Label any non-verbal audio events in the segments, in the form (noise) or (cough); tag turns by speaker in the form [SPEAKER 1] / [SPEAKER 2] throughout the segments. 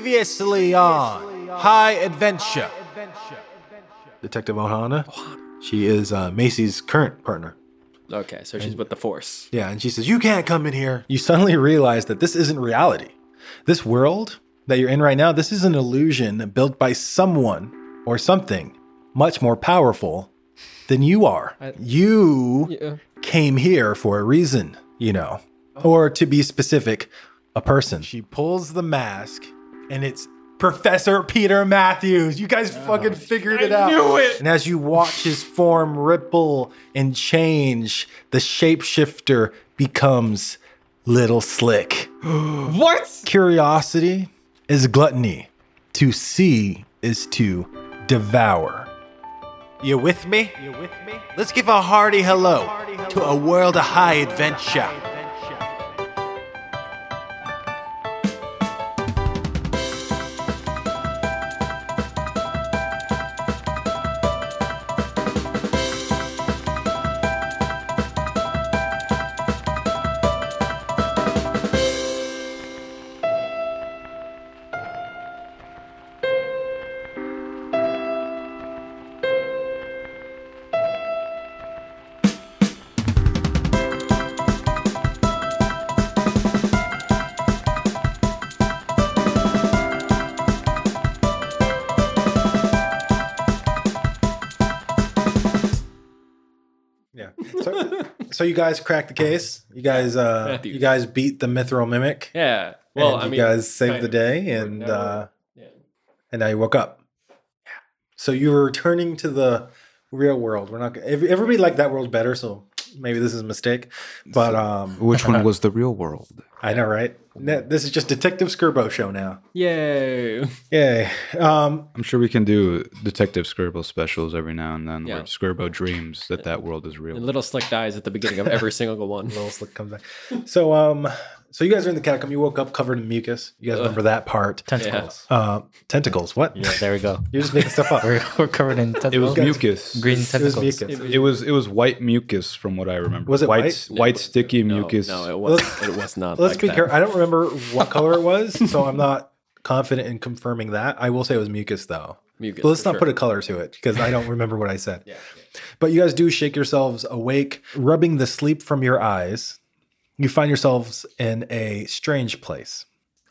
[SPEAKER 1] Previously on High Adventure.
[SPEAKER 2] Detective Ohana. She is uh, Macy's current partner.
[SPEAKER 3] Okay, so she's with the Force.
[SPEAKER 2] Yeah, and she says, You can't come in here. You suddenly realize that this isn't reality. This world that you're in right now, this is an illusion built by someone or something much more powerful than you are.
[SPEAKER 3] I-
[SPEAKER 2] you
[SPEAKER 3] Yeah.
[SPEAKER 2] came here for a reason, you know, or to be specific, a person. She pulls the mask, and it's Professor Peter Matthews. You guys fucking figured it out.
[SPEAKER 3] knew it!
[SPEAKER 2] And as you watch his form ripple and change, the shapeshifter becomes Little Slick.
[SPEAKER 3] (gasps) What?
[SPEAKER 2] Curiosity is gluttony. To see is to devour.
[SPEAKER 1] You with me? You with me? Let's give a hearty hello to a world of high adventure.
[SPEAKER 2] Yeah. So, so you guys cracked the case. You guys, uh,
[SPEAKER 3] Matthews.
[SPEAKER 2] you guys beat the Mithril Mimic.
[SPEAKER 3] Yeah. Well,
[SPEAKER 2] and
[SPEAKER 3] I
[SPEAKER 2] you
[SPEAKER 3] mean,
[SPEAKER 2] guys saved
[SPEAKER 3] kind
[SPEAKER 2] the
[SPEAKER 3] of.
[SPEAKER 2] day, and
[SPEAKER 3] never-
[SPEAKER 2] uh,
[SPEAKER 3] yeah.
[SPEAKER 2] and now you woke up. So you were returning to the real world. We're not. g- ev- Everybody liked that world better, so maybe this is a mistake. But um,
[SPEAKER 4] Which
[SPEAKER 3] (laughs)
[SPEAKER 4] one was the real world?
[SPEAKER 2] I know, right? Ne- This is just Detective Skirbo show now.
[SPEAKER 3] Yay.
[SPEAKER 2] Yay. Um,
[SPEAKER 4] I'm sure we can do Detective Skirbo specials every now and then
[SPEAKER 3] Yeah.
[SPEAKER 4] where Skirbo dreams that that world is real.
[SPEAKER 3] And Little Slick dies at the beginning of every single (laughs) one.
[SPEAKER 2] little slick comes back. So um, so you guys are in the catacomb. You woke up covered in mucus. You guys remember that part?
[SPEAKER 5] Tentacles.
[SPEAKER 2] Uh, tentacles. What?
[SPEAKER 5] Yeah, there we go.
[SPEAKER 2] (laughs) You're just making stuff up.
[SPEAKER 5] (laughs) We're, we're covered in tentacles.
[SPEAKER 4] It was mucus.
[SPEAKER 5] green
[SPEAKER 2] It was
[SPEAKER 5] tentacles.
[SPEAKER 2] mucus.
[SPEAKER 4] It was it was white mucus from what I remember.
[SPEAKER 2] Was it
[SPEAKER 4] white
[SPEAKER 2] white?
[SPEAKER 4] s- white sticky
[SPEAKER 3] no,
[SPEAKER 4] mucus?
[SPEAKER 3] No, it was, it was not.
[SPEAKER 2] Let's
[SPEAKER 3] like
[SPEAKER 2] be
[SPEAKER 3] that.
[SPEAKER 2] careful. I don't remember what color it was, so I'm not confident in confirming that. I will say it was mucus though.
[SPEAKER 3] Mucus,
[SPEAKER 2] But let's
[SPEAKER 3] for
[SPEAKER 2] not
[SPEAKER 3] sure.
[SPEAKER 2] put a color to it because I don't remember what I
[SPEAKER 3] (laughs)
[SPEAKER 2] said. But you guys do shake yourselves awake, rubbing the sleep from your eyes. You find yourselves in a strange place,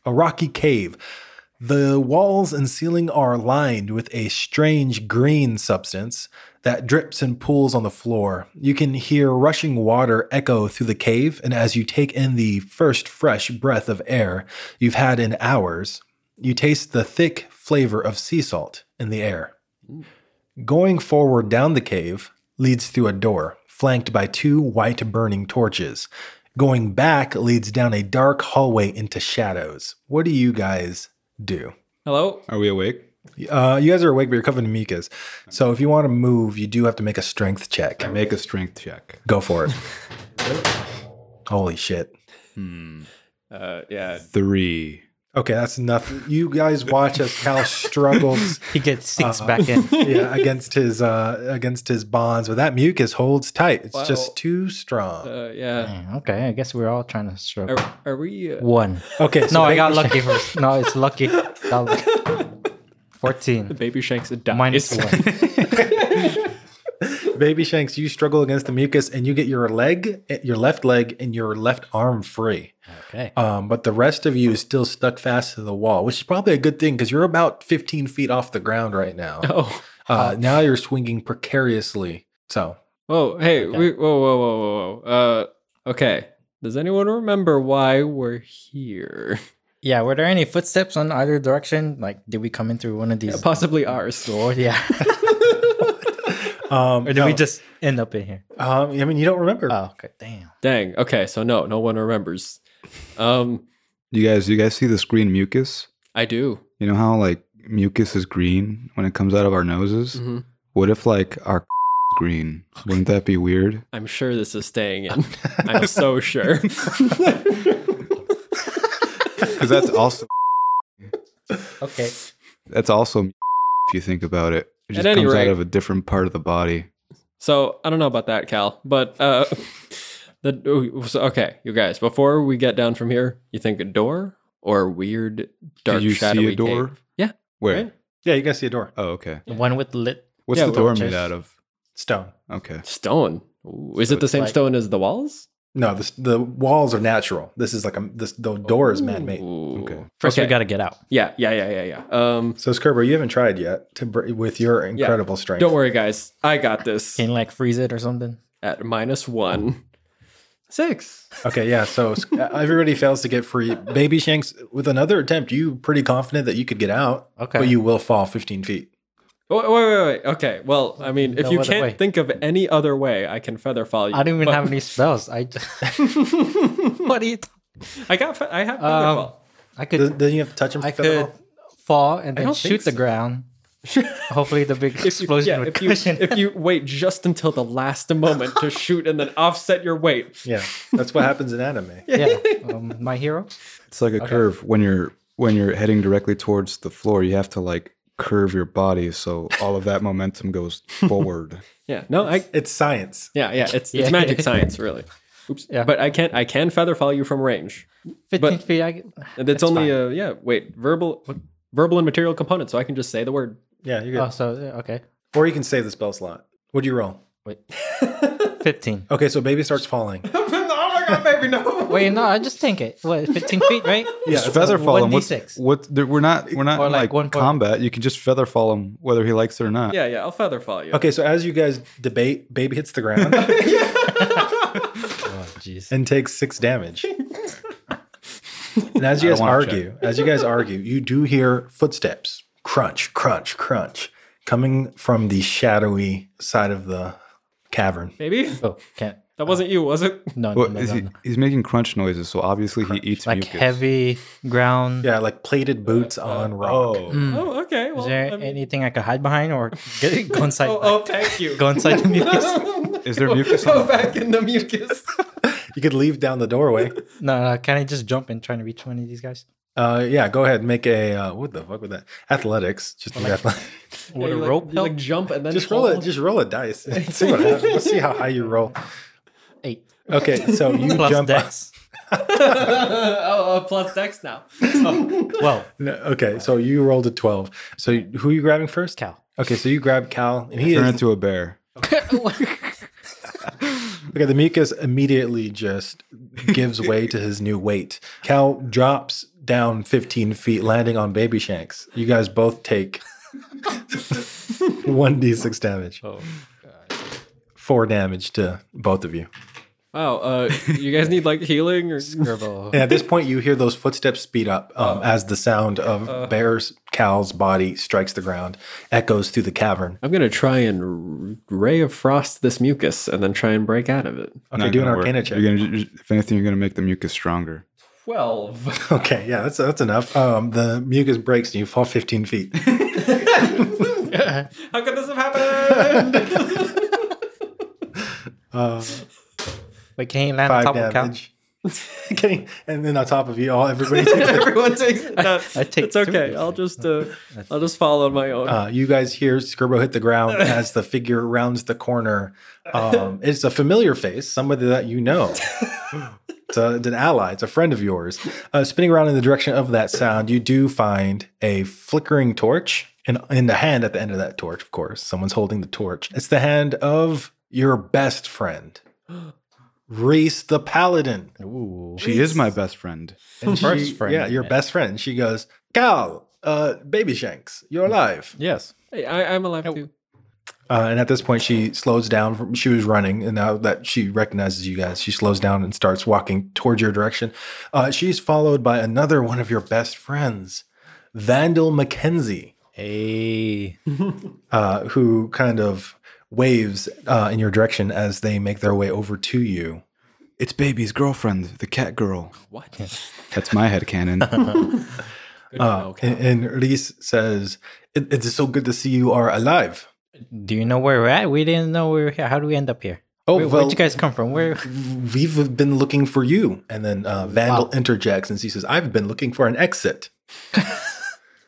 [SPEAKER 2] a rocky cave. The walls and ceiling are lined with a strange green substance that drips and pools on the floor. You can hear rushing water echo through the cave, and as you take in the first fresh breath of air you've had in hours, you taste the thick flavor of sea salt in the air. Going forward down the cave leads through a door, flanked by two white burning torches. Going back leads down a dark hallway into shadows. What do you guys do?
[SPEAKER 3] Hello?
[SPEAKER 4] Are we awake?
[SPEAKER 2] Uh, you guys are awake, but you're covered in micas. So if you want to move, you do have to make a strength check.
[SPEAKER 4] Make a strength check.
[SPEAKER 2] Go for it. Holy shit.
[SPEAKER 4] Hmm.
[SPEAKER 3] Uh, yeah.
[SPEAKER 4] Three.
[SPEAKER 2] Okay, that's nothing. You guys watch as Cal struggles
[SPEAKER 5] He gets six
[SPEAKER 2] Uh,
[SPEAKER 5] (laughs) back in.
[SPEAKER 2] yeah, against his uh, against his bonds, but that mucus holds tight. It's
[SPEAKER 3] Wow.
[SPEAKER 2] just too strong.
[SPEAKER 3] Uh, yeah.
[SPEAKER 5] Yeah, Hmm, okay, I guess we're all trying to struggle.
[SPEAKER 3] Are, are we. Uh,
[SPEAKER 5] One. (laughs)
[SPEAKER 2] Okay, so
[SPEAKER 5] No, I
[SPEAKER 2] make
[SPEAKER 5] got
[SPEAKER 2] a-
[SPEAKER 5] lucky first. No, it's lucky. (laughs) Got- Fourteen.
[SPEAKER 3] Baby Shanks dies.
[SPEAKER 5] Minus one. (laughs)
[SPEAKER 2] Baby Shanks, you struggle against the mucus and you get your leg, eh, your left leg, and your left arm free.
[SPEAKER 5] Okay.
[SPEAKER 2] Um, but the rest of you is still stuck fast to the wall, which is probably a good thing because you're about 15 feet off the ground right now.
[SPEAKER 3] (laughs)
[SPEAKER 5] (laughs)
[SPEAKER 3] Oh.
[SPEAKER 2] Uh, now you're swinging precariously.
[SPEAKER 5] (laughs)
[SPEAKER 2] So,
[SPEAKER 3] Oh, hey.
[SPEAKER 5] Okay.
[SPEAKER 3] We, whoa, whoa, whoa, whoa, whoa. Uh, okay. Does anyone remember why we're here?
[SPEAKER 5] Yeah, were there any footsteps on either direction? Like, did we come in through one of these
[SPEAKER 3] Possibly ours. (laughs)
[SPEAKER 5] doors? Yeah. (laughs)
[SPEAKER 2] um,
[SPEAKER 5] or did
[SPEAKER 2] no,
[SPEAKER 5] we just end up in here?
[SPEAKER 2] um, I mean, you don't remember.
[SPEAKER 5] Oh, okay. Damn.
[SPEAKER 3] Dang. Okay. So no, no one remembers. Um,
[SPEAKER 4] You guys, you guys see this green mucus?
[SPEAKER 3] I do.
[SPEAKER 4] You know how like mucus is green when it comes out of our noses?
[SPEAKER 3] Mhm.
[SPEAKER 4] What if like our (laughs) green? Wouldn't that be weird?
[SPEAKER 3] I'm sure this is staying
[SPEAKER 4] (laughs)
[SPEAKER 3] in. I'm so sure. (laughs)
[SPEAKER 4] Because that's also
[SPEAKER 5] Okay.
[SPEAKER 4] that's also if you think about it. It
[SPEAKER 3] At
[SPEAKER 4] just
[SPEAKER 3] any
[SPEAKER 4] comes
[SPEAKER 3] rate-
[SPEAKER 4] out of a different part of the body.
[SPEAKER 3] So I don't know about that, Cal, but uh, the so, okay, you guys. Before we get down from here, you think a door or weird dark
[SPEAKER 4] Did you
[SPEAKER 3] shadowy
[SPEAKER 4] see a door?
[SPEAKER 3] cave. Yeah.
[SPEAKER 4] Where?
[SPEAKER 3] Right?
[SPEAKER 2] Yeah, you guys see a door.
[SPEAKER 4] Oh, okay.
[SPEAKER 5] The one with lit.
[SPEAKER 4] What's
[SPEAKER 3] Yeah,
[SPEAKER 4] the
[SPEAKER 3] well,
[SPEAKER 4] door
[SPEAKER 5] just-
[SPEAKER 4] made out of?
[SPEAKER 2] Stone.
[SPEAKER 4] Okay.
[SPEAKER 3] Stone. Ooh, Is
[SPEAKER 4] So
[SPEAKER 3] it the
[SPEAKER 4] it's
[SPEAKER 3] same
[SPEAKER 5] like-
[SPEAKER 3] stone as the walls?
[SPEAKER 2] No, this, the walls are natural. This is like a this, the door is man made.
[SPEAKER 3] Okay.
[SPEAKER 5] First,
[SPEAKER 3] okay.
[SPEAKER 5] we gotta get out.
[SPEAKER 3] Yeah, yeah, yeah, yeah, yeah. Um,
[SPEAKER 2] So Skirbo, you haven't tried yet to br- with your incredible strength.
[SPEAKER 3] don't worry, guys. I got this
[SPEAKER 5] Can you like freeze it or something?
[SPEAKER 3] at minus one. Six.
[SPEAKER 2] Okay, yeah. So s- (laughs) uh, everybody fails to get free. Baby Shanks, with another attempt, you pretty confident that you could get out,
[SPEAKER 5] Okay.
[SPEAKER 2] but you will fall 15 feet.
[SPEAKER 3] Wait, wait, wait, wait. Okay. Well, I mean, if
[SPEAKER 5] No
[SPEAKER 3] you
[SPEAKER 5] other
[SPEAKER 3] can't
[SPEAKER 5] way.
[SPEAKER 3] think of any other way, I can feather fall you.
[SPEAKER 5] I don't even
[SPEAKER 3] but-
[SPEAKER 5] have any spells. I (laughs) just, what are you? T-
[SPEAKER 3] I got. fe- I have feather
[SPEAKER 5] Um,
[SPEAKER 3] fall.
[SPEAKER 5] I
[SPEAKER 2] Does-
[SPEAKER 5] could
[SPEAKER 2] Doesn't you have to touch him?
[SPEAKER 5] I
[SPEAKER 2] for the
[SPEAKER 5] could fall and then
[SPEAKER 3] uh, don't think
[SPEAKER 5] shoot the
[SPEAKER 3] so.
[SPEAKER 5] ground.
[SPEAKER 3] (laughs)
[SPEAKER 5] Hopefully, the big explosion
[SPEAKER 3] you, yeah,
[SPEAKER 5] would
[SPEAKER 3] if you,
[SPEAKER 5] cushion.
[SPEAKER 3] if you wait just until the last moment
[SPEAKER 5] (laughs)
[SPEAKER 3] to shoot and then offset your weight.
[SPEAKER 2] Yeah, that's what happens in anime.
[SPEAKER 5] (laughs) yeah, um, my hero.
[SPEAKER 4] It's like a curve when you're when you're heading directly towards the floor. You have to like curve your body so all of that momentum goes forward.
[SPEAKER 3] Yeah. No. I.
[SPEAKER 2] It's science.
[SPEAKER 3] Yeah. Yeah. It's
[SPEAKER 5] Yeah.
[SPEAKER 3] it's
[SPEAKER 5] (laughs)
[SPEAKER 3] magic science, really. Oops.
[SPEAKER 5] Yeah.
[SPEAKER 3] But I can't. I can feather fall you from range.
[SPEAKER 5] Fifteen
[SPEAKER 3] But- (laughs)
[SPEAKER 5] feet. I, get-
[SPEAKER 3] And It's, only. Uh, yeah. Wait. Verbal. Verbal and material components. So I can just say the word.
[SPEAKER 2] Yeah, you
[SPEAKER 5] oh,
[SPEAKER 2] good.
[SPEAKER 5] so yeah, okay.
[SPEAKER 2] Or you can save the spell slot. What do you roll?
[SPEAKER 5] (laughs) Fifteen.
[SPEAKER 2] Okay, so baby starts
[SPEAKER 5] (laughs)
[SPEAKER 2] falling.
[SPEAKER 3] oh my god, baby! No.
[SPEAKER 5] Wait, no, I just think it. What? Fifteen
[SPEAKER 3] (laughs)
[SPEAKER 5] feet, right?
[SPEAKER 2] Yeah,
[SPEAKER 4] Just feather fall him. What's,
[SPEAKER 5] 1d6.
[SPEAKER 4] what there- we're not we're not
[SPEAKER 5] Or
[SPEAKER 4] in,
[SPEAKER 5] like
[SPEAKER 4] like,
[SPEAKER 5] one point-
[SPEAKER 4] combat. You can just feather fall him whether he likes it or not.
[SPEAKER 3] Yeah. Yeah. I'll feather fall you.
[SPEAKER 2] Okay, so as you guys debate, baby hits the
[SPEAKER 5] (laughs)
[SPEAKER 2] ground
[SPEAKER 5] Oh, jeez.
[SPEAKER 2] and takes six damage. And as you
[SPEAKER 4] I
[SPEAKER 2] guys
[SPEAKER 4] don't wanna
[SPEAKER 2] argue, as you guys argue, you do hear footsteps crunch, crunch, crunch coming from the shadowy side of the cavern.
[SPEAKER 3] Maybe
[SPEAKER 5] Oh, can't.
[SPEAKER 3] that wasn't you, was it?
[SPEAKER 5] No,
[SPEAKER 4] Well,
[SPEAKER 5] no,
[SPEAKER 4] is
[SPEAKER 5] no,
[SPEAKER 4] he,
[SPEAKER 5] no, no.
[SPEAKER 4] he's making crunch noises, so obviously he eats
[SPEAKER 5] Like
[SPEAKER 4] mucus.
[SPEAKER 5] heavy ground.
[SPEAKER 2] Yeah, like plated boots on rock.
[SPEAKER 4] Oh,
[SPEAKER 5] Mm.
[SPEAKER 3] Oh, okay. Well,
[SPEAKER 5] Is there
[SPEAKER 3] I mean-
[SPEAKER 5] anything I could hide behind or get, (laughs) go inside?
[SPEAKER 3] (laughs) Oh, oh, thank you. (laughs)
[SPEAKER 5] Go inside the mucus.
[SPEAKER 4] Is there mucus
[SPEAKER 3] Go
[SPEAKER 4] on the-
[SPEAKER 3] back in the (laughs) mucus.
[SPEAKER 2] You could leave down the doorway.
[SPEAKER 5] No, no, can I just jump and try to reach one of these guys?
[SPEAKER 2] Uh, yeah, go ahead. Make a uh, what the fuck with that? Athletics. Just do athle-
[SPEAKER 5] Would
[SPEAKER 3] Yeah,
[SPEAKER 5] a
[SPEAKER 3] you like-
[SPEAKER 5] rope
[SPEAKER 3] you
[SPEAKER 5] help?
[SPEAKER 3] like jump and then
[SPEAKER 2] just roll it.
[SPEAKER 3] hold.
[SPEAKER 2] Just roll a dice. and see what happens. Let's see how high you roll.
[SPEAKER 5] Eight
[SPEAKER 2] Okay, so you
[SPEAKER 5] plus
[SPEAKER 2] jump.
[SPEAKER 5] dex.
[SPEAKER 3] (laughs) oh, oh, plus dex now.
[SPEAKER 5] Well,
[SPEAKER 2] No, okay, so you rolled a twelve. So you- who are you grabbing first?
[SPEAKER 5] Cal.
[SPEAKER 2] Okay, so you grab Cal, and he
[SPEAKER 4] turn
[SPEAKER 2] is
[SPEAKER 4] into a bear.
[SPEAKER 2] okay. The mucus immediately just gives way to his new weight. Cal drops down fifteen feet, landing on Baby Shanks. You guys both take one d six damage.
[SPEAKER 3] Oh.
[SPEAKER 2] Four damage to both of you.
[SPEAKER 3] Wow. Uh, you guys need like healing or
[SPEAKER 5] Scribble.
[SPEAKER 2] And at this point, you hear those footsteps speed up um, as the sound of Bear's Cal's body strikes the ground, echoes through the cavern.
[SPEAKER 3] I'm gonna try and r- ray of frost this mucus and then try and break out of it.
[SPEAKER 2] Okay,
[SPEAKER 4] Not
[SPEAKER 2] do an
[SPEAKER 4] gonna work.
[SPEAKER 2] Arcana check.
[SPEAKER 4] You're gonna, ju- if anything, you're gonna make the mucus stronger.
[SPEAKER 2] (laughs)
[SPEAKER 3] Twelve.
[SPEAKER 2] Okay, yeah, that's that's enough. Um, the mucus breaks and you fall 15 feet.
[SPEAKER 3] (laughs) How could this have happened?
[SPEAKER 2] Uh,
[SPEAKER 5] Wait, can he land on
[SPEAKER 2] five
[SPEAKER 5] top of Cal?
[SPEAKER 2] damage. (laughs) Kidding. And then on top of you, all everybody takes it.
[SPEAKER 3] (laughs) Everyone takes that.
[SPEAKER 5] I take
[SPEAKER 3] it's
[SPEAKER 5] two
[SPEAKER 3] okay.
[SPEAKER 5] of
[SPEAKER 3] I'll just uh, I'll just follow on my own.
[SPEAKER 2] (laughs) Uh, you guys hear Skirbo hit the (laughs) ground as the figure rounds the corner. Um, it's a familiar face, somebody that you (laughs) know. It's, a, it's an ally. It's a friend of yours. Uh, spinning around in the direction of that sound, you do find a flickering torch, and in the hand at the end of that torch, of course, someone's holding the torch. It's the hand of your best friend, (gasps) Reese the Paladin.
[SPEAKER 5] Ooh.
[SPEAKER 4] She is my best friend.
[SPEAKER 2] And
[SPEAKER 5] First
[SPEAKER 2] she-
[SPEAKER 5] friend,
[SPEAKER 2] yeah, your
[SPEAKER 5] yeah.
[SPEAKER 2] best friend. She goes, Cal, uh, Baby Shanks,
[SPEAKER 5] Mm.
[SPEAKER 2] you're alive.
[SPEAKER 5] Yes.
[SPEAKER 3] hey, I, I'm alive too.
[SPEAKER 2] Uh, and at this point, she slows down. From, she was running, and now that she recognizes you guys, she slows down and starts walking towards your direction. Uh, she's followed by another one of your best friends, Vandal Mackenzie,
[SPEAKER 5] Hey.
[SPEAKER 2] uh, who kind of waves uh, in your direction as they make their way over to you.
[SPEAKER 4] It's baby's girlfriend, the cat girl.
[SPEAKER 3] What?
[SPEAKER 4] That's
[SPEAKER 3] (laughs)
[SPEAKER 4] my headcanon.
[SPEAKER 2] Uh, and, and Reese says, it, "It's so good to see you are alive."
[SPEAKER 5] Do you know where we're at? We didn't know we were here. How do we end up here?
[SPEAKER 2] Oh,
[SPEAKER 5] Where,
[SPEAKER 2] well,
[SPEAKER 5] where'd you guys come from? Where?
[SPEAKER 2] we've been looking for you. And then uh, Vandal interjects and she says, "I've been looking for an exit."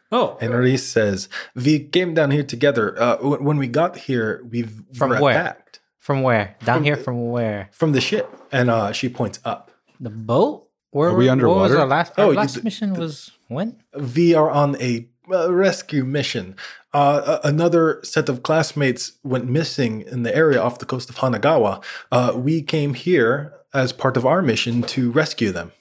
[SPEAKER 3] Oh,
[SPEAKER 2] And Reese says, "We came down here together. Uh, w- when we got here, we
[SPEAKER 5] From
[SPEAKER 2] were
[SPEAKER 5] where?
[SPEAKER 2] attacked
[SPEAKER 5] From where? Down here from where?
[SPEAKER 2] from the ship." And uh, she points up.
[SPEAKER 5] The boat? Where
[SPEAKER 4] Are
[SPEAKER 5] were
[SPEAKER 4] we
[SPEAKER 5] What was
[SPEAKER 4] underwater?
[SPEAKER 5] our last? Our
[SPEAKER 2] Oh, you
[SPEAKER 5] last
[SPEAKER 2] d-
[SPEAKER 5] mission was when?
[SPEAKER 2] We are on a uh, rescue mission. Uh, a- another set of classmates went missing in the area off the coast of Hanagawa. Uh, we came here as part of our mission to rescue them.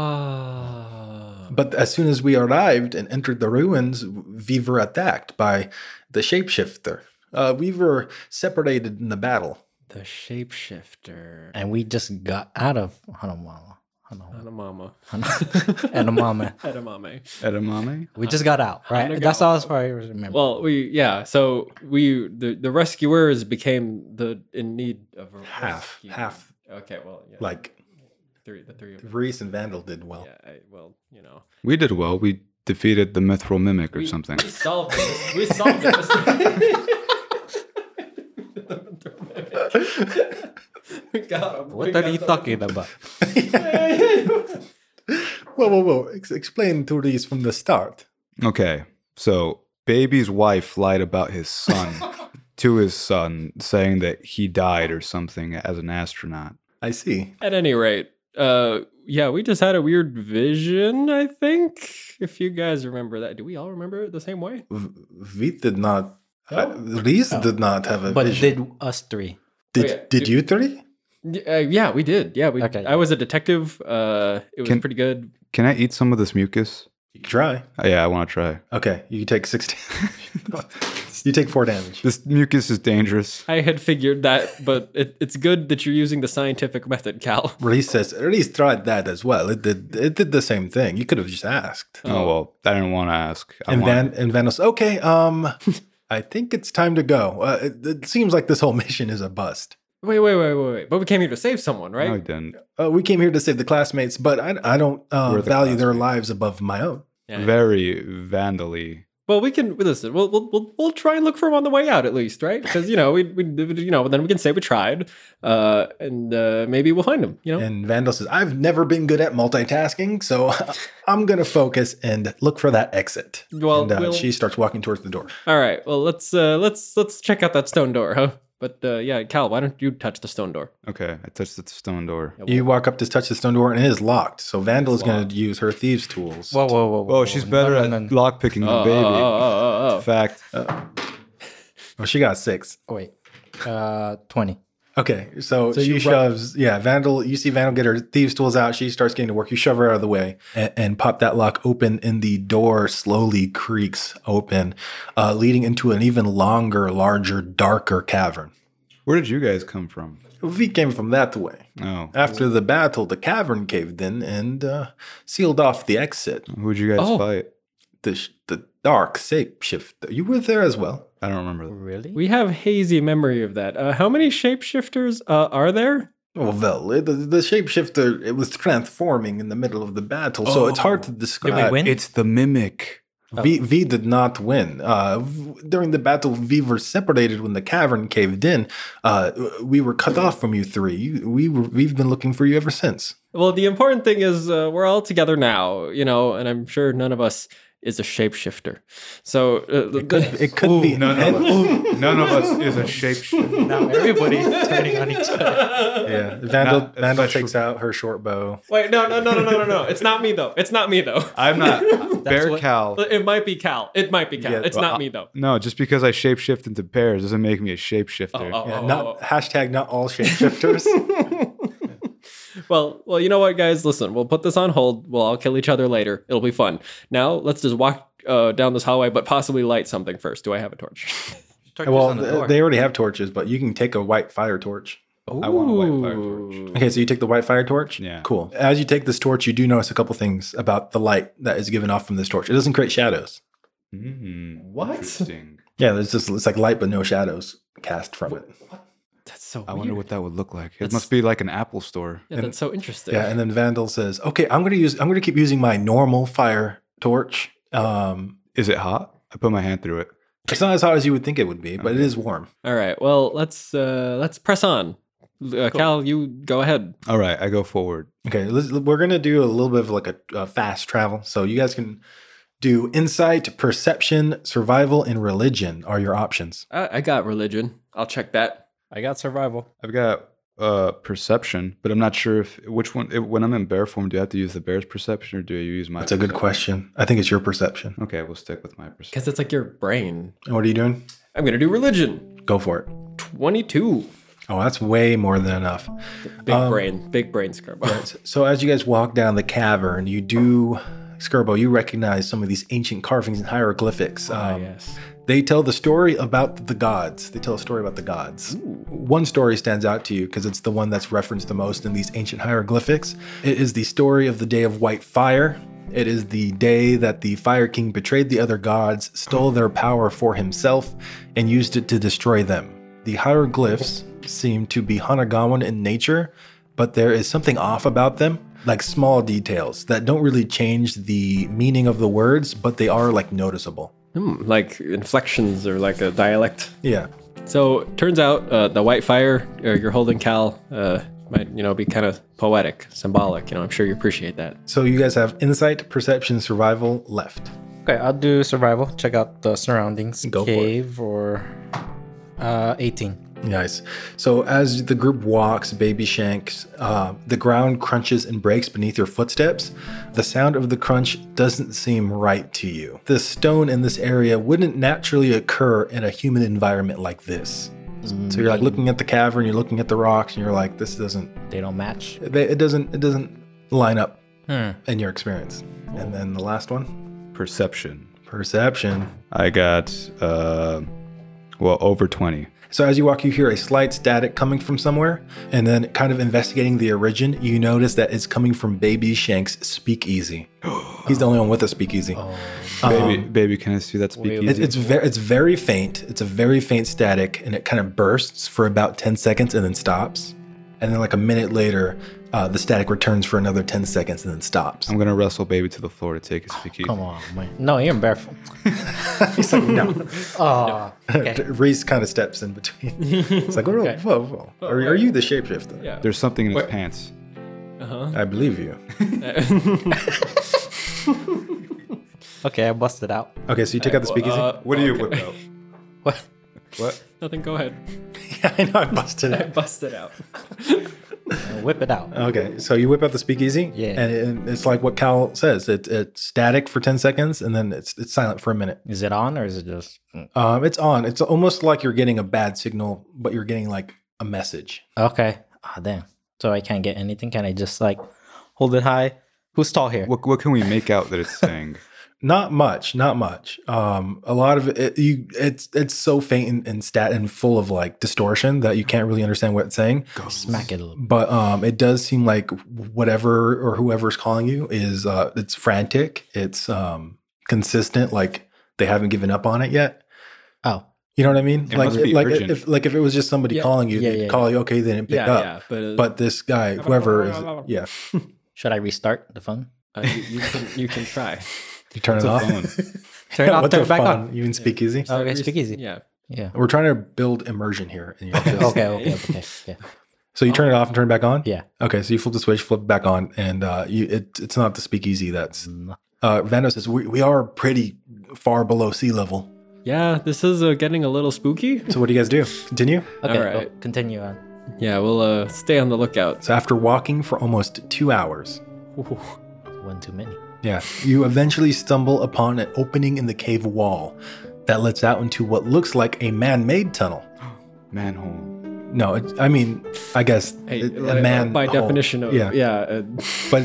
[SPEAKER 3] (laughs) Ah.
[SPEAKER 2] But as soon as we arrived and entered the ruins, we were attacked by the shapeshifter. Uh, we were separated in the battle.
[SPEAKER 3] The shapeshifter.
[SPEAKER 5] And we just got out of Hanamama.
[SPEAKER 2] (laughs)
[SPEAKER 5] Hanamama.
[SPEAKER 3] (laughs) Hanamama.
[SPEAKER 5] Hanamama.
[SPEAKER 3] Edamame.
[SPEAKER 4] Edamame?
[SPEAKER 5] We just got out, right? That's all as far as I remember.
[SPEAKER 3] Well, we yeah. So we the the rescuers became the in need of a
[SPEAKER 2] Half,
[SPEAKER 3] rescue.
[SPEAKER 2] half,
[SPEAKER 3] Okay, well, yeah,
[SPEAKER 2] like
[SPEAKER 3] three, the three of them.
[SPEAKER 2] Reese and Vandal did well.
[SPEAKER 3] Yeah, I, well, you know,
[SPEAKER 4] We did well. We defeated the Mithril Mimic or
[SPEAKER 3] we,
[SPEAKER 4] something.
[SPEAKER 3] We solved it. (laughs) We solved it. we got him.
[SPEAKER 5] what are you talking about?
[SPEAKER 3] about?
[SPEAKER 2] (laughs) Whoa, whoa, whoa! Ex- explain to Reese from the start.
[SPEAKER 4] Okay, so baby's wife lied about
[SPEAKER 3] (laughs)
[SPEAKER 4] his son to his son, saying that he died or something as an astronaut.
[SPEAKER 2] I see.
[SPEAKER 3] (laughs) At any rate, uh, yeah, we just had a weird vision. I think if you guys remember that, do we all remember it the same way?
[SPEAKER 2] V- We did not. Uh, Reese
[SPEAKER 5] Oh.
[SPEAKER 2] did not have a
[SPEAKER 5] But
[SPEAKER 2] vision.
[SPEAKER 5] did us three?
[SPEAKER 2] Did
[SPEAKER 3] Oh, yeah.
[SPEAKER 2] did you three?
[SPEAKER 3] Y- Uh, yeah, we did. Yeah, we.
[SPEAKER 5] Okay.
[SPEAKER 3] I was a detective. Uh, it was
[SPEAKER 4] Can-
[SPEAKER 3] pretty good.
[SPEAKER 4] Can I eat some of this mucus?
[SPEAKER 2] You can try.
[SPEAKER 4] Oh, yeah, I want to try.
[SPEAKER 2] Okay, you take sixteen. (laughs) you take four damage.
[SPEAKER 4] This mucus is dangerous.
[SPEAKER 3] I had figured that, but it, it's good that you're using the scientific (laughs) method, Cal.
[SPEAKER 2] Reese says Reese tried that as well. It did. It did the same thing. You could have just asked.
[SPEAKER 4] Oh, well, I didn't want to ask. I
[SPEAKER 2] and
[SPEAKER 4] wanted-
[SPEAKER 2] Van and Vandal says, "Okay, um, I think it's time to go. Uh, it, it seems like this whole (laughs) mission is a bust."
[SPEAKER 3] Wait, wait, wait, wait, wait. But we came here to save someone,
[SPEAKER 4] No, I
[SPEAKER 3] right?
[SPEAKER 4] didn't.
[SPEAKER 2] Uh, we came here to save the classmates, but I, I don't uh,
[SPEAKER 4] We're the
[SPEAKER 2] value their
[SPEAKER 4] classmates.
[SPEAKER 2] lives above my own.
[SPEAKER 3] Yeah.
[SPEAKER 4] Very vandally.
[SPEAKER 3] well, we can listen. We'll, we'll we'll we'll try and look for him on the way out, at least, right? Because you know we, we you know then we can say we tried, uh, and uh, maybe we'll find him. You know.
[SPEAKER 2] And Vandal says, I've never been good at multitasking, so (laughs) I'm going to focus and look for that exit.
[SPEAKER 3] Well,
[SPEAKER 2] and uh,
[SPEAKER 3] we'll-
[SPEAKER 2] she starts walking towards the door.
[SPEAKER 3] All right. Well, let's uh, let's let's check out that stone door, huh? But uh, yeah, Cal, why don't you touch the stone door?
[SPEAKER 4] Okay, I touched the stone door.
[SPEAKER 3] Yeah,
[SPEAKER 2] You
[SPEAKER 3] well,
[SPEAKER 2] walk up to touch the stone door, and it is locked. So Vandal is going to use her thieves' tools.
[SPEAKER 5] Whoa, whoa, whoa! whoa
[SPEAKER 4] Well, she's better
[SPEAKER 5] no, no,
[SPEAKER 4] at
[SPEAKER 5] no.
[SPEAKER 4] lockpicking
[SPEAKER 3] oh,
[SPEAKER 4] than baby.
[SPEAKER 3] Oh, oh, oh, oh, oh.
[SPEAKER 4] Fact.
[SPEAKER 2] Oh, she got six.
[SPEAKER 5] Wait, uh, twenty.
[SPEAKER 2] Okay, so,
[SPEAKER 3] So
[SPEAKER 2] she
[SPEAKER 3] you ru-
[SPEAKER 2] shoves. yeah, Vandal. You see Vandal get her thieves' tools out. She starts getting to work. You shove her out of the way and, and pop that lock open, and the door slowly creaks open, uh, leading into an even longer, larger, darker cavern.
[SPEAKER 4] Where did you guys come from?
[SPEAKER 2] We came from that way.
[SPEAKER 4] Oh,
[SPEAKER 2] After the battle, the cavern caved in and uh, sealed off the exit.
[SPEAKER 4] who'd you guys
[SPEAKER 3] Oh.
[SPEAKER 4] fight?
[SPEAKER 2] The, sh- the dark shapeshifter. You were there as well.
[SPEAKER 4] I don't remember.
[SPEAKER 5] Really?
[SPEAKER 3] We have hazy memory of that. Uh, how many shapeshifters uh, are there?
[SPEAKER 2] Oh, well, it, the, the shapeshifter it was transforming in the middle of the battle, so it's hard to describe.
[SPEAKER 5] win?
[SPEAKER 4] It's the mimic.
[SPEAKER 2] V, v did not win. Uh, v- during the battle, V were separated when the cavern caved in. Uh, we were cut off from you three. You, we were, we've been looking for you ever since.
[SPEAKER 3] Well, the important thing is uh, we're all together now, you know, and I'm sure none of us is a shapeshifter. So uh,
[SPEAKER 2] It could, it could be.
[SPEAKER 4] (laughs) None of us is a shapeshifter.
[SPEAKER 5] Now everybody's
[SPEAKER 2] (laughs)
[SPEAKER 5] turning on each other.
[SPEAKER 2] yeah, Vandal,
[SPEAKER 4] Not-
[SPEAKER 2] Vandal
[SPEAKER 4] especially-
[SPEAKER 2] takes out her short bow.
[SPEAKER 3] (laughs) Wait, no, no, no, no, no, no, no. It's not me though. It's not me
[SPEAKER 4] (laughs)
[SPEAKER 3] though.
[SPEAKER 4] I'm not Bear
[SPEAKER 5] what-
[SPEAKER 4] Cal.
[SPEAKER 3] It might be Cal. It might be Cal.
[SPEAKER 2] Yeah,
[SPEAKER 3] it's
[SPEAKER 4] well, uh,
[SPEAKER 3] not
[SPEAKER 4] I-
[SPEAKER 3] me though.
[SPEAKER 4] No, just because I shapeshift into bears doesn't make me a shapeshifter.
[SPEAKER 3] Oh, oh,
[SPEAKER 2] Yeah,
[SPEAKER 3] oh,
[SPEAKER 2] not
[SPEAKER 3] oh, oh.
[SPEAKER 2] hashtag not all
[SPEAKER 4] (laughs)
[SPEAKER 2] shapeshifters.
[SPEAKER 3] Well, well, you know what, guys? Listen, we'll put this on hold. We'll all kill each other later. It'll be fun. Now let's just walk uh, down this hallway, but possibly light something first. Do I have a torch?
[SPEAKER 2] well, th- they already have torches, but you can take a white fire torch.
[SPEAKER 3] Ooh.
[SPEAKER 4] I want a white fire torch.
[SPEAKER 2] Okay, so you take the white fire torch.
[SPEAKER 4] Yeah.
[SPEAKER 2] Cool. As you take this torch, you do notice a couple things about the light that is given off from this torch. It doesn't create shadows.
[SPEAKER 4] Mm,
[SPEAKER 3] What?
[SPEAKER 4] Interesting.
[SPEAKER 2] Yeah, there's just it's like light but no shadows cast from it.
[SPEAKER 3] That's so.
[SPEAKER 4] I
[SPEAKER 3] weird.
[SPEAKER 4] wonder what that would look like. It
[SPEAKER 3] That's-
[SPEAKER 4] must be like an Apple store.
[SPEAKER 3] Yeah, that's so interesting.
[SPEAKER 2] Yeah, and then Vandal says, "Okay, I'm gonna use I'm gonna keep using my normal fire torch. Um,
[SPEAKER 4] Is it hot? I put my hand through it.
[SPEAKER 2] it's not as hot as you would think it would be, but it is warm.
[SPEAKER 3] All right. Well, let's uh, let's press on. Uh, Cal, you go ahead.
[SPEAKER 4] All right, I go forward.
[SPEAKER 2] Okay, let's, we're gonna do a little bit of like a, a fast travel, so you guys can do insight, perception, survival, and religion are your options.
[SPEAKER 3] I, I got religion. I'll check that.
[SPEAKER 5] I got survival.
[SPEAKER 4] I've got uh, perception, but I'm not sure if which one. If, when I'm in bear form, do I have to use the bear's perception or do you use my?
[SPEAKER 2] That's a good
[SPEAKER 4] perception?
[SPEAKER 2] question. I think it's your perception.
[SPEAKER 4] Okay, we'll stick with my perception.
[SPEAKER 3] Because it's like your brain.
[SPEAKER 2] And what are you doing?
[SPEAKER 3] I'm going to do religion.
[SPEAKER 2] Go for it.
[SPEAKER 3] 22.
[SPEAKER 2] Oh, that's way more than enough.
[SPEAKER 3] Big
[SPEAKER 2] Um,
[SPEAKER 3] brain. Big brain, Skirbo.
[SPEAKER 2] So as you guys walk down the cavern, you do, Skirbo, you recognize some of these ancient carvings and hieroglyphics.
[SPEAKER 3] Ah,
[SPEAKER 2] Um,
[SPEAKER 3] yes.
[SPEAKER 2] They tell the story about the gods. They tell a story about the gods. One story stands out to you because it's the one that's referenced the most in these ancient hieroglyphics. It is the story of the day of white fire. It is the day that the Fire King betrayed the other gods, stole their power for himself, and used it to destroy them. The hieroglyphs seem to be Hanugawan in nature, but there is something off about them, like small details that don't really change the meaning of the words, but they are like noticeable.
[SPEAKER 3] Hmm, like inflections or like a dialect.
[SPEAKER 2] Yeah.
[SPEAKER 3] So turns out uh, the white fire uh, you're holding, Cal, uh, might you know be kind of poetic, symbolic. You know, I'm sure you appreciate that.
[SPEAKER 2] So you guys have insight, perception, survival left.
[SPEAKER 5] Okay, I'll do survival. Check out the surroundings.
[SPEAKER 2] Go for it.
[SPEAKER 5] Cave or uh, 18.
[SPEAKER 2] Nice. So as the group walks, Baby Shanks, uh, the ground crunches and breaks beneath your footsteps. The sound of the crunch doesn't seem right to you. The stone in this area wouldn't naturally occur in a human environment like this. So you're like looking at the cavern, you're looking at the rocks, and you're like, this doesn't,
[SPEAKER 5] They don't match.
[SPEAKER 2] they- it doesn't, it doesn't line up
[SPEAKER 5] Hmm.
[SPEAKER 2] in your experience. And then the last one,
[SPEAKER 4] Perception.
[SPEAKER 2] perception.
[SPEAKER 4] I got uh, well over twenty.
[SPEAKER 2] So as you walk, you hear a slight static coming from somewhere, and then kind of investigating the origin, you notice that it's coming from Baby Shank's speakeasy. He's the only one with a speakeasy.
[SPEAKER 4] Baby, baby, can I see that speakeasy?
[SPEAKER 2] It, it's very, it's very faint. It's a very faint static, and it kind of bursts for about ten seconds and then stops. And then, like a minute later, uh, the static returns for another ten seconds and then stops.
[SPEAKER 4] I'm gonna wrestle baby to the floor to take his speakeasy.
[SPEAKER 5] Oh, Come on, man. No, you're (laughs) barefoot.
[SPEAKER 2] He's like,
[SPEAKER 5] (laughs)
[SPEAKER 2] no.
[SPEAKER 5] Oh,
[SPEAKER 2] (laughs)
[SPEAKER 5] okay.
[SPEAKER 2] Reese kind of steps in between. It's like, whoa, whoa, whoa. Are, are you the shapeshifter?
[SPEAKER 3] Yeah.
[SPEAKER 4] There's something in his
[SPEAKER 3] What?
[SPEAKER 4] pants.
[SPEAKER 2] I believe you. (laughs)
[SPEAKER 5] okay, I busted out.
[SPEAKER 2] Okay, so you take out the speakeasy.
[SPEAKER 4] What do you whip out?
[SPEAKER 5] What?
[SPEAKER 4] What?
[SPEAKER 3] Nothing. Go ahead.
[SPEAKER 2] yeah, (laughs) I know I busted it.
[SPEAKER 3] Bust it out.
[SPEAKER 5] (laughs) Whip it out.
[SPEAKER 2] Okay, so you whip out the speakeasy,
[SPEAKER 5] Yeah.
[SPEAKER 2] and, it, and it's like what Cal says. It, it's static for ten seconds, and then it's it's silent for a minute.
[SPEAKER 5] Is it on or is it just?
[SPEAKER 2] Um, it's on. It's almost like you're getting a bad signal, but you're getting like a message.
[SPEAKER 5] Okay. Ah, damn. So I can't get anything. Can I just like hold it high? Who's tall here?
[SPEAKER 4] What? What can we make out
[SPEAKER 5] (laughs)
[SPEAKER 4] that it's saying?
[SPEAKER 2] Not much, not much. Um, a lot of it, it- you, it's it's so faint and, and stat and full of like distortion that you can't really understand what it's saying.
[SPEAKER 5] Smack it a little.
[SPEAKER 2] But um, it does seem like whatever or whoever's calling you is uh, it's frantic. It's um, consistent. Like they haven't given up on it yet.
[SPEAKER 5] Oh,
[SPEAKER 2] You know what I mean?
[SPEAKER 4] It
[SPEAKER 2] like,
[SPEAKER 4] must be
[SPEAKER 2] like
[SPEAKER 4] urgent.
[SPEAKER 2] if like if it was just somebody
[SPEAKER 3] Yeah.
[SPEAKER 2] calling you,
[SPEAKER 5] Yeah,
[SPEAKER 2] they'd
[SPEAKER 5] yeah,
[SPEAKER 2] call you. Okay, they didn't pick
[SPEAKER 3] Yeah,
[SPEAKER 2] up.
[SPEAKER 3] yeah. But, uh,
[SPEAKER 2] But this guy, whoever is, yeah,
[SPEAKER 5] should I restart the (laughs) phone?
[SPEAKER 3] uh, you, you can you can try.
[SPEAKER 2] (laughs) you turn it off. (laughs)
[SPEAKER 5] Turn it off.
[SPEAKER 2] What's
[SPEAKER 5] Turn
[SPEAKER 2] a
[SPEAKER 5] it back
[SPEAKER 2] fun?
[SPEAKER 5] on. Oh,
[SPEAKER 2] You can speak easy.
[SPEAKER 5] Okay, speak easy. Yeah.
[SPEAKER 3] Yeah.
[SPEAKER 2] We're trying to build immersion here.
[SPEAKER 5] (laughs)
[SPEAKER 2] And you
[SPEAKER 5] Okay. Okay. Okay. (laughs) Yeah.
[SPEAKER 2] so you turn it off and turn it back on.
[SPEAKER 5] Yeah.
[SPEAKER 2] Okay, so you flip the switch, flip it back on, and uh, you, it, it's not the speakeasy. That's
[SPEAKER 5] Mm.
[SPEAKER 2] uh, Vando says we, we are pretty far below sea level.
[SPEAKER 3] Yeah. This is uh, getting a little spooky.
[SPEAKER 2] So what do you guys do? (laughs) Continue.
[SPEAKER 5] Okay.
[SPEAKER 3] All
[SPEAKER 5] well,
[SPEAKER 3] right.
[SPEAKER 5] continue on.
[SPEAKER 3] Yeah. We'll uh, stay on the lookout.
[SPEAKER 2] So after walking for almost two hours,
[SPEAKER 5] One too many.
[SPEAKER 2] Yeah. You eventually stumble upon an opening in the cave wall that lets out into what looks like a man made tunnel.
[SPEAKER 4] Manhole.
[SPEAKER 2] No, it, I mean, I guess
[SPEAKER 3] Hey,
[SPEAKER 2] it-
[SPEAKER 3] like,
[SPEAKER 2] a man.
[SPEAKER 3] by
[SPEAKER 2] hole.
[SPEAKER 3] definition of
[SPEAKER 2] Oh, Yeah.
[SPEAKER 3] yeah. uh,
[SPEAKER 2] But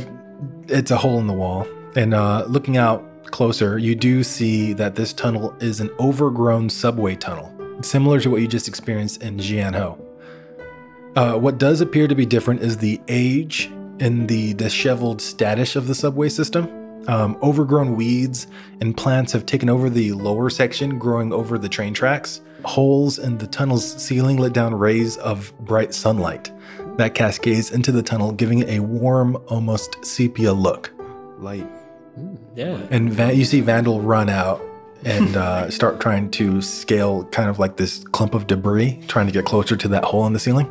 [SPEAKER 2] it's a hole in the wall. And uh, looking out closer, you do see that this tunnel is an overgrown subway tunnel, similar to what you just experienced in Jianho. Uh, what does appear to be different is the age and the disheveled status of the subway system. Um, overgrown weeds and plants have taken over the lower section, growing over the train tracks. Holes in the tunnel's ceiling let down rays of bright sunlight that cascades into the tunnel, giving it a warm, almost sepia look.
[SPEAKER 4] Light.
[SPEAKER 3] yeah.
[SPEAKER 2] And Van- you see Vandal run out and
[SPEAKER 3] (laughs)
[SPEAKER 2] uh, start trying to scale kind of like this clump of debris, trying to get closer to that hole in the ceiling.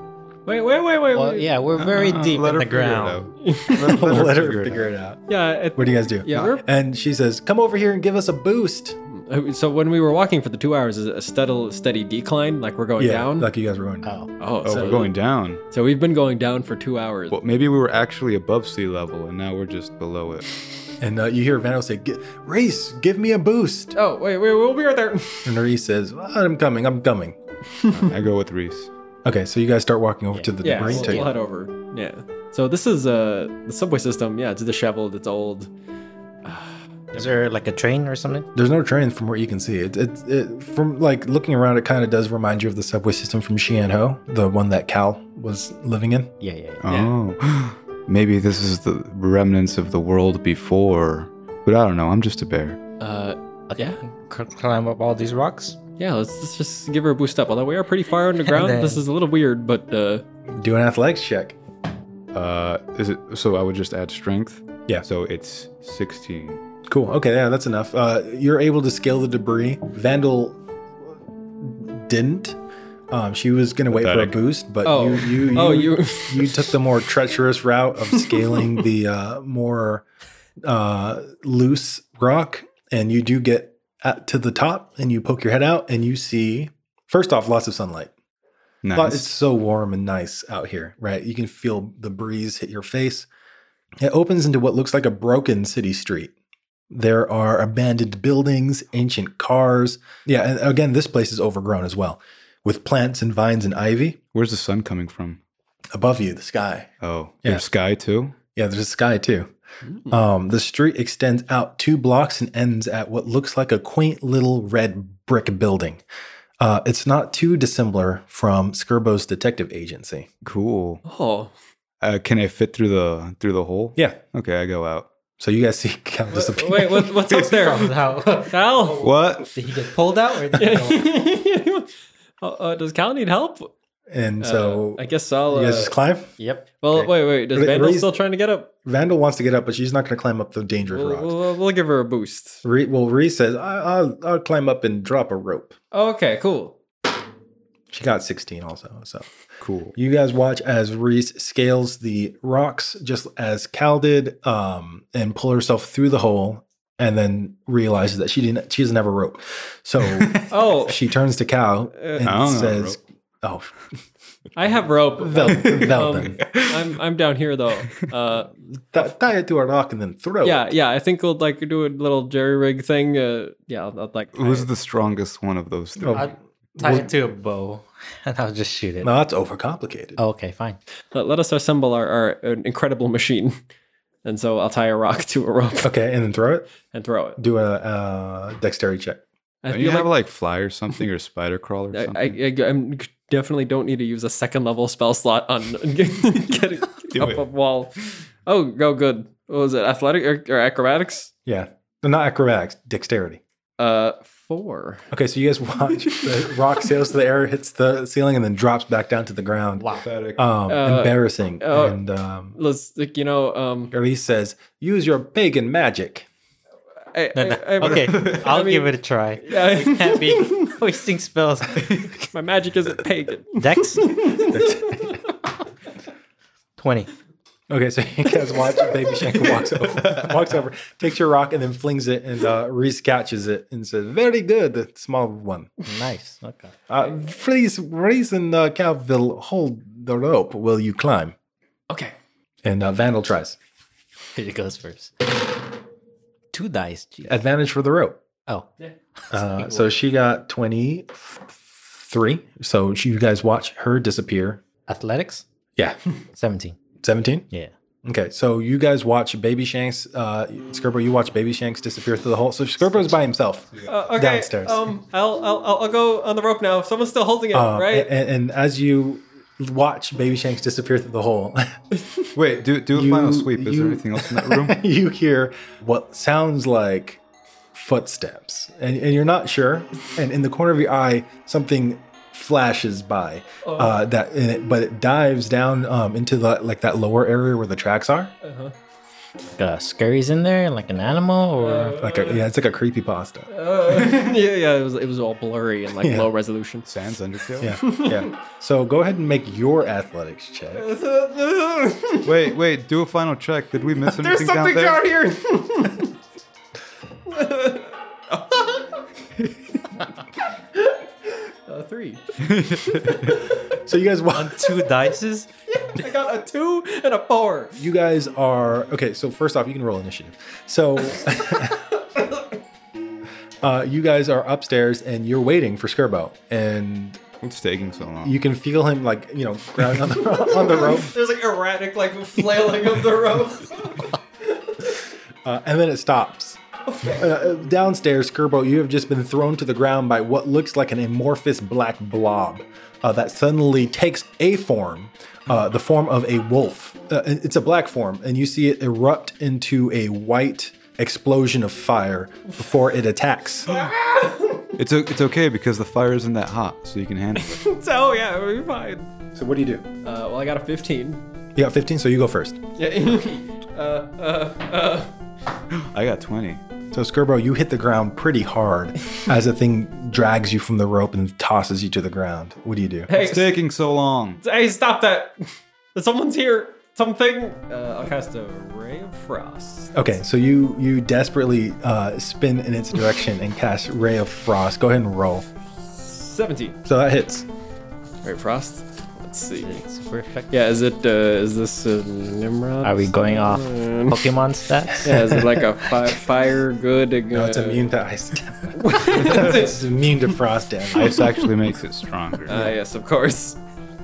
[SPEAKER 3] Wait. Wait. Wait. Wait.
[SPEAKER 5] Well,
[SPEAKER 3] wait.
[SPEAKER 5] yeah, we're
[SPEAKER 4] Uh,
[SPEAKER 5] very deep in the ground.
[SPEAKER 2] (laughs)
[SPEAKER 4] Let,
[SPEAKER 2] Let her figure it out.
[SPEAKER 3] Yeah. It,
[SPEAKER 2] What do you guys do?
[SPEAKER 3] yeah. We're
[SPEAKER 2] And she says, Come over here and give us a boost.
[SPEAKER 3] Um, so when we were walking for the two hours, is it a steady, steady decline? Like we're going
[SPEAKER 2] yeah,
[SPEAKER 3] down?
[SPEAKER 2] like you guys were going.
[SPEAKER 5] Oh,
[SPEAKER 3] oh,
[SPEAKER 4] Oh,
[SPEAKER 3] so,
[SPEAKER 4] we're going down.
[SPEAKER 3] so we've been going down for two hours.
[SPEAKER 4] Well, maybe we were actually above sea level, and now we're just below it.
[SPEAKER 3] Oh.
[SPEAKER 2] And uh, you hear Vano say, "Gi- "Reese, give me a boost."
[SPEAKER 3] Oh, wait, wait, we'll be right there.
[SPEAKER 2] And Reese says, "Well, "I'm coming. I'm coming."
[SPEAKER 4] I go with Reese.
[SPEAKER 2] Okay, so you guys start walking over to the
[SPEAKER 3] yeah,
[SPEAKER 2] marine
[SPEAKER 3] we'll,
[SPEAKER 2] tank.
[SPEAKER 3] we'll head over. Yeah. So this is uh the subway system. Yeah, it's disheveled. It's old.
[SPEAKER 5] is there like a train or something?
[SPEAKER 2] There's no train from where you can see it. It, it from like looking around, it kind of does remind you of the subway system from Ho, the one that Cal was living in.
[SPEAKER 5] Yeah, yeah. yeah.
[SPEAKER 4] Oh, maybe this is the remnants of the world before. But I don't know. I'm just a bear.
[SPEAKER 3] Uh,
[SPEAKER 5] Okay.
[SPEAKER 3] Yeah.
[SPEAKER 5] Cl- climb up all these rocks.
[SPEAKER 3] yeah. Let's, let's just give her a boost up. Although we are pretty far underground,
[SPEAKER 5] then-
[SPEAKER 3] this is a little weird. But uh,
[SPEAKER 2] Do an athletics check.
[SPEAKER 4] Uh, is it? So I would just add strength.
[SPEAKER 2] Yeah.
[SPEAKER 4] So it's 16.
[SPEAKER 2] Cool. Okay, yeah, that's enough. Uh, you're able to scale the debris. Vandal didn't. Um, she was gonna wait for a
[SPEAKER 4] Pathetic.
[SPEAKER 2] boost, but
[SPEAKER 3] Oh.
[SPEAKER 2] you, you, you,
[SPEAKER 3] Oh, you-
[SPEAKER 2] you took the more treacherous route of scaling the uh, more uh, loose rock, and you do get at, to the top, and you poke your head out, and you see first off lots of sunlight.
[SPEAKER 4] Nice.
[SPEAKER 2] But it's so warm and nice out here, right? You can feel the breeze hit your face. It opens into what looks like a broken city street. There are abandoned buildings, ancient cars. Yeah, and again, this place is overgrown as well with plants and vines and ivy
[SPEAKER 4] Where's the sun coming from?
[SPEAKER 2] above you, the sky.
[SPEAKER 4] Oh,
[SPEAKER 2] Yeah.
[SPEAKER 4] there's sky too.
[SPEAKER 2] Yeah, there's a sky too. Um, the street extends out two blocks and ends at what looks like a quaint little red brick building. Uh, it's not too dissimilar from Skirbo's detective agency.
[SPEAKER 4] Cool.
[SPEAKER 3] (laughs) oh,
[SPEAKER 4] Uh, can I fit through the through the hole?
[SPEAKER 2] Yeah,
[SPEAKER 4] Okay, I go out.
[SPEAKER 2] So you guys see (laughs) Cal disappear.
[SPEAKER 3] wait, what, what's up
[SPEAKER 2] (laughs)
[SPEAKER 3] there?
[SPEAKER 5] How-
[SPEAKER 3] Cal.
[SPEAKER 4] What?
[SPEAKER 5] did he get pulled out?
[SPEAKER 2] Oh,
[SPEAKER 5] Or did he go-
[SPEAKER 3] uh, (laughs) uh, does Cal need help?
[SPEAKER 2] And so
[SPEAKER 3] uh, I guess I'll.
[SPEAKER 2] you guys
[SPEAKER 3] Uh,
[SPEAKER 2] just climb.
[SPEAKER 5] yep.
[SPEAKER 3] well,
[SPEAKER 2] okay.
[SPEAKER 3] wait, wait. Does
[SPEAKER 2] Re-
[SPEAKER 3] Vandal
[SPEAKER 2] raise-
[SPEAKER 3] still trying to get up?
[SPEAKER 2] Vandal wants to get up, but she's not going to climb up the dangerous
[SPEAKER 3] We'll,
[SPEAKER 2] rocks.
[SPEAKER 3] we'll, we'll give her a boost.
[SPEAKER 2] Ree, well, Ree says, I, I'll, I'll climb up and drop a rope.
[SPEAKER 3] Oh, okay, cool.
[SPEAKER 2] She got 16 also. So
[SPEAKER 4] Cool.
[SPEAKER 2] you guys watch as Reese scales the rocks just as Cal did um, and pull herself through the hole and then realizes that she didn't she doesn't have a rope.
[SPEAKER 4] (laughs)
[SPEAKER 2] So
[SPEAKER 3] Oh,
[SPEAKER 2] she turns to Cal and
[SPEAKER 4] Uh, I don't know,
[SPEAKER 2] says, Oh,
[SPEAKER 3] I have
[SPEAKER 2] (laughs)
[SPEAKER 3] rope.
[SPEAKER 4] (laughs)
[SPEAKER 2] Vel- Velden.
[SPEAKER 3] Um, I'm I'm down here
[SPEAKER 2] (laughs)
[SPEAKER 3] though. Uh,
[SPEAKER 2] Th- tie it to a rock and then throw it.
[SPEAKER 3] yeah, yeah. I think we'll like do a little jerry rig thing. Uh, yeah, I'll, I'll like.
[SPEAKER 4] Who's the strongest one of those three?
[SPEAKER 2] Oh,
[SPEAKER 5] I'd tie it to a bow (laughs) and I'll just shoot it.
[SPEAKER 2] No, that's overcomplicated.
[SPEAKER 5] Oh, okay, fine.
[SPEAKER 3] let, let us assemble our, our incredible machine. And so I'll tie a rock (laughs) to a rope
[SPEAKER 2] Okay, and then throw it.
[SPEAKER 3] and throw it.
[SPEAKER 2] Do a uh, dexterity check.
[SPEAKER 3] I
[SPEAKER 4] Don't Uh, you
[SPEAKER 3] feel
[SPEAKER 4] have
[SPEAKER 3] like
[SPEAKER 4] like fly or something or spider crawl or something?
[SPEAKER 3] I, I, I I'm definitely don't need to use a second level spell slot on (laughs) getting up
[SPEAKER 4] it.
[SPEAKER 3] a wall. Oh, go good. What was it? Athletic or, or acrobatics?
[SPEAKER 2] Yeah, No, not acrobatics, dexterity.
[SPEAKER 3] Uh, four.
[SPEAKER 2] Okay, so you guys (laughs) watch the rock sails to the air, hits the ceiling, and then drops back down to the ground.
[SPEAKER 5] Wow.
[SPEAKER 2] Um,
[SPEAKER 3] Uh,
[SPEAKER 2] embarrassing.
[SPEAKER 3] uh,
[SPEAKER 2] and um,
[SPEAKER 3] Let's like, you know um.
[SPEAKER 2] Elise says, "Use your pagan magic."
[SPEAKER 3] I,
[SPEAKER 5] No, no.
[SPEAKER 3] I, I,
[SPEAKER 5] okay,
[SPEAKER 3] (laughs)
[SPEAKER 5] I'll
[SPEAKER 3] mean-
[SPEAKER 5] give it a try. (laughs)
[SPEAKER 3] Yeah.
[SPEAKER 5] I can't be wasting spells.
[SPEAKER 3] My magic isn't pagan. (laughs)
[SPEAKER 5] Dex? 20.
[SPEAKER 2] Okay, so (laughs) you guys watch Baby Shank walks over, walks over, takes your rock, and then flings it, and uh, Reese catches it and says, "Very good, the small one."
[SPEAKER 5] Nice. Okay.
[SPEAKER 2] Uh, please, Reese and uh, Calville, hold the rope. Will you climb?
[SPEAKER 3] Okay.
[SPEAKER 2] And uh, Vandal tries.
[SPEAKER 5] Here it goes first. Two dice. Geez.
[SPEAKER 2] Advantage for the rope.
[SPEAKER 5] Oh,
[SPEAKER 2] Uh, so she got 23. So she, you guys watch her disappear.
[SPEAKER 5] athletics?
[SPEAKER 2] Yeah.
[SPEAKER 5] 17.
[SPEAKER 2] 17?
[SPEAKER 5] Yeah.
[SPEAKER 2] Okay. So you guys watch Baby Shanks. Uh, Skirbo, you watch Baby Shanks disappear through the hole. So Skirbo's by himself.
[SPEAKER 3] Uh, okay.
[SPEAKER 2] Downstairs.
[SPEAKER 3] Um, I'll, I'll I'll I'll go on the rope now. Someone's still holding it,
[SPEAKER 2] Um,
[SPEAKER 3] right?
[SPEAKER 2] (laughs)
[SPEAKER 3] (laughs)
[SPEAKER 2] And, and as you watch Baby Shanks disappear through the (laughs) hole,
[SPEAKER 4] Wait, do do a
[SPEAKER 2] You-
[SPEAKER 4] final sweep. Is
[SPEAKER 2] you-
[SPEAKER 4] there anything else in that room?
[SPEAKER 2] (laughs) you hear what sounds like footsteps. And, and you're not sure. And in the corner of your eye, something flashes by uh, that and it, but it dives down um, into the like that lower area where the tracks are
[SPEAKER 5] Uh, scurries in there like an animal or.
[SPEAKER 2] like a, yeah it's like a creepy pasta
[SPEAKER 3] Uh, yeah, yeah. It was it was all blurry and like
[SPEAKER 2] Yeah.
[SPEAKER 3] low resolution. (laughs)
[SPEAKER 4] Sans Undertale.
[SPEAKER 2] yeah yeah so go ahead and make your athletics check
[SPEAKER 3] There's
[SPEAKER 4] Wait, wait. Do a final check. Did we miss anything down
[SPEAKER 3] something (laughs)
[SPEAKER 4] there?
[SPEAKER 3] down here. Uh, three.
[SPEAKER 2] So you guys walk.
[SPEAKER 5] Two dices?
[SPEAKER 3] I got a two and a four.
[SPEAKER 2] You guys are okay. So first off, you can roll initiative. So (laughs) uh, you guys are upstairs and you're waiting for Skirbo, and
[SPEAKER 4] What's taking so long?
[SPEAKER 2] you can feel him like you know grabbing on the, (laughs) on the rope,
[SPEAKER 3] There's like erratic, like flailing of the rope.
[SPEAKER 2] uh, and then it stops. Uh, downstairs, Skirbo, you have just been thrown to the ground by what looks like an amorphous black blob uh, that suddenly takes a form, uh, the form of a wolf. Uh, it- it's a black form, and you see it erupt into a white explosion of fire before it attacks.
[SPEAKER 4] it's o- it's okay because the fire isn't that hot, so you can handle
[SPEAKER 3] (laughs)
[SPEAKER 4] it.
[SPEAKER 3] so yeah, we're fine.
[SPEAKER 2] (gasps) So what do you do?
[SPEAKER 3] Uh, well, I got a fifteen.
[SPEAKER 2] You got 15, so you go first.
[SPEAKER 3] Yeah. (laughs) uh, uh,
[SPEAKER 4] I got twenty.
[SPEAKER 2] So Skirbo, you hit the ground pretty hard as the thing drags you from the rope and tosses you to the ground. What do you do?
[SPEAKER 3] uh. Hey,
[SPEAKER 4] It's taking so long.
[SPEAKER 3] Hey, stop that! (laughs) Someone's here. Something. Uh, I'll cast a ray of frost.
[SPEAKER 2] Okay, so you you desperately uh, spin in its direction and cast Ray of Frost. Go ahead and roll.
[SPEAKER 3] Seventeen.
[SPEAKER 2] So that hits.
[SPEAKER 3] Ray of frost. Let's see.
[SPEAKER 5] It's perfect.
[SPEAKER 3] Yeah, is it? Uh, is this a Nimrod?
[SPEAKER 5] Are we going off
[SPEAKER 3] Um,
[SPEAKER 5] Pokemon stats?
[SPEAKER 3] Yeah, is it like a fi- fire good? Ah, Uh,
[SPEAKER 2] No, it's
[SPEAKER 3] (laughs)
[SPEAKER 2] immune to ice. (laughs) it's immune to frost damage.
[SPEAKER 4] Ice
[SPEAKER 2] (laughs)
[SPEAKER 4] actually makes it stronger.
[SPEAKER 2] Uh,
[SPEAKER 3] Ah, yes, of course.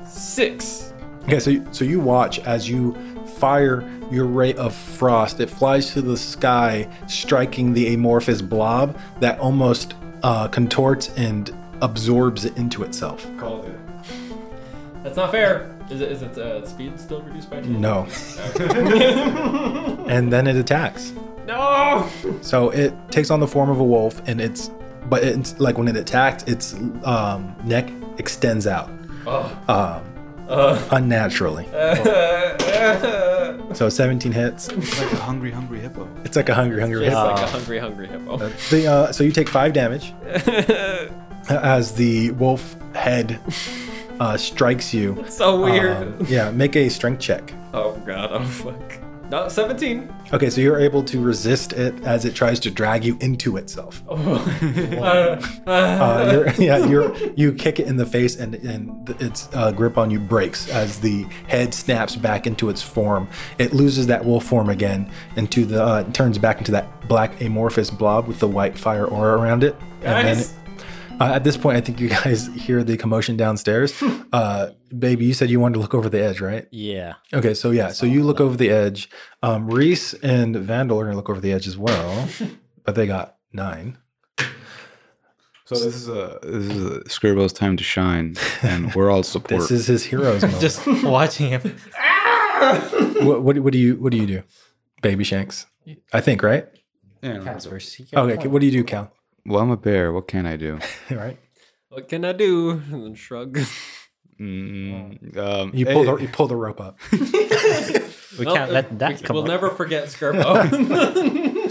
[SPEAKER 3] Six.
[SPEAKER 2] Okay, so you- so you watch as you fire your ray of frost. It flies through the sky, striking the amorphous blob that almost uh, contorts and absorbs it into itself.
[SPEAKER 3] Called it. That's not fair. Is it? Is its uh, speed still reduced by? two?
[SPEAKER 2] No. and then it attacks.
[SPEAKER 3] No. (laughs)
[SPEAKER 2] So it takes on the form of a wolf, and it's but it's like when it attacks, its um, neck extends out um, unnaturally. So 17 hits.
[SPEAKER 4] It's like a hungry, hungry hippo.
[SPEAKER 2] It's like a hungry, hungry hit.
[SPEAKER 3] like a hungry, hungry hippo.
[SPEAKER 2] The, uh, so you take five damage as the wolf head uh, strikes you.
[SPEAKER 3] (laughs) so weird.
[SPEAKER 2] Um, yeah, make a strength check.
[SPEAKER 3] Oh god, oh fuck. No, 17.
[SPEAKER 2] Okay, so you're able to resist it as it tries to drag you into itself. Uh, you're, (laughs) yeah, you're, you kick it in the face, and, and th- its uh, grip on you breaks as the head snaps back into its form. It loses that wolf form again, into the uh, turns back into that black amorphous blob with the white fire aura around it. And then
[SPEAKER 3] Guys.
[SPEAKER 2] uh, at this point, I think you guys (laughs) hear the commotion downstairs. Uh, baby, you said you wanted to look over the edge, right?
[SPEAKER 5] Yeah.
[SPEAKER 2] Okay, so yeah, so you look over the edge. Um, Reese and Vandal are gonna look over the edge as well, but they got nine.
[SPEAKER 4] So this is a this is a Skirbo's time to shine, and we're all
[SPEAKER 2] (laughs)
[SPEAKER 4] support.
[SPEAKER 2] This is his hero's moment.
[SPEAKER 5] Just (laughs) watching him.
[SPEAKER 2] what, what, what do you what do you do, Baby Shanks? I think right.
[SPEAKER 4] Yeah.
[SPEAKER 2] Okay, okay, what do you do, Cal?
[SPEAKER 4] Well, I'm a bear. What can I do?
[SPEAKER 2] All right,
[SPEAKER 3] What can I do? And then shrug.
[SPEAKER 4] Mm, um,
[SPEAKER 2] you pull the you pull the rope up.
[SPEAKER 5] We can't let that come
[SPEAKER 3] We'll
[SPEAKER 5] up.
[SPEAKER 3] never forget Skirbo.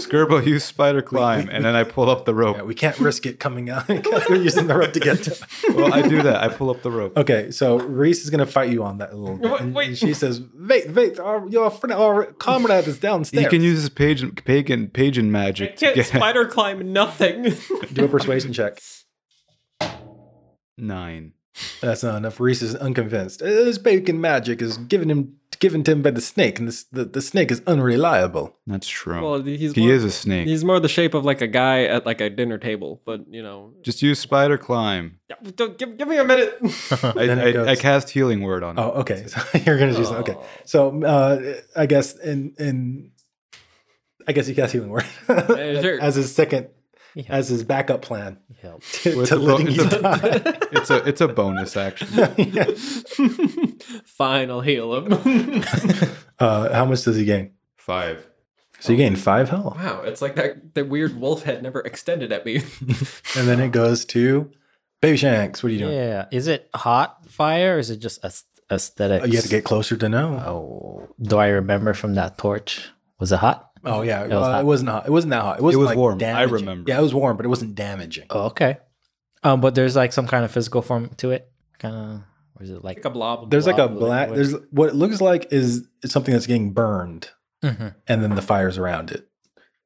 [SPEAKER 2] (laughs)
[SPEAKER 4] Skirbo, use spider climb, and then I pull up the rope.
[SPEAKER 2] Yeah, we can't risk it coming out. (laughs) We're using the rope to get to.
[SPEAKER 4] Well, I do that. I pull up the rope.
[SPEAKER 2] Okay, so Reese is gonna fight you on that a little bit.
[SPEAKER 3] Wait,
[SPEAKER 2] and-
[SPEAKER 3] wait.
[SPEAKER 2] and she says, "Wait, wait, our, your friend, our comrade is downstairs."
[SPEAKER 4] You can use his pagan pagan pagan magic. to
[SPEAKER 3] Can't
[SPEAKER 4] get-
[SPEAKER 3] spider climb nothing.
[SPEAKER 2] do a persuasion check.
[SPEAKER 4] Nine.
[SPEAKER 2] That's not enough. Reese is unconvinced. His bacon magic is given him given to him by the snake, and this, the, the snake is unreliable.
[SPEAKER 4] That's true.
[SPEAKER 3] well, he's
[SPEAKER 4] he
[SPEAKER 3] more,
[SPEAKER 4] is a snake.
[SPEAKER 3] He's more the shape of like a guy at like a dinner table, but you know.
[SPEAKER 4] Just use spider climb.
[SPEAKER 3] Yeah, Don't, give, give me a minute.
[SPEAKER 4] I,
[SPEAKER 2] Then it goes-
[SPEAKER 4] I, I cast healing word on him.
[SPEAKER 2] Oh, okay. So (laughs) you're gonna do something. Okay. So uh, I guess in in I guess he cast healing word (laughs)
[SPEAKER 3] sure.
[SPEAKER 2] as his second
[SPEAKER 5] Yeah.
[SPEAKER 2] as his backup plan (laughs)
[SPEAKER 5] Help.
[SPEAKER 2] to,
[SPEAKER 4] With
[SPEAKER 2] to
[SPEAKER 4] the
[SPEAKER 2] letting
[SPEAKER 4] bo-
[SPEAKER 2] you
[SPEAKER 4] the-
[SPEAKER 2] die.
[SPEAKER 4] It's a it's a
[SPEAKER 2] (laughs)
[SPEAKER 4] bonus action.
[SPEAKER 3] (laughs) Fine, I'll heal him.
[SPEAKER 2] Uh, how much does he gain?
[SPEAKER 4] Five.
[SPEAKER 2] So you gain five health,
[SPEAKER 3] (laughs) wow, it's like that, that weird wolf head never extended at me. (laughs)
[SPEAKER 2] and then it goes to Baby Shanks. What are you doing?
[SPEAKER 5] Yeah. Is it hot fire or is it just aes- aesthetics?
[SPEAKER 2] Uh, You have to get closer to know.
[SPEAKER 5] Oh, do I remember from that torch? Was it hot?
[SPEAKER 2] Oh, yeah,
[SPEAKER 5] was
[SPEAKER 2] uh,
[SPEAKER 5] hot.
[SPEAKER 2] it wasn't hot. It wasn't that hot. It, wasn't
[SPEAKER 4] was
[SPEAKER 2] like,
[SPEAKER 4] warm. I
[SPEAKER 2] damaging.
[SPEAKER 4] remember.
[SPEAKER 2] Yeah, it was warm, but it wasn't damaging.
[SPEAKER 5] Oh, okay. Um, but there's like some kind of physical form to it, kind of, or is it like?
[SPEAKER 3] Like a blob.
[SPEAKER 2] There's like a
[SPEAKER 5] Blob, like
[SPEAKER 2] black.
[SPEAKER 5] what-
[SPEAKER 2] There's what it looks like is something that's getting burned,
[SPEAKER 5] Mhm.
[SPEAKER 2] and then the fire's around it.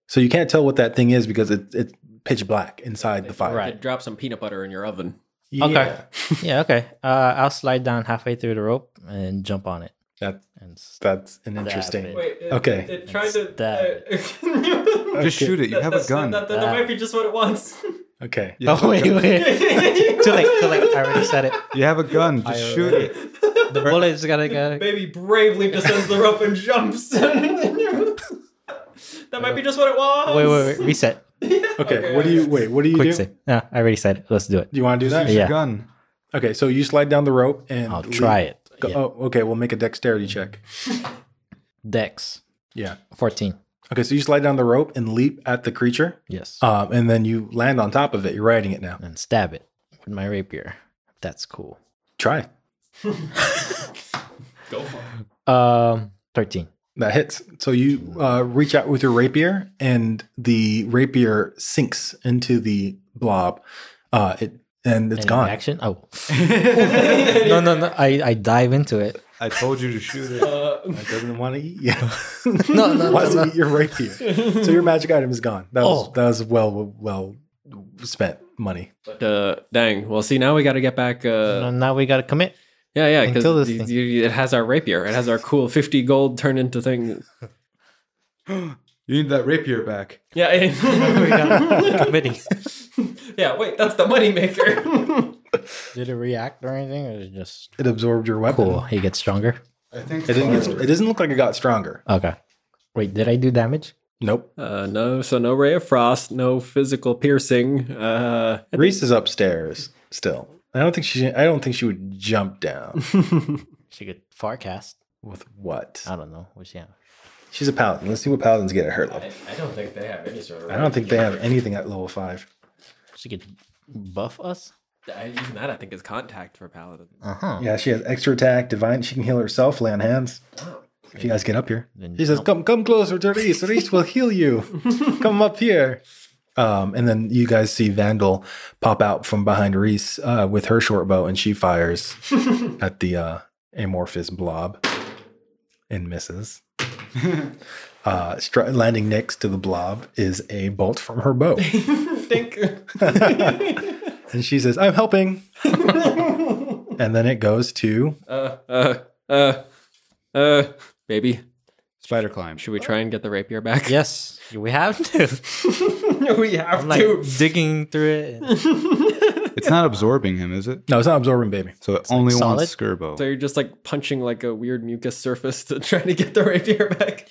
[SPEAKER 2] So you can't tell what that thing is because it's it's pitch black inside the fire.
[SPEAKER 5] Right.
[SPEAKER 3] Then drop some peanut butter in your oven.
[SPEAKER 2] Yeah.
[SPEAKER 5] Okay. yeah, okay. Uh, I'll slide down halfway through the rope and jump on it.
[SPEAKER 2] That
[SPEAKER 5] And s- (laughs)
[SPEAKER 2] that's an
[SPEAKER 5] Stab
[SPEAKER 2] interesting.
[SPEAKER 5] it.
[SPEAKER 3] Wait, it,
[SPEAKER 2] Okay.
[SPEAKER 3] It, it tried to.
[SPEAKER 5] Stab.
[SPEAKER 3] (laughs) Uh, (laughs)
[SPEAKER 4] Just
[SPEAKER 2] Okay.
[SPEAKER 4] shoot it. You have a
[SPEAKER 3] that's-
[SPEAKER 4] gun.
[SPEAKER 3] That, that, that might be just what it (laughs) wants.
[SPEAKER 2] Okay.
[SPEAKER 4] You have
[SPEAKER 5] oh
[SPEAKER 4] a
[SPEAKER 5] wait,
[SPEAKER 4] gun.
[SPEAKER 5] wait. too late, too late. I already said it.
[SPEAKER 2] Oh.
[SPEAKER 4] You have a gun.
[SPEAKER 2] (laughs)
[SPEAKER 5] I
[SPEAKER 4] Just shoot
[SPEAKER 5] already-
[SPEAKER 4] it.
[SPEAKER 5] The bullet's gotta go.
[SPEAKER 3] Baby bravely descends the rope and jumps. (laughs) that might be just what it wants.
[SPEAKER 5] Wait, wait, wait. Reset.
[SPEAKER 2] Okay. what do you wait? What do you
[SPEAKER 5] Quick
[SPEAKER 2] do?
[SPEAKER 5] save. No, I already said it. Let's do it.
[SPEAKER 2] Do you want to do that?
[SPEAKER 4] Use
[SPEAKER 5] Yeah.
[SPEAKER 4] your gun.
[SPEAKER 2] Okay. So you slide down the rope and
[SPEAKER 5] I'll
[SPEAKER 2] leap.
[SPEAKER 5] try it.
[SPEAKER 2] Go-
[SPEAKER 5] Yeah.
[SPEAKER 2] Oh, okay. We'll make a dexterity check.
[SPEAKER 5] Dex
[SPEAKER 2] Yeah.
[SPEAKER 5] 14.
[SPEAKER 2] Okay. So you slide down the rope and leap at the creature,
[SPEAKER 5] Yes.
[SPEAKER 2] um, and then you land on top of it. You're riding it now.
[SPEAKER 5] Uh, and stab it with my rapier. That's cool.
[SPEAKER 2] Try.
[SPEAKER 3] Go for it.
[SPEAKER 5] Um 13.
[SPEAKER 2] That hits. So you uh, reach out with your rapier, and the rapier sinks into the blob. Uh, it and it's
[SPEAKER 5] Any
[SPEAKER 2] gone. (laughs)
[SPEAKER 5] Action. Oh. no, no, no. I, I dive
[SPEAKER 2] (laughs)
[SPEAKER 5] into it.
[SPEAKER 4] I told you to shoot it.
[SPEAKER 3] (laughs) (laughs) Uh,
[SPEAKER 2] It doesn't want to eat you. (laughs)
[SPEAKER 5] No, no,
[SPEAKER 2] Wants
[SPEAKER 5] no,
[SPEAKER 2] to
[SPEAKER 5] no.
[SPEAKER 2] eat your rapier. So your magic item is gone. That was
[SPEAKER 5] Oh.
[SPEAKER 2] that was well well spent money.
[SPEAKER 3] but, uh, dang. Well, see, now we got to get back. Uh,
[SPEAKER 5] And now we gotta commit.
[SPEAKER 3] yeah, yeah,
[SPEAKER 5] Until
[SPEAKER 3] because
[SPEAKER 5] this
[SPEAKER 3] it,
[SPEAKER 5] thing-
[SPEAKER 3] it has our rapier. It has our cool fifty gold turned into thing.
[SPEAKER 4] You need that rapier back.
[SPEAKER 3] Yeah. (laughs)
[SPEAKER 5] We
[SPEAKER 3] it- (laughs)
[SPEAKER 5] gotta committing.
[SPEAKER 3] yeah. Wait, that's the moneymaker.
[SPEAKER 5] Did it react or anything? Or is it just
[SPEAKER 2] It absorbed your weapon.
[SPEAKER 5] cool? He gets stronger.
[SPEAKER 4] I think
[SPEAKER 2] It didn't. Get, it doesn't look like it got stronger.
[SPEAKER 5] Okay. Wait, did I do damage?
[SPEAKER 2] Nope.
[SPEAKER 3] (laughs) uh, no, so no ray of frost, no physical piercing. Uh,
[SPEAKER 2] Reese is upstairs still. I don't think she. I don't think she would jump down (laughs)
[SPEAKER 5] She could forecast.
[SPEAKER 2] with what?
[SPEAKER 5] I don't know. What's she have?
[SPEAKER 2] She's a paladin. Let's see what paladins get at her level.
[SPEAKER 3] I don't think they have any sort of.
[SPEAKER 2] I don't think they have anything at level five.
[SPEAKER 5] She could buff us?
[SPEAKER 3] Even that, I think, is contact for paladin.
[SPEAKER 5] Uh-huh.
[SPEAKER 2] Yeah, she has extra attack, divine. She can heal herself, lay on hands. If you guys get up here,
[SPEAKER 5] Then
[SPEAKER 2] she says,
[SPEAKER 5] jump.
[SPEAKER 2] "Come, come closer to Reese. Reese will heal you. (laughs) Come up here." Um, and then you guys see Vandal pop out from behind Reese uh, with her short bow, and she (laughs) fires at the uh, amorphous blob and (laughs) misses. Uh, stri- landing next to the blob is a bolt from her bow,
[SPEAKER 3] (laughs) think.
[SPEAKER 2] and she says, "I'm helping." (laughs) and then it goes to
[SPEAKER 3] Uh, uh, uh, uh, maybe.
[SPEAKER 4] Spider climb.
[SPEAKER 3] Should we try and get the rapier back?
[SPEAKER 5] Yes, we have to.
[SPEAKER 3] (laughs) we have
[SPEAKER 5] I'm like digging through it. and-
[SPEAKER 4] It's not absorbing him, is it?
[SPEAKER 2] no, it's not absorbing, baby.
[SPEAKER 4] So it only
[SPEAKER 5] solid?
[SPEAKER 4] wants Skirbo.
[SPEAKER 3] So you're just like punching like a weird mucus surface to try to get the (laughs) rapier back.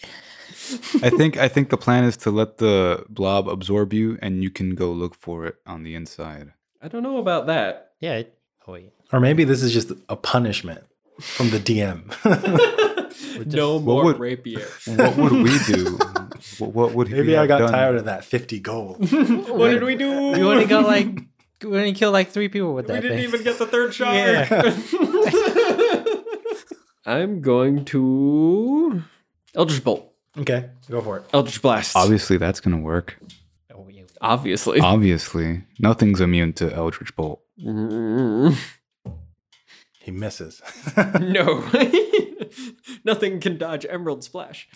[SPEAKER 4] I think I think the plan is to let the blob absorb you, and you can go look for it on the inside.
[SPEAKER 3] I don't know about that.
[SPEAKER 5] Yeah. It, oh, wait.
[SPEAKER 2] Or maybe this is just a punishment from the DM.
[SPEAKER 3] no more
[SPEAKER 4] would-
[SPEAKER 3] rapier.
[SPEAKER 4] What would
[SPEAKER 2] (laughs)
[SPEAKER 4] we do? what, what
[SPEAKER 2] (laughs)
[SPEAKER 4] would
[SPEAKER 2] maybe
[SPEAKER 4] he
[SPEAKER 2] I
[SPEAKER 4] have
[SPEAKER 2] got
[SPEAKER 4] done?
[SPEAKER 2] tired of that 50 (laughs) gold.
[SPEAKER 3] what did we do?
[SPEAKER 5] (laughs) We only got like, we only killed like three people with
[SPEAKER 3] We
[SPEAKER 5] that
[SPEAKER 3] didn't
[SPEAKER 5] thing.
[SPEAKER 3] even get the third shot.
[SPEAKER 5] Yeah.
[SPEAKER 3] (laughs) I'm going to Eldritch Bolt,
[SPEAKER 2] okay, go for it.
[SPEAKER 3] Eldritch Blast.
[SPEAKER 4] Obviously, that's gonna work.
[SPEAKER 5] Oh, yeah.
[SPEAKER 3] Obviously. (laughs)
[SPEAKER 4] Obviously, nothing's immune to Eldritch Bolt.
[SPEAKER 3] Mm.
[SPEAKER 2] He misses. (laughs)
[SPEAKER 3] No. (laughs) Nothing can dodge Emerald Splash.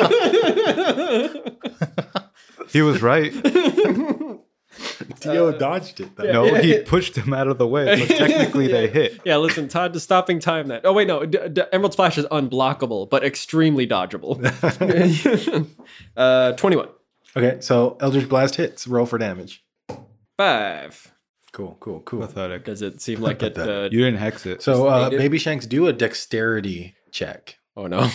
[SPEAKER 3] Uh,
[SPEAKER 4] He was right.
[SPEAKER 2] Dio dodged it, though. (laughs)
[SPEAKER 4] No, he pushed him out of the way. So technically, they hit.
[SPEAKER 3] yeah, listen, Todd is stopping time that. Oh, wait, no. D- D- Emerald Splash is unblockable, but extremely dodgeable. uh, 21.
[SPEAKER 2] Okay, so Eldritch Blast hits. Roll for damage.
[SPEAKER 3] Five.
[SPEAKER 2] Cool, cool, cool.
[SPEAKER 4] Pathetic.
[SPEAKER 3] Does it seem like it. Uh,
[SPEAKER 4] You didn't hex it.
[SPEAKER 2] So, uh,
[SPEAKER 3] Native.
[SPEAKER 2] Baby Shanks, do a dexterity check.
[SPEAKER 3] oh, (laughs) no.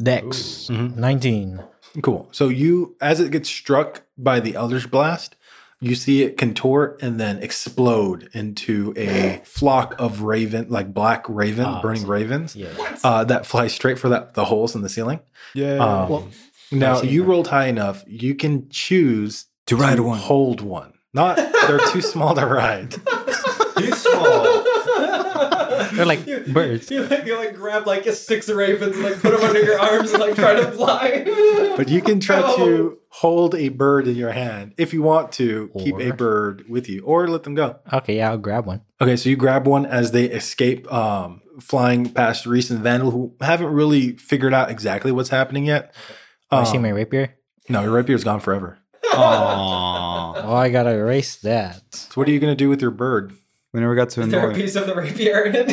[SPEAKER 5] Dex 19.
[SPEAKER 2] Cool. So, you, as it gets struck by the Eldritch Blast, you see it contort and then explode into a flock of raven, like black raven,
[SPEAKER 5] Ah,
[SPEAKER 2] burning
[SPEAKER 5] so-
[SPEAKER 2] ravens.
[SPEAKER 5] Yeah.
[SPEAKER 2] uh, that fly straight for that the holes in the ceiling.
[SPEAKER 4] yeah.
[SPEAKER 2] Um, now
[SPEAKER 5] see
[SPEAKER 2] you
[SPEAKER 5] that.
[SPEAKER 2] rolled high enough. You can choose
[SPEAKER 4] to ride one.
[SPEAKER 2] hold one. Not they're too small to ride.
[SPEAKER 4] He's small.
[SPEAKER 5] They're like birds.
[SPEAKER 3] You like, you like grab like six ravens and like put them under your arms and like try to fly.
[SPEAKER 2] But you can try
[SPEAKER 3] No.
[SPEAKER 2] to hold a bird in your hand if you want to keep a
[SPEAKER 5] Or-
[SPEAKER 2] bird with you, or let them go.
[SPEAKER 5] Okay, yeah, I'll grab one.
[SPEAKER 2] Okay, so you grab one as they escape, um, flying past Reese and Vandal, who haven't really figured out exactly what's happening yet. Um,
[SPEAKER 5] Oh, I see my rapier.
[SPEAKER 2] No, your rapier's gone forever.
[SPEAKER 5] Oh, I gotta erase that.
[SPEAKER 2] So what are you going to do with your bird?
[SPEAKER 4] We never got to
[SPEAKER 3] Is there
[SPEAKER 4] annoy.
[SPEAKER 3] a piece of the rapier in it?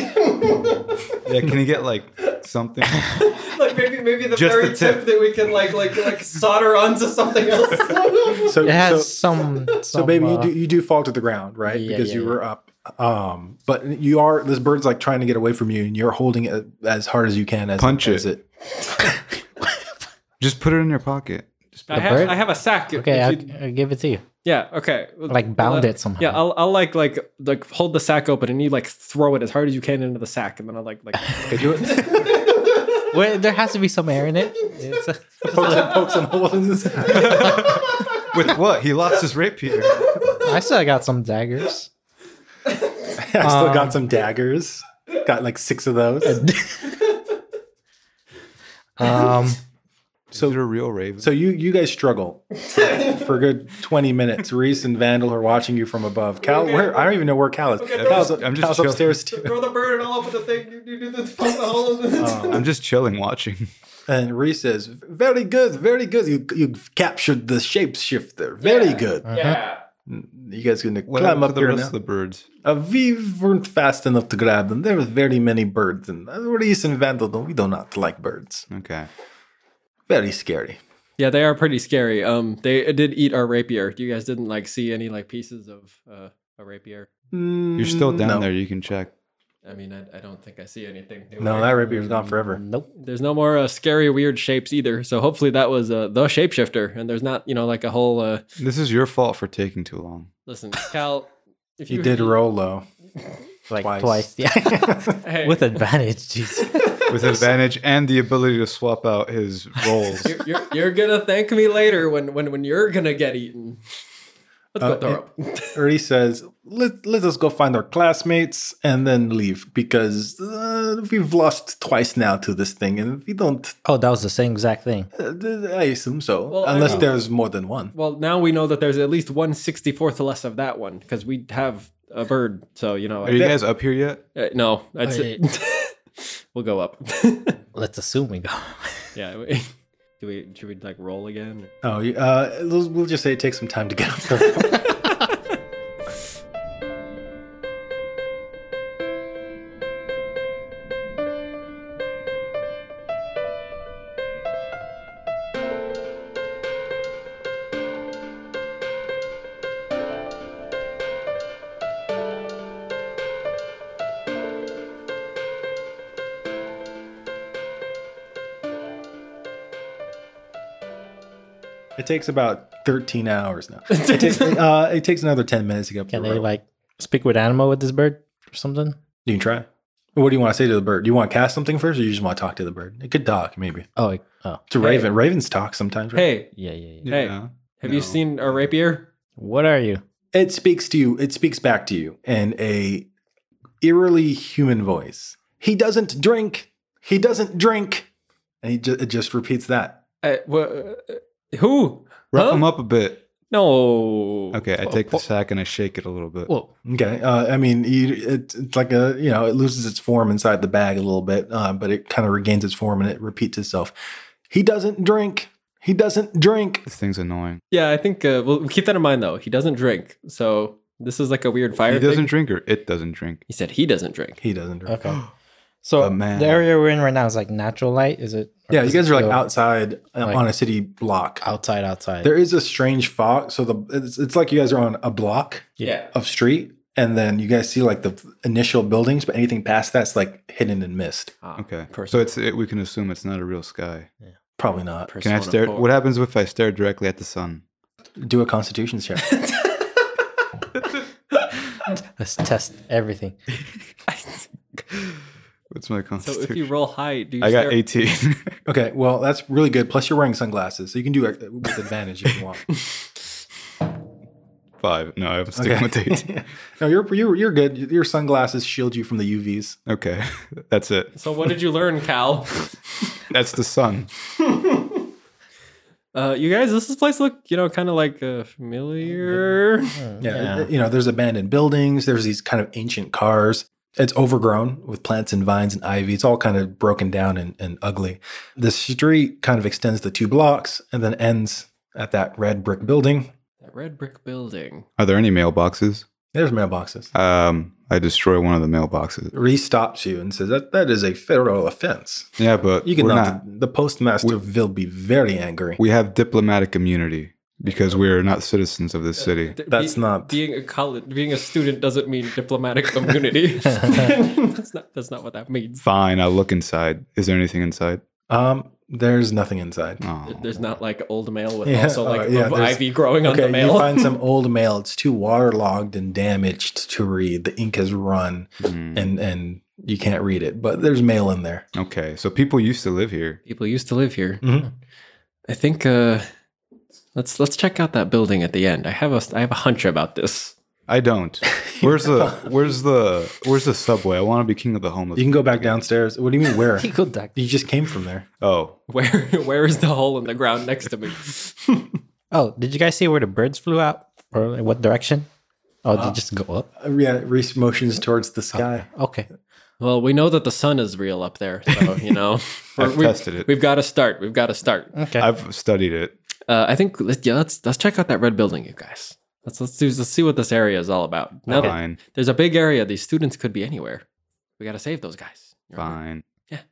[SPEAKER 4] Yeah, can you get like something?
[SPEAKER 3] (laughs) like maybe maybe the
[SPEAKER 4] Just
[SPEAKER 3] very
[SPEAKER 4] the
[SPEAKER 3] tip.
[SPEAKER 4] tip.
[SPEAKER 3] that we can like like like solder onto something else.
[SPEAKER 2] So
[SPEAKER 5] It has
[SPEAKER 2] so,
[SPEAKER 5] some.
[SPEAKER 2] so
[SPEAKER 5] some,
[SPEAKER 2] baby, you
[SPEAKER 5] uh,
[SPEAKER 2] do you do fall to the ground, right?
[SPEAKER 5] yeah,
[SPEAKER 2] because
[SPEAKER 5] yeah,
[SPEAKER 2] you
[SPEAKER 5] yeah.
[SPEAKER 2] were up. Um, but you are this bird's like trying to get away from you, and you're holding it as hard as you can as
[SPEAKER 4] Punch
[SPEAKER 2] as
[SPEAKER 4] it. Just put it in your pocket. Just
[SPEAKER 3] I
[SPEAKER 4] put
[SPEAKER 5] The
[SPEAKER 3] have
[SPEAKER 5] bird?
[SPEAKER 3] I have a sack. if-
[SPEAKER 5] Okay,
[SPEAKER 3] if
[SPEAKER 5] I,
[SPEAKER 3] you-
[SPEAKER 5] I give it to you.
[SPEAKER 3] yeah. Okay.
[SPEAKER 5] Like bound it somehow.
[SPEAKER 3] Yeah, I'll, I'll like like like hold the sack open and you like throw it as hard as you can into the sack and then I'll like like
[SPEAKER 2] Okay, do it. (laughs)
[SPEAKER 5] Wait, there has to be some air in it. It's a-
[SPEAKER 2] pokes, and pokes and holes in this. All
[SPEAKER 4] With what? He lost his rapier.
[SPEAKER 5] I still got some daggers.
[SPEAKER 2] (laughs) I still
[SPEAKER 5] Um,
[SPEAKER 2] got some daggers. Got like six of those.
[SPEAKER 5] Um,
[SPEAKER 4] So Is it a real raven?
[SPEAKER 2] So you you guys
[SPEAKER 4] (laughs)
[SPEAKER 2] struggle for a good twenty minutes. Reese and Vandal are watching you from above. Cal, where I don't even know where Cal is.
[SPEAKER 3] Okay,
[SPEAKER 2] Cal's,
[SPEAKER 4] I'm just
[SPEAKER 2] Cal's
[SPEAKER 4] chilling.
[SPEAKER 2] upstairs too.
[SPEAKER 3] throw the bird and I'll open the thing. You, you do the poke the hole. in it.
[SPEAKER 2] Um,
[SPEAKER 4] I'm just chilling, watching. (laughs)
[SPEAKER 2] and Reese says, "Very good, very good. You you captured the shapeshifter. Very good. Mm-hmm.
[SPEAKER 3] yeah.
[SPEAKER 2] You guys gonna
[SPEAKER 4] What
[SPEAKER 2] climb
[SPEAKER 4] happened
[SPEAKER 2] up
[SPEAKER 4] to the
[SPEAKER 2] here
[SPEAKER 4] rest
[SPEAKER 2] now?
[SPEAKER 4] of the birds?
[SPEAKER 2] Uh, we weren't fast enough to grab them. There were very many birds, and uh, Reese and Vandal, don't- we do not like birds.
[SPEAKER 4] Okay.
[SPEAKER 2] Very scary.
[SPEAKER 3] Yeah, they are pretty scary. Um, they did eat our rapier. You guys didn't like see any like pieces of uh, a rapier.
[SPEAKER 4] You're still down
[SPEAKER 2] Mm, no.
[SPEAKER 4] there. You can check.
[SPEAKER 3] I mean, I, I don't think I see anything. New
[SPEAKER 2] No,
[SPEAKER 3] here.
[SPEAKER 2] that rapier's gone forever.
[SPEAKER 5] nope.
[SPEAKER 3] There's no more uh, scary, weird shapes either. So hopefully that was uh, the shapeshifter, and there's not you know like a whole. Uh,
[SPEAKER 4] This is your fault for taking too long.
[SPEAKER 3] listen, Cal, if you,
[SPEAKER 2] You did roll low.
[SPEAKER 5] Like
[SPEAKER 2] Twice.
[SPEAKER 5] twice. Yeah. (laughs)
[SPEAKER 3] hey,
[SPEAKER 5] With advantage. Jeez.
[SPEAKER 4] With advantage and the ability to swap out his
[SPEAKER 3] (laughs)
[SPEAKER 4] roles.
[SPEAKER 3] you're, you're, you're gonna thank me later when when when you're gonna get eaten. Let's
[SPEAKER 2] Uh,
[SPEAKER 3] go throw up.
[SPEAKER 2] Ernie says, let, let us go find our classmates and then leave because uh, we've lost twice now to this thing. And we don't,
[SPEAKER 5] Oh, that was the same exact thing.
[SPEAKER 2] uh, th- I assume so.
[SPEAKER 3] Well, I
[SPEAKER 2] Unless
[SPEAKER 3] don't-
[SPEAKER 2] there's more than one.
[SPEAKER 3] Well, now we know that there's at least one sixty fourth less of that one because we have a bird. So you know,
[SPEAKER 4] Are you guys up here yet?
[SPEAKER 3] Uh, no, that's
[SPEAKER 5] Okay.
[SPEAKER 3] it. (laughs) we'll go up. (laughs)
[SPEAKER 5] Let's assume we go.
[SPEAKER 3] yeah. we- (laughs) Do we should we like roll again? (laughs)
[SPEAKER 2] Oh, you- uh, we'll, we'll just say it takes some time to get up there. it takes about 13 hours now. It takes, uh, it takes another 10 minutes to get up
[SPEAKER 5] Can
[SPEAKER 2] the
[SPEAKER 5] they
[SPEAKER 2] rope.
[SPEAKER 5] like speak with animal with this bird or something?
[SPEAKER 2] you can try. What do you want to say to the bird? Do you want to cast something first or you just want to talk to the bird? It could talk, maybe.
[SPEAKER 5] Oh, it- oh,
[SPEAKER 2] It's a
[SPEAKER 3] Hey.
[SPEAKER 2] raven. Ravens talk sometimes, right?
[SPEAKER 3] Hey,
[SPEAKER 5] yeah, yeah, yeah.
[SPEAKER 3] Hey, have you
[SPEAKER 4] No.
[SPEAKER 3] seen a rapier?
[SPEAKER 5] What are you?
[SPEAKER 2] It speaks to you. It speaks back to you in a eerily human voice. He doesn't drink. He doesn't drink. And he ju- it just repeats that.
[SPEAKER 3] Uh, wha- uh, who?
[SPEAKER 4] Rough
[SPEAKER 3] Huh?
[SPEAKER 4] him up a bit.
[SPEAKER 3] No.
[SPEAKER 4] Okay, I take the sack and I shake it a little bit.
[SPEAKER 5] Whoa.
[SPEAKER 2] Okay. Uh, I mean, you, it, it's like a, you know, it loses its form inside the bag a little bit, uh, but it kind of regains its form and it repeats itself. He doesn't drink. He doesn't drink.
[SPEAKER 4] This thing's annoying.
[SPEAKER 3] Yeah, I think uh, we'll keep that in mind though. He doesn't drink, so this is like a weird fire.
[SPEAKER 4] He
[SPEAKER 3] thing.
[SPEAKER 4] doesn't drink or it doesn't drink.
[SPEAKER 3] He said he doesn't drink.
[SPEAKER 2] He doesn't drink. (gasps)
[SPEAKER 5] Okay. So
[SPEAKER 4] The man.
[SPEAKER 5] the area we're in right now is like natural light. Is it? or
[SPEAKER 2] Yeah, you
[SPEAKER 5] does it
[SPEAKER 2] guys are like
[SPEAKER 5] feel
[SPEAKER 2] outside uh,
[SPEAKER 5] like-
[SPEAKER 2] on a city block.
[SPEAKER 5] outside, outside.
[SPEAKER 2] There is a strange fog, so the it's, it's like you guys are on a block.
[SPEAKER 3] Yeah.
[SPEAKER 2] of street and then you guys see like the initial buildings but anything past that's like hidden in mist
[SPEAKER 3] Ah,
[SPEAKER 4] Okay. So
[SPEAKER 3] personal-
[SPEAKER 4] it's it, we can assume it's not a real sky.
[SPEAKER 2] probably not
[SPEAKER 4] Can I
[SPEAKER 3] persona
[SPEAKER 4] stare?
[SPEAKER 3] four.
[SPEAKER 4] What happens if I stare directly at the sun?
[SPEAKER 2] do a constitution check
[SPEAKER 5] Let's test
[SPEAKER 2] (laughs)
[SPEAKER 5] everything.
[SPEAKER 4] What's my
[SPEAKER 3] So
[SPEAKER 4] constitution?
[SPEAKER 3] if you roll high, do you
[SPEAKER 4] I got
[SPEAKER 3] stare-
[SPEAKER 4] 18.
[SPEAKER 2] okay well that's really good plus you're wearing sunglasses so you can do it with advantage if you want
[SPEAKER 4] (laughs) Five. No, I'm sticking with
[SPEAKER 3] (laughs)
[SPEAKER 4] 18.
[SPEAKER 2] okay (laughs) no you're, you're you're good your sunglasses shield you from the uvs
[SPEAKER 4] Okay, that's it.
[SPEAKER 3] So what did you learn,
[SPEAKER 4] (laughs)
[SPEAKER 3] Cal?
[SPEAKER 4] That's the sun.
[SPEAKER 3] Uh, you guys, does this place look, you know, kind of like uh, familiar?
[SPEAKER 5] Hmm,
[SPEAKER 2] uh, yeah, you know there's abandoned buildings there's these kind of ancient cars It's overgrown with plants and vines and ivy. It's all kind of broken down and, and ugly. The street kind of extends the two blocks and then ends at that red brick building.
[SPEAKER 3] That red brick building.
[SPEAKER 4] Are there any mailboxes?
[SPEAKER 2] There's mailboxes.
[SPEAKER 4] Um, I destroy one of the mailboxes.
[SPEAKER 2] Reese stops you and says that that is a federal offense.
[SPEAKER 4] Yeah, but
[SPEAKER 2] You can
[SPEAKER 4] we're
[SPEAKER 2] not,
[SPEAKER 4] not.
[SPEAKER 2] The postmaster will be very angry.
[SPEAKER 4] We have diplomatic immunity because we are not citizens of this city.
[SPEAKER 3] Th-
[SPEAKER 2] That's
[SPEAKER 3] be-
[SPEAKER 2] not-
[SPEAKER 3] being a college, being a student doesn't mean
[SPEAKER 2] (laughs)
[SPEAKER 3] diplomatic immunity. that's not that's not what that means.
[SPEAKER 4] Fine, I'll look inside. Is there anything inside?
[SPEAKER 2] um, there's nothing inside.
[SPEAKER 4] Oh.
[SPEAKER 3] There's not like old mail with
[SPEAKER 2] Yeah,
[SPEAKER 3] also like
[SPEAKER 2] uh, yeah,
[SPEAKER 3] of
[SPEAKER 2] there's-
[SPEAKER 3] ivy growing on
[SPEAKER 2] Okay,
[SPEAKER 3] the mail.
[SPEAKER 2] you find
[SPEAKER 3] (laughs)
[SPEAKER 2] some old mail. It's too waterlogged and damaged to read. The ink has run,
[SPEAKER 5] Mm.
[SPEAKER 4] Hmm.
[SPEAKER 2] and and you can't read it. But there's mail in there.
[SPEAKER 4] Okay, so people used to live here.
[SPEAKER 3] People used to live here.
[SPEAKER 2] Mhm.
[SPEAKER 3] I think uh, let's let's check out that building at the end. I have a I have a hunch about this.
[SPEAKER 4] I
[SPEAKER 2] (laughs)
[SPEAKER 4] don't. Where's the Where's the Where's the subway? I want to be king of the homeless.
[SPEAKER 2] You can go back downstairs. What do you mean
[SPEAKER 5] (laughs)
[SPEAKER 2] where?
[SPEAKER 5] He could duck.
[SPEAKER 2] you just came from there.
[SPEAKER 4] oh,
[SPEAKER 3] (laughs) Where where is the hole in the ground next to me?
[SPEAKER 5] Oh, did you guys see where the birds flew out or in what direction? Oh, they just go up.
[SPEAKER 2] Uh, yeah, Reese motions towards the sky. (laughs)
[SPEAKER 5] Okay.
[SPEAKER 3] well, we know that the sun is real up there, so you (laughs) know
[SPEAKER 4] I've
[SPEAKER 3] we-
[SPEAKER 4] tested it.
[SPEAKER 3] We've got to start. We've got to start.
[SPEAKER 5] Okay.
[SPEAKER 4] I've studied it.
[SPEAKER 3] Uh, I think let- yeah, let's let's check out that red building, you guys. Let's let's do let's see what this area is all about. Now that
[SPEAKER 4] Fine,
[SPEAKER 3] there's a big area, these students could be anywhere. We got to save those guys.
[SPEAKER 4] fine.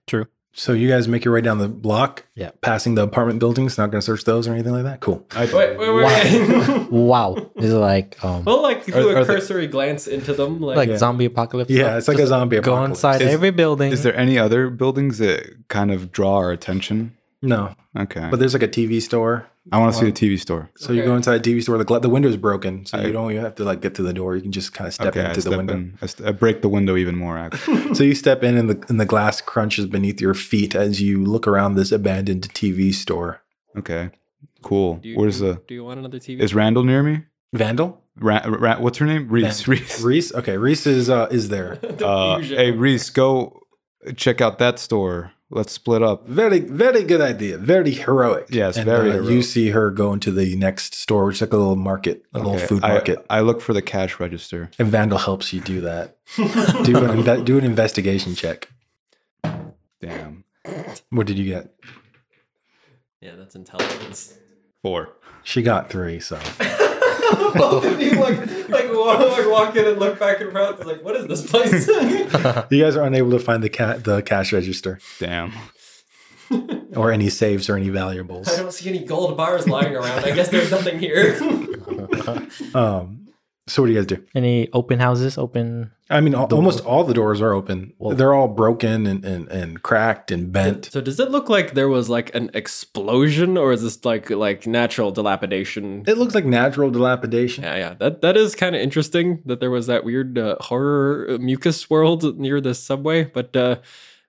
[SPEAKER 5] True.
[SPEAKER 2] So you guys make your way down the block.
[SPEAKER 5] Yeah.
[SPEAKER 2] Passing the apartment buildings. Not going to search those or anything like that. Cool.
[SPEAKER 4] I,
[SPEAKER 3] Wait, wait, wait.
[SPEAKER 4] (laughs)
[SPEAKER 3] wait.
[SPEAKER 5] Wow. This is like
[SPEAKER 3] (laughs)
[SPEAKER 5] um
[SPEAKER 3] we'll like do
[SPEAKER 4] Are-
[SPEAKER 3] a
[SPEAKER 4] are they-
[SPEAKER 3] cursory glance into them, like,
[SPEAKER 5] like
[SPEAKER 2] Oh, yeah.
[SPEAKER 5] zombie apocalypse.
[SPEAKER 2] Yeah, it's like a
[SPEAKER 5] Just
[SPEAKER 2] zombie
[SPEAKER 5] Go
[SPEAKER 2] apocalypse.
[SPEAKER 5] inside
[SPEAKER 4] Is-
[SPEAKER 5] every building.
[SPEAKER 4] Is there any other buildings that kind of draw our attention?
[SPEAKER 2] No,
[SPEAKER 4] Okay,
[SPEAKER 2] but there's like a TV store.
[SPEAKER 4] I want to see the TV store.
[SPEAKER 2] So you go inside the TV store. The gla- the window's broken, so
[SPEAKER 4] I-
[SPEAKER 2] you don't even have to like get to the door. You can just kind of step
[SPEAKER 4] Okay, I
[SPEAKER 2] into the
[SPEAKER 4] step
[SPEAKER 2] window.
[SPEAKER 4] in. I, st- I break the window even more. Actually,
[SPEAKER 2] So you step in, and the and the glass crunches beneath your feet as you look around this abandoned TV store.
[SPEAKER 4] okay, cool.
[SPEAKER 3] do you,
[SPEAKER 4] Where's
[SPEAKER 3] do, you-
[SPEAKER 4] the?
[SPEAKER 3] Do you want another TV? (laughs)
[SPEAKER 4] Is Randall near me?
[SPEAKER 2] Vandal,
[SPEAKER 4] Ra- Ra- what's her name? Reese.
[SPEAKER 2] Van-
[SPEAKER 4] Reese.
[SPEAKER 2] Reese. Okay, Reese is uh, is there.
[SPEAKER 4] Uh,
[SPEAKER 3] Diffusion.
[SPEAKER 4] hey Reese, go check out that store. Let's split up.
[SPEAKER 2] Very very good idea. Very heroic. uh,
[SPEAKER 4] Yes, very
[SPEAKER 2] You
[SPEAKER 4] heroic.
[SPEAKER 2] see her go into the next store, which is like a little market, a little
[SPEAKER 4] Okay,
[SPEAKER 2] food
[SPEAKER 4] I-
[SPEAKER 2] market.
[SPEAKER 4] I look for the cash register.
[SPEAKER 2] and Vandal helps you do that. do an inve- do an investigation check.
[SPEAKER 4] Damn.
[SPEAKER 2] What did you get?
[SPEAKER 3] yeah, that's intelligence.
[SPEAKER 4] Four.
[SPEAKER 2] She got three. So
[SPEAKER 3] (laughs) Both of you like like walk, like walk in and look back and forth. It's like, what is this place? (laughs)
[SPEAKER 2] you guys are unable to find the ca- the cash register
[SPEAKER 4] Damn.
[SPEAKER 2] or any safes or any valuables.
[SPEAKER 3] I don't see any gold bars lying around. I guess there's nothing (laughs) here.
[SPEAKER 2] Um, so what do you guys do?
[SPEAKER 5] any open houses? Open
[SPEAKER 2] I mean, al- almost all the doors are open.
[SPEAKER 5] Well-
[SPEAKER 2] They're all broken and, and, and cracked and bent.
[SPEAKER 3] so does it look like there was like an explosion, or is this like like natural dilapidation?
[SPEAKER 2] It looks like natural dilapidation.
[SPEAKER 3] Yeah, yeah. That that is kind of interesting that there was that weird uh, horror uh, mucus world near the subway, but uh,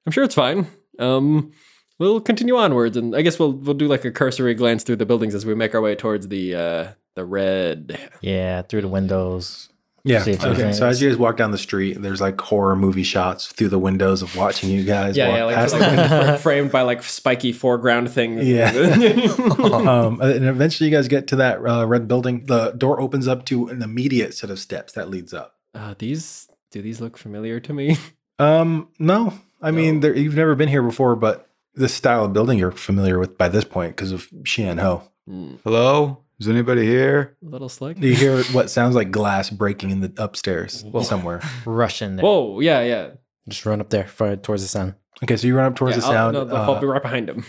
[SPEAKER 3] I'm sure it's fine. Um, we'll continue onwards, and I guess we'll we'll do like a cursory glance through the buildings as we make our way towards the uh, the red.
[SPEAKER 5] yeah, through the windows.
[SPEAKER 2] Yeah.
[SPEAKER 5] See if there's
[SPEAKER 2] Okay.
[SPEAKER 5] any-
[SPEAKER 2] So as you guys walk down the street, there's like horror movie shots through the windows of watching you guys. walk past the window. (laughs)
[SPEAKER 3] fra- framed by like spiky foreground thing.
[SPEAKER 2] Yeah.
[SPEAKER 3] (laughs)
[SPEAKER 2] um, and eventually you guys get to that uh, red building. The door opens up to an immediate set of steps that leads up.
[SPEAKER 3] uh, these do these look familiar to me? (laughs)
[SPEAKER 2] Um, no, I mean,
[SPEAKER 3] No.
[SPEAKER 2] there, you've never been here before, but this style of building you're familiar with by this point because of Xian Ho.
[SPEAKER 3] Mm,
[SPEAKER 4] Hello? Is anybody here?
[SPEAKER 3] a little slick.
[SPEAKER 2] You hear what sounds like glass breaking in the upstairs
[SPEAKER 3] Whoa.
[SPEAKER 2] somewhere.
[SPEAKER 5] Rush in there.
[SPEAKER 3] Whoa! Yeah, yeah.
[SPEAKER 5] Just run up there for towards the sun.
[SPEAKER 2] Okay, so you run up towards
[SPEAKER 3] yeah
[SPEAKER 2] the
[SPEAKER 3] I'll-
[SPEAKER 2] sound.
[SPEAKER 3] no,
[SPEAKER 2] uh,
[SPEAKER 3] I'll be right behind him.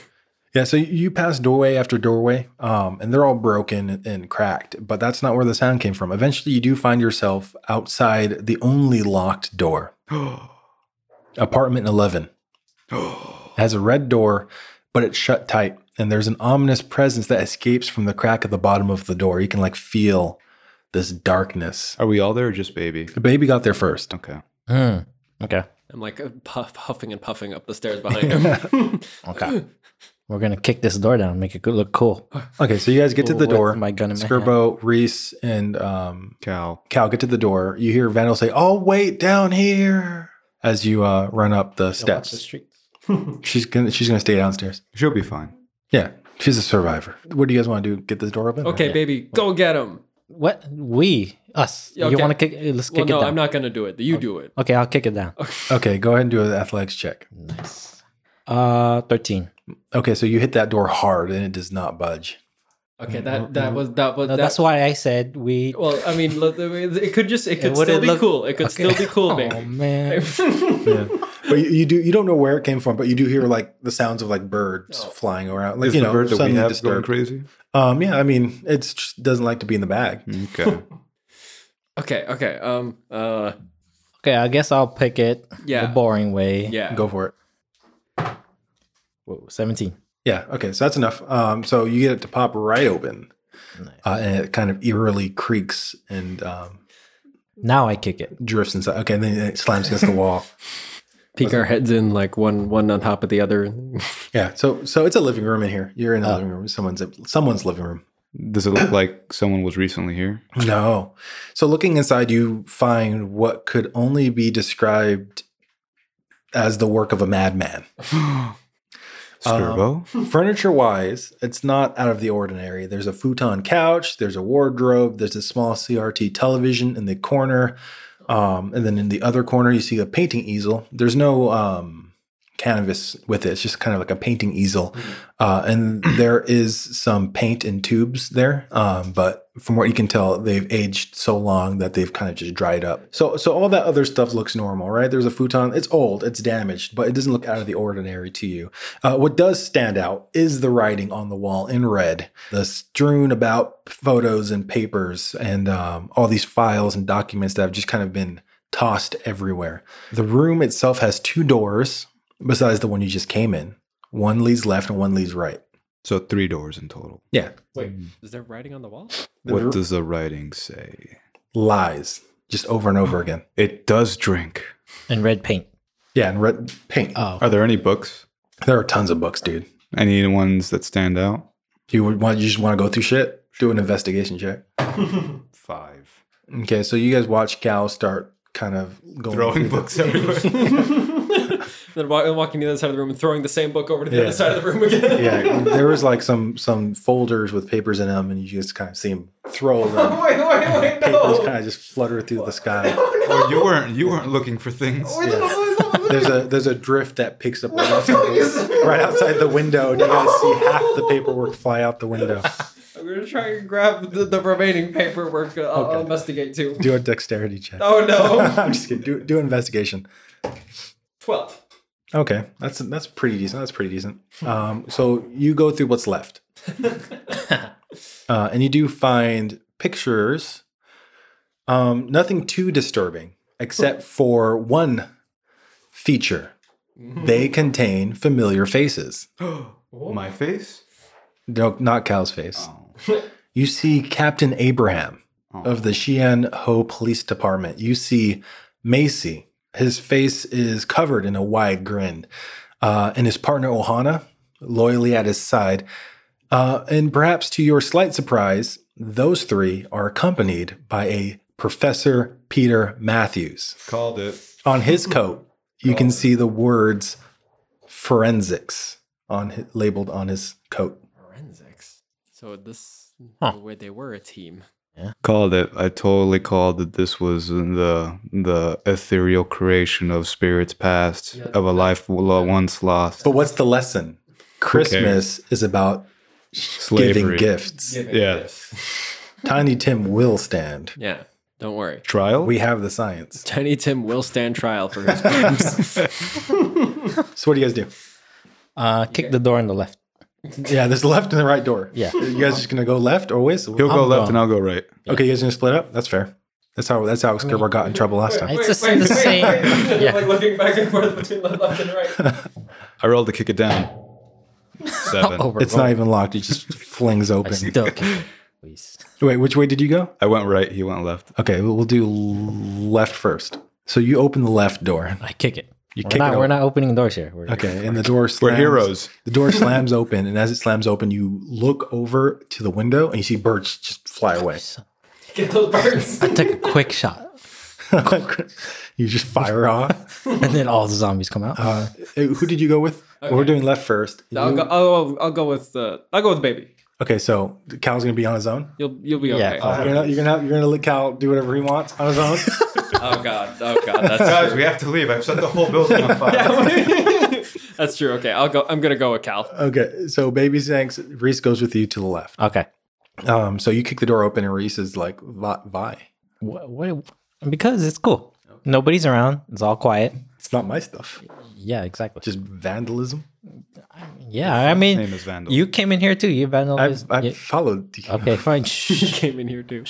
[SPEAKER 2] yeah, so you pass doorway after doorway, um, and they're all broken and, and cracked, but that's not where the sound came from. Eventually, you do find yourself outside the only locked
[SPEAKER 5] (gasps)
[SPEAKER 2] door, apartment 11. It has a red door, but it's shut tight, and there's an ominous presence that escapes from the crack at the bottom of the door. You can like feel this darkness.
[SPEAKER 4] Are we all there or just baby?
[SPEAKER 2] The baby got there first.
[SPEAKER 4] Okay.
[SPEAKER 5] Hmm. Okay.
[SPEAKER 3] I'm like uh, puff, huffing and puffing up the
[SPEAKER 2] (laughs)
[SPEAKER 3] stairs behind him.
[SPEAKER 5] Okay. We're gonna kick this door down, make it good look cool.
[SPEAKER 2] Okay, so you guys get to the
[SPEAKER 5] With
[SPEAKER 2] door.
[SPEAKER 5] My gun in my hand.
[SPEAKER 2] Skirbo, Reese, and um,
[SPEAKER 4] Cal.
[SPEAKER 2] Cal get to the door. You hear Vandal say, "Oh, wait down here!" as you uh, run up the
[SPEAKER 5] Watch the
[SPEAKER 2] steps.
[SPEAKER 5] street.
[SPEAKER 2] She's gonna she's gonna stay downstairs.
[SPEAKER 4] She'll be fine.
[SPEAKER 2] Yeah, she's a survivor. What do you guys want to do? Get this door open?
[SPEAKER 3] okay, baby, go get him.
[SPEAKER 5] What? We? Us?
[SPEAKER 3] Yeah,
[SPEAKER 5] You
[SPEAKER 3] okay.
[SPEAKER 5] want to kick? eh, Let's
[SPEAKER 3] Well,
[SPEAKER 5] kick
[SPEAKER 3] no,
[SPEAKER 5] it down.
[SPEAKER 3] I'm not gonna do it. You do it.
[SPEAKER 5] Okay, I'll kick it down.
[SPEAKER 2] Okay, go ahead and do an athletics check.
[SPEAKER 5] Nice. Uh, thirteen.
[SPEAKER 2] Okay, so you hit that door hard and it does not budge.
[SPEAKER 3] Okay, that that was that was
[SPEAKER 5] No,
[SPEAKER 3] that- Oh,
[SPEAKER 5] that's why I said we.
[SPEAKER 3] (laughs) Well, I mean, look, it could just it could
[SPEAKER 5] would
[SPEAKER 3] still
[SPEAKER 5] it
[SPEAKER 3] be
[SPEAKER 5] look-
[SPEAKER 3] cool. It could still be cool,
[SPEAKER 5] Oh
[SPEAKER 3] man. (laughs)
[SPEAKER 5] man.
[SPEAKER 2] Yeah. (laughs) but you, you do you don't know where it came from, but you do hear like the sounds of like birds
[SPEAKER 3] Oh.
[SPEAKER 2] flying around. Like
[SPEAKER 4] Is
[SPEAKER 2] you
[SPEAKER 4] the
[SPEAKER 2] know,
[SPEAKER 4] bird that we
[SPEAKER 2] suddenly
[SPEAKER 4] have going
[SPEAKER 2] disturbed.
[SPEAKER 4] crazy?
[SPEAKER 2] Um, yeah, I mean, it just doesn't like to be in the bag.
[SPEAKER 4] Hmm.
[SPEAKER 2] (laughs)
[SPEAKER 4] Okay.
[SPEAKER 3] okay, okay. Um. Uh.
[SPEAKER 5] Okay, I guess I'll pick it
[SPEAKER 3] Yeah.
[SPEAKER 5] the boring way.
[SPEAKER 3] Yeah.
[SPEAKER 2] Go for it.
[SPEAKER 5] Whoa, seventeen.
[SPEAKER 2] Yeah. Okay. So that's enough. Um, so you get it to pop right open,
[SPEAKER 5] Nice.
[SPEAKER 2] uh, and it kind of eerily creaks and um,
[SPEAKER 5] Now I kick it.
[SPEAKER 2] drifts inside. Okay, and then it slams against the
[SPEAKER 5] (laughs)
[SPEAKER 2] wall.
[SPEAKER 3] Peek our heads in like one one on top of the other. (laughs)
[SPEAKER 2] Yeah. So so it's a living room in here. You're in a
[SPEAKER 5] Oh.
[SPEAKER 2] living room. Someone's someone's living room.
[SPEAKER 4] Does it look like someone was
[SPEAKER 2] (gasps)
[SPEAKER 4] recently here?
[SPEAKER 2] No. So looking inside, you find what could only be described as the work of a madman.
[SPEAKER 4] Sturbo?
[SPEAKER 2] Uh, Furniture wise, it's not out of the ordinary. There's a futon couch, there's a wardrobe, there's a small CRT television in the corner. Um, and then in the other corner, you see a painting easel. There's no um, canvas with it, it's just kind of like a painting easel. Uh, and there is some paint in tubes there. Um, but from what you can tell, they've aged so long that they've kind of just dried up. So, so all that other stuff looks normal, right? There's a futon. It's old, it's damaged, but it doesn't look out of the ordinary to you. Uh, what does stand out is the writing on the wall in red, the strewn about photos and papers, and um, all these files and documents that have just kind of been tossed everywhere. The room itself has two doors besides the one you just came in. One leads left and one leads right.
[SPEAKER 4] So three doors in total.
[SPEAKER 2] Yeah,
[SPEAKER 3] Wait, is there writing on the wall? (laughs)
[SPEAKER 4] What does the writing say?
[SPEAKER 2] lies just over and over again.
[SPEAKER 4] It does drink.
[SPEAKER 5] And red paint.
[SPEAKER 2] Yeah, and red paint. Uh,
[SPEAKER 5] Oh.
[SPEAKER 4] Are there any books?
[SPEAKER 2] there are tons of books, dude.
[SPEAKER 4] Any ones that stand out?
[SPEAKER 2] You would want you just want to go through shit. Do an investigation check.
[SPEAKER 4] Five.
[SPEAKER 2] Okay, so you guys watch Cal start kind of going
[SPEAKER 4] Throwing
[SPEAKER 2] through the-
[SPEAKER 4] books everywhere. (laughs)
[SPEAKER 3] then wa- walking to the other side of the room and throwing the same book over to the
[SPEAKER 2] Yeah.
[SPEAKER 3] other side of the room (laughs) again.
[SPEAKER 2] yeah, there was like some some folders with papers in them, and you just kind of see him throw them.
[SPEAKER 3] wait,
[SPEAKER 2] (laughs)
[SPEAKER 3] wait, wait,
[SPEAKER 2] Papers
[SPEAKER 3] no.
[SPEAKER 2] kind of just flutter through the sky.
[SPEAKER 4] oh, you weren't you weren't looking for things.
[SPEAKER 3] Wait, no, no, no, no.
[SPEAKER 2] There's a there's a drift that picks (laughs) up right, outside the, right outside the window, and you guys see half the paperwork fly out the window.
[SPEAKER 3] I'm gonna try and grab the, the remaining paperwork. uh, I'll, I'll
[SPEAKER 2] Okay.
[SPEAKER 3] investigate too.
[SPEAKER 2] Do a dexterity check.
[SPEAKER 3] Oh no,
[SPEAKER 2] (laughs) I'm just kidding. Do do an investigation.
[SPEAKER 3] twelve.
[SPEAKER 2] Okay, that's that's pretty decent. That's pretty decent. Um, so you go through what's left, uh, and you do find pictures. Um, nothing too disturbing, except for one feature. They contain familiar faces.
[SPEAKER 4] My face?
[SPEAKER 2] No, not Cal's face.
[SPEAKER 4] Oh.
[SPEAKER 2] You see Captain Abraham of the Sheehan Ho Police Department. You see Macy. His face is covered in a wide grin. Uh, and his partner, Ohana, loyally at his side. Uh, and perhaps to your slight surprise, those three are accompanied by a Professor Peter Matthews.
[SPEAKER 4] Called it.
[SPEAKER 2] On his coat, you can see the words forensics on hi- labeled on his coat.
[SPEAKER 3] Forensics. So this
[SPEAKER 5] Huh.
[SPEAKER 3] the way they were a team.
[SPEAKER 4] Called it. I totally called that this was the the ethereal creation of spirits past
[SPEAKER 3] Yeah.
[SPEAKER 4] of a life lo- once lost.
[SPEAKER 2] But what's the lesson? Christmas is about giving
[SPEAKER 4] Slavery.
[SPEAKER 2] gifts.
[SPEAKER 4] Yeah.
[SPEAKER 2] Tiny Tim will stand.
[SPEAKER 3] Yeah. Don't worry.
[SPEAKER 4] Trial?
[SPEAKER 2] We have the science.
[SPEAKER 3] Tiny Tim will stand trial for (laughs) his crimes.
[SPEAKER 2] So what do you guys do?
[SPEAKER 5] Uh, kick the door on the left.
[SPEAKER 2] Yeah, there's the left and the right door.
[SPEAKER 5] Yeah.
[SPEAKER 2] You guys just gonna go left always?
[SPEAKER 4] He'll
[SPEAKER 2] Okay,
[SPEAKER 4] go
[SPEAKER 5] I'm
[SPEAKER 4] left
[SPEAKER 5] gone.
[SPEAKER 4] and I'll go right.
[SPEAKER 2] you guys gonna split up? That's fair. That's how that's how Skirbo got in trouble last time.
[SPEAKER 5] It's just the same. Yeah.
[SPEAKER 3] (laughs) Like looking back and forth between left and right.
[SPEAKER 4] I rolled to kick it (laughs) down. Seven.
[SPEAKER 5] Over.
[SPEAKER 2] It's not even locked, it just flings
[SPEAKER 5] I
[SPEAKER 2] open.
[SPEAKER 5] still kick it. Please.
[SPEAKER 2] Wait, which way did you go?
[SPEAKER 4] I went right. He went left.
[SPEAKER 2] Okay, we'll we'll do left first. So you open the left door.
[SPEAKER 5] I kick it.
[SPEAKER 2] You
[SPEAKER 5] We're
[SPEAKER 2] kick
[SPEAKER 5] not,
[SPEAKER 2] it
[SPEAKER 5] we're
[SPEAKER 2] open.
[SPEAKER 5] not opening doors here. We're,
[SPEAKER 2] Okay, and the door
[SPEAKER 4] We're
[SPEAKER 2] slams.
[SPEAKER 4] heroes.
[SPEAKER 2] The
[SPEAKER 4] (laughs)
[SPEAKER 2] door slams open, and as it slams open, you look over to the window and you see birds just fly away.
[SPEAKER 3] Get those birds. (laughs)
[SPEAKER 5] I (laughs) take a quick shot,
[SPEAKER 2] (laughs) you just fire off.
[SPEAKER 5] and then all the zombies come out.
[SPEAKER 2] Uh, who did you go with? We're doing left first.
[SPEAKER 3] I'll go. I'll, I'll go with. Uh, I'll go with baby.
[SPEAKER 2] Okay, so Cal's gonna be on his own.
[SPEAKER 3] You'll you'll be
[SPEAKER 5] Yeah,
[SPEAKER 3] okay.
[SPEAKER 5] fine.
[SPEAKER 2] You're gonna you're gonna, you're gonna let Cal do whatever he wants on his own.
[SPEAKER 3] oh god. Oh god. That's
[SPEAKER 4] Guys, we have to leave. I've set the whole (laughs) building on fire.
[SPEAKER 3] (laughs) that's true. Okay, I'll go. I'm gonna go with Cal.
[SPEAKER 2] okay, so Baby Zanks, Reese goes with you to the left.
[SPEAKER 5] Okay.
[SPEAKER 2] Um, so you kick the door open and Reese is like, "Vi- "Vi,
[SPEAKER 5] What, because it's cool. Nobody's around. It's all quiet.
[SPEAKER 2] it's not my stuff.
[SPEAKER 5] Yeah, exactly.
[SPEAKER 2] Just vandalism."
[SPEAKER 5] yeah, I mean,
[SPEAKER 4] Name is Vandal.
[SPEAKER 5] you came in here too. You vandalized.
[SPEAKER 2] I've, I've
[SPEAKER 5] yeah.
[SPEAKER 2] followed. you.
[SPEAKER 5] Okay, fine.
[SPEAKER 3] She
[SPEAKER 5] Shh.
[SPEAKER 3] came in here too.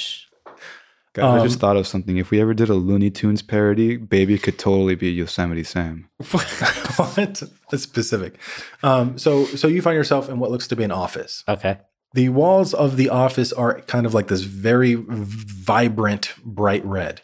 [SPEAKER 4] Guys, I
[SPEAKER 2] Um,
[SPEAKER 4] just thought of something. If we ever did a Looney Tunes parody, Baby could totally be Yosemite Sam.
[SPEAKER 2] (laughs) what? That's specific. Um, so so you find yourself in what looks to be an office.
[SPEAKER 5] Okay.
[SPEAKER 2] The walls of the office are kind of like this very vibrant, bright red,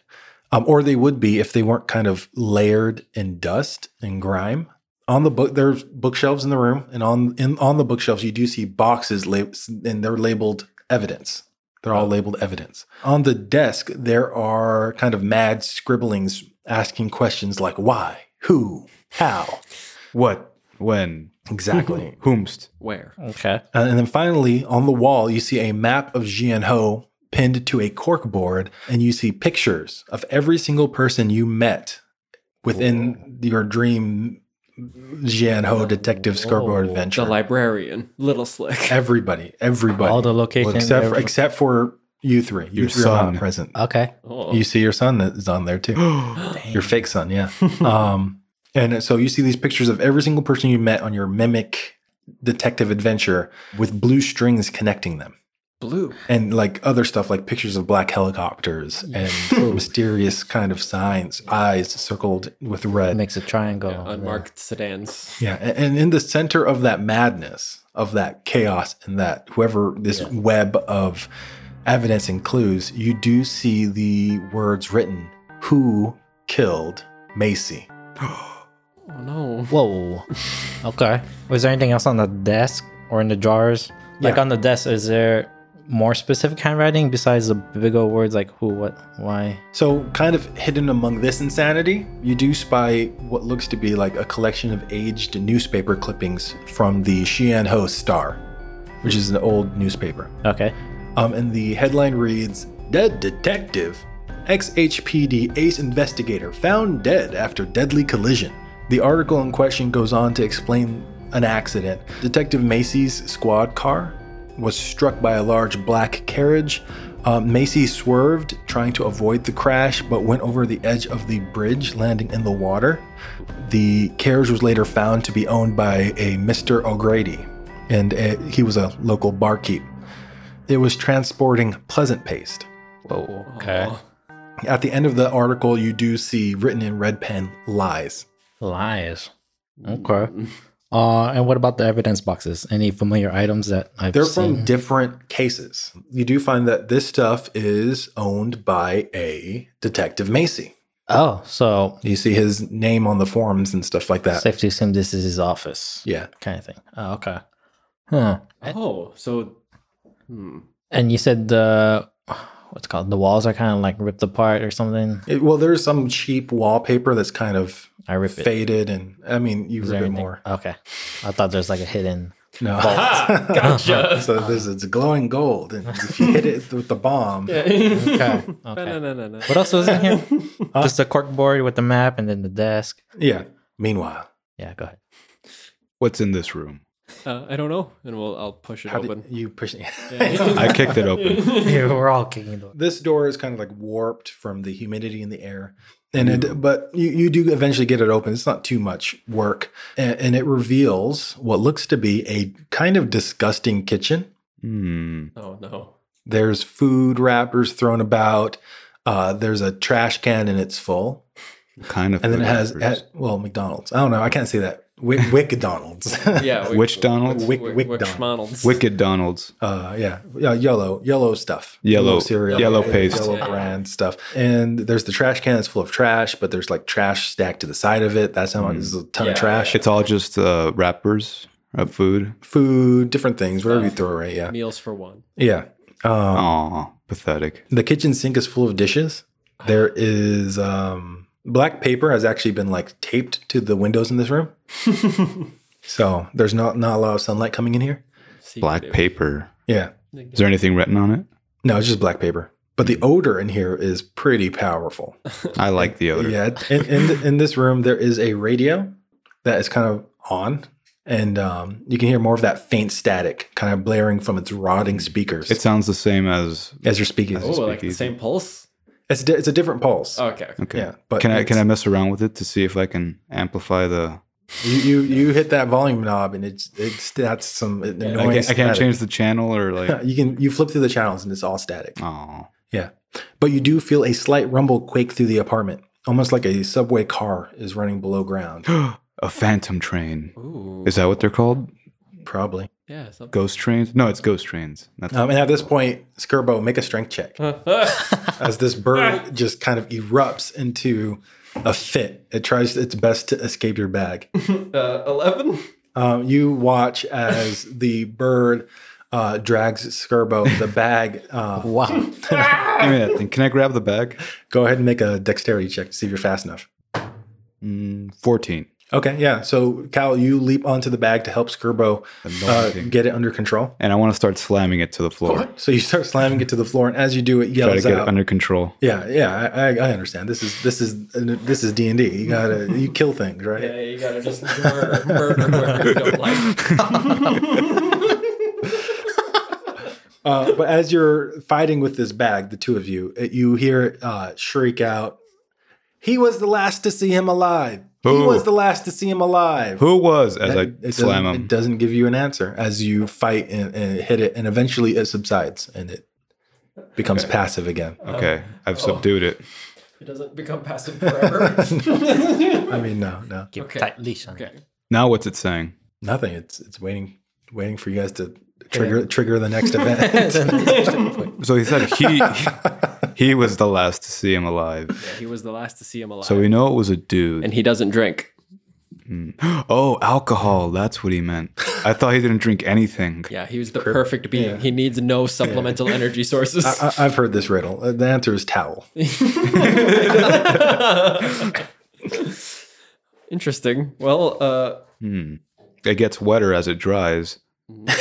[SPEAKER 2] um, or they would be if they weren't kind of layered in dust and grime. On the book, there's bookshelves in the room, and on in, on the bookshelves, you do see boxes, lab- and they're labeled evidence. They're all labeled evidence. On the desk, there are kind of mad scribblings asking questions like why, who, how,
[SPEAKER 4] What? When?
[SPEAKER 2] exactly.
[SPEAKER 4] Whomst?
[SPEAKER 3] Where?
[SPEAKER 5] Okay.
[SPEAKER 2] Uh, and then finally, on the wall, you see a map of Jianho pinned to a cork board, and you see pictures of every single person you met within your dream Jianho detective scoreboard
[SPEAKER 5] Whoa.
[SPEAKER 2] adventure.
[SPEAKER 3] The librarian, Little Slick.
[SPEAKER 2] everybody, everybody,
[SPEAKER 5] All the locations.
[SPEAKER 2] except for,
[SPEAKER 5] every- Uh,
[SPEAKER 2] except for you three. You
[SPEAKER 4] Your
[SPEAKER 2] three are
[SPEAKER 4] son.
[SPEAKER 2] not present.
[SPEAKER 5] okay.
[SPEAKER 3] Oh.
[SPEAKER 2] You see your son is on there too. (gasps) your fake son, yeah. um, and so you see these pictures of every single person you met on your mimic detective adventure with blue strings connecting them.
[SPEAKER 3] blue.
[SPEAKER 2] and like other stuff like pictures of black helicopters and mysterious kind of signs eyes circled with
[SPEAKER 5] It
[SPEAKER 2] red
[SPEAKER 5] makes a triangle.
[SPEAKER 3] Yeah, unmarked sedans.
[SPEAKER 2] yeah a- and in the center of that madness of that chaos and that whoever this web of evidence and clues you do see the words written who killed macy
[SPEAKER 3] Oh no.
[SPEAKER 2] (laughs)
[SPEAKER 5] Whoa. Okay. Was there anything else on the desk or in the drawers? Like
[SPEAKER 2] Yeah.
[SPEAKER 5] on the desk, is there more specific handwriting besides the big old words like who, what, why?
[SPEAKER 2] So, kind of hidden among this insanity, you do spy what looks to be like a collection of aged newspaper clippings from the Xianho Star, which is an old newspaper.
[SPEAKER 5] Okay.
[SPEAKER 2] Um, and the headline reads Dead Detective. XHPD ace investigator found dead after deadly collision. The article in question goes on to explain an accident. Detective Macy's squad car was struck by a large black carriage. Um, Macy swerved, trying to avoid the crash, but went over the edge of the bridge, landing in the water. The carriage was later found to be owned by a Mr. O'Grady, and uh he was a local barkeep. It was transporting pleasant paste.
[SPEAKER 5] Whoa.
[SPEAKER 3] Oh.
[SPEAKER 2] At the end of the article, you do see written in red pen lies.
[SPEAKER 5] Lies. Okay. Uh, and what about the evidence boxes? Any familiar items that I've
[SPEAKER 2] They're
[SPEAKER 5] seen?
[SPEAKER 2] from different cases. You do find that this stuff is owned by a detective Macy.
[SPEAKER 5] oh, so
[SPEAKER 2] You see his name on the forums and stuff like that.
[SPEAKER 5] safety sim. This is his office,
[SPEAKER 2] Yeah.
[SPEAKER 5] kind of thing. Oh, okay. Huh.
[SPEAKER 3] Oh, so. Hmm.
[SPEAKER 5] And you said the what's it called the walls are kind of like ripped apart or something.
[SPEAKER 2] It- well, there's some cheap wallpaper that's kind of
[SPEAKER 5] I rip it.
[SPEAKER 2] faded, and I mean, you
[SPEAKER 5] Is
[SPEAKER 2] rip
[SPEAKER 5] there
[SPEAKER 2] it
[SPEAKER 5] anything-
[SPEAKER 2] more.
[SPEAKER 5] Okay. I thought there's like a hidden. (laughs)
[SPEAKER 2] No, (laughs)
[SPEAKER 3] Gotcha.
[SPEAKER 2] so there's it's glowing gold, and if you hit it with the
[SPEAKER 5] (laughs)
[SPEAKER 2] bomb,
[SPEAKER 5] Okay. okay.
[SPEAKER 3] Ba-na-na-na-na.
[SPEAKER 5] What else was in here? Just the cork board with the map and then the desk.
[SPEAKER 2] yeah. Meanwhile,
[SPEAKER 5] Yeah, go ahead.
[SPEAKER 4] What's in this room?
[SPEAKER 3] Uh, I don't know, and we'll I'll push it
[SPEAKER 2] how
[SPEAKER 3] open.
[SPEAKER 2] did you push? (laughs)
[SPEAKER 4] I kicked it open.
[SPEAKER 5] we're all kicking the
[SPEAKER 2] this door is kind of like warped from the humidity in the air and it, but you, you do eventually get it open it's not too much work and, and it reveals what looks to be a kind of disgusting kitchen
[SPEAKER 4] Hmm.
[SPEAKER 3] oh no.
[SPEAKER 2] there's food wrappers thrown about uh, there's a trash can and it's full
[SPEAKER 4] Kind of.
[SPEAKER 2] and then it has
[SPEAKER 4] flavors.
[SPEAKER 2] at, well mcdonald's i don't know i can't say that Wick, Wickdonald's. (laughs)
[SPEAKER 3] Yeah.
[SPEAKER 4] Witch Donald?
[SPEAKER 2] Wick-
[SPEAKER 3] Wick,
[SPEAKER 2] Wick
[SPEAKER 3] Wick
[SPEAKER 2] Donald.
[SPEAKER 3] Schmonalds.
[SPEAKER 4] Wicked Donald's.
[SPEAKER 2] uh yeah yeah yellow yellow stuff
[SPEAKER 4] Yellow-
[SPEAKER 2] cereal
[SPEAKER 4] yellow paste.
[SPEAKER 2] yellow
[SPEAKER 3] Yeah.
[SPEAKER 2] brand stuff and there's the trash can that's full of trash but there's like trash stacked to the side of it that's how much there's a ton
[SPEAKER 3] Yeah.
[SPEAKER 2] of trash
[SPEAKER 4] It's all just uh, wrappers of food.
[SPEAKER 2] food different things whatever you throw away yeah
[SPEAKER 3] Meals for one.
[SPEAKER 2] yeah um,
[SPEAKER 4] Aw, pathetic.
[SPEAKER 2] the kitchen sink is full of dishes there is um black paper has actually been like taped to the windows in this room so there's not not a lot of sunlight coming in here
[SPEAKER 3] See
[SPEAKER 4] Black
[SPEAKER 3] you.
[SPEAKER 4] paper.
[SPEAKER 2] Yeah.
[SPEAKER 4] Is there anything written on it?
[SPEAKER 2] No, it's just black paper. But the odor in here is pretty powerful.
[SPEAKER 4] I like the odor.
[SPEAKER 2] Yeah, in, in in this room there is a radio that is kind of on, and um, you can hear more of that faint static kind of blaring from its rotting speakers
[SPEAKER 4] It sounds the same as
[SPEAKER 2] as you're speaking.
[SPEAKER 4] As-
[SPEAKER 3] Oh, like the
[SPEAKER 4] speakeasy.
[SPEAKER 3] same pulse.
[SPEAKER 2] It's di- it's a different pulse.
[SPEAKER 3] Oh, okay.
[SPEAKER 4] okay.
[SPEAKER 2] Yeah, but
[SPEAKER 4] can I can I
[SPEAKER 2] it's-
[SPEAKER 4] mess around with it to see if I can amplify the?
[SPEAKER 2] You, you you hit that volume knob and it's it's that's some annoying.
[SPEAKER 4] I can't, I
[SPEAKER 2] (laughs)
[SPEAKER 4] can't
[SPEAKER 2] static.
[SPEAKER 4] change the channel
[SPEAKER 2] (laughs)
[SPEAKER 4] or like.
[SPEAKER 2] you can you flip through the channels and it's all static.
[SPEAKER 4] Oh,
[SPEAKER 2] Yeah, but you do feel a slight rumble quake through the apartment, almost like a subway car is running below
[SPEAKER 4] (gasps)
[SPEAKER 2] ground.
[SPEAKER 4] a phantom train.
[SPEAKER 3] Ooh.
[SPEAKER 4] Is that what they're called?
[SPEAKER 2] Probably.
[SPEAKER 3] Yeah. Something. (laughs)
[SPEAKER 4] Ghost trains? No, it's ghost trains. That's
[SPEAKER 2] Um, and at this point, Skirbo, make a strength check as this bird just kind of erupts into a fit. It tries its best to escape your bag.
[SPEAKER 3] Uh, Eleven.
[SPEAKER 2] Um, you watch as the bird uh, drags Skirbo the bag. Uh,
[SPEAKER 5] Wow.
[SPEAKER 4] Give me that thing. Can I grab the bag?
[SPEAKER 2] (laughs) go ahead and make a dexterity check to see if you're fast enough.
[SPEAKER 4] Mm, Fourteen.
[SPEAKER 2] Okay, yeah. So Cal, you leap onto the bag to help Skirbo uh,
[SPEAKER 4] Anointing.
[SPEAKER 2] get it under control.
[SPEAKER 4] and I want to start slamming it to the floor.
[SPEAKER 2] So you start slamming it to the floor, and as you do, it
[SPEAKER 4] Try to
[SPEAKER 2] yells
[SPEAKER 4] get
[SPEAKER 2] out.
[SPEAKER 4] it under control.
[SPEAKER 2] yeah, yeah, I, I I understand. This is this is this is D and D. You gotta you kill things, right?
[SPEAKER 3] Yeah, you gotta
[SPEAKER 4] (laughs)
[SPEAKER 3] just murder, murder whoever you don't like.
[SPEAKER 2] Uh, but as you're fighting with this bag, the two of you, it- you hear it, uh, shriek out, "He was the last to see him alive. He
[SPEAKER 4] Who?
[SPEAKER 2] was the last to see him alive."
[SPEAKER 4] Who was as
[SPEAKER 2] That-
[SPEAKER 4] I
[SPEAKER 2] it
[SPEAKER 4] slam
[SPEAKER 2] doesn't-
[SPEAKER 4] him?
[SPEAKER 2] It doesn't give you an answer as you fight and, and hit it, and eventually it subsides and it becomes passive again.
[SPEAKER 4] Okay,
[SPEAKER 2] Oh.
[SPEAKER 4] I've subdued it.
[SPEAKER 3] It doesn't become passive forever.
[SPEAKER 2] I mean, no, no,
[SPEAKER 5] (laughs) Keep
[SPEAKER 3] Okay.
[SPEAKER 5] tight leash on it.
[SPEAKER 3] okay.
[SPEAKER 4] Now what's it saying?
[SPEAKER 2] nothing. It's it's waiting, waiting for you guys to trigger trigger the next
[SPEAKER 4] (laughs)
[SPEAKER 2] event.
[SPEAKER 4] So he said
[SPEAKER 2] (laughs)
[SPEAKER 4] he he was the last to see him alive.
[SPEAKER 3] Yeah, he was the last to see him alive.
[SPEAKER 4] So we know it was a dude.
[SPEAKER 3] and he doesn't drink.
[SPEAKER 4] oh, alcohol. That's what he meant. I thought he didn't drink anything.
[SPEAKER 3] Yeah, he was the perfect being. He needs
[SPEAKER 2] (laughs)
[SPEAKER 3] no supplemental energy sources.
[SPEAKER 2] I, I've heard this riddle. Uh, The answer is towel.
[SPEAKER 3] Interesting. Well, uh,
[SPEAKER 4] It gets wetter as it dries.
[SPEAKER 2] What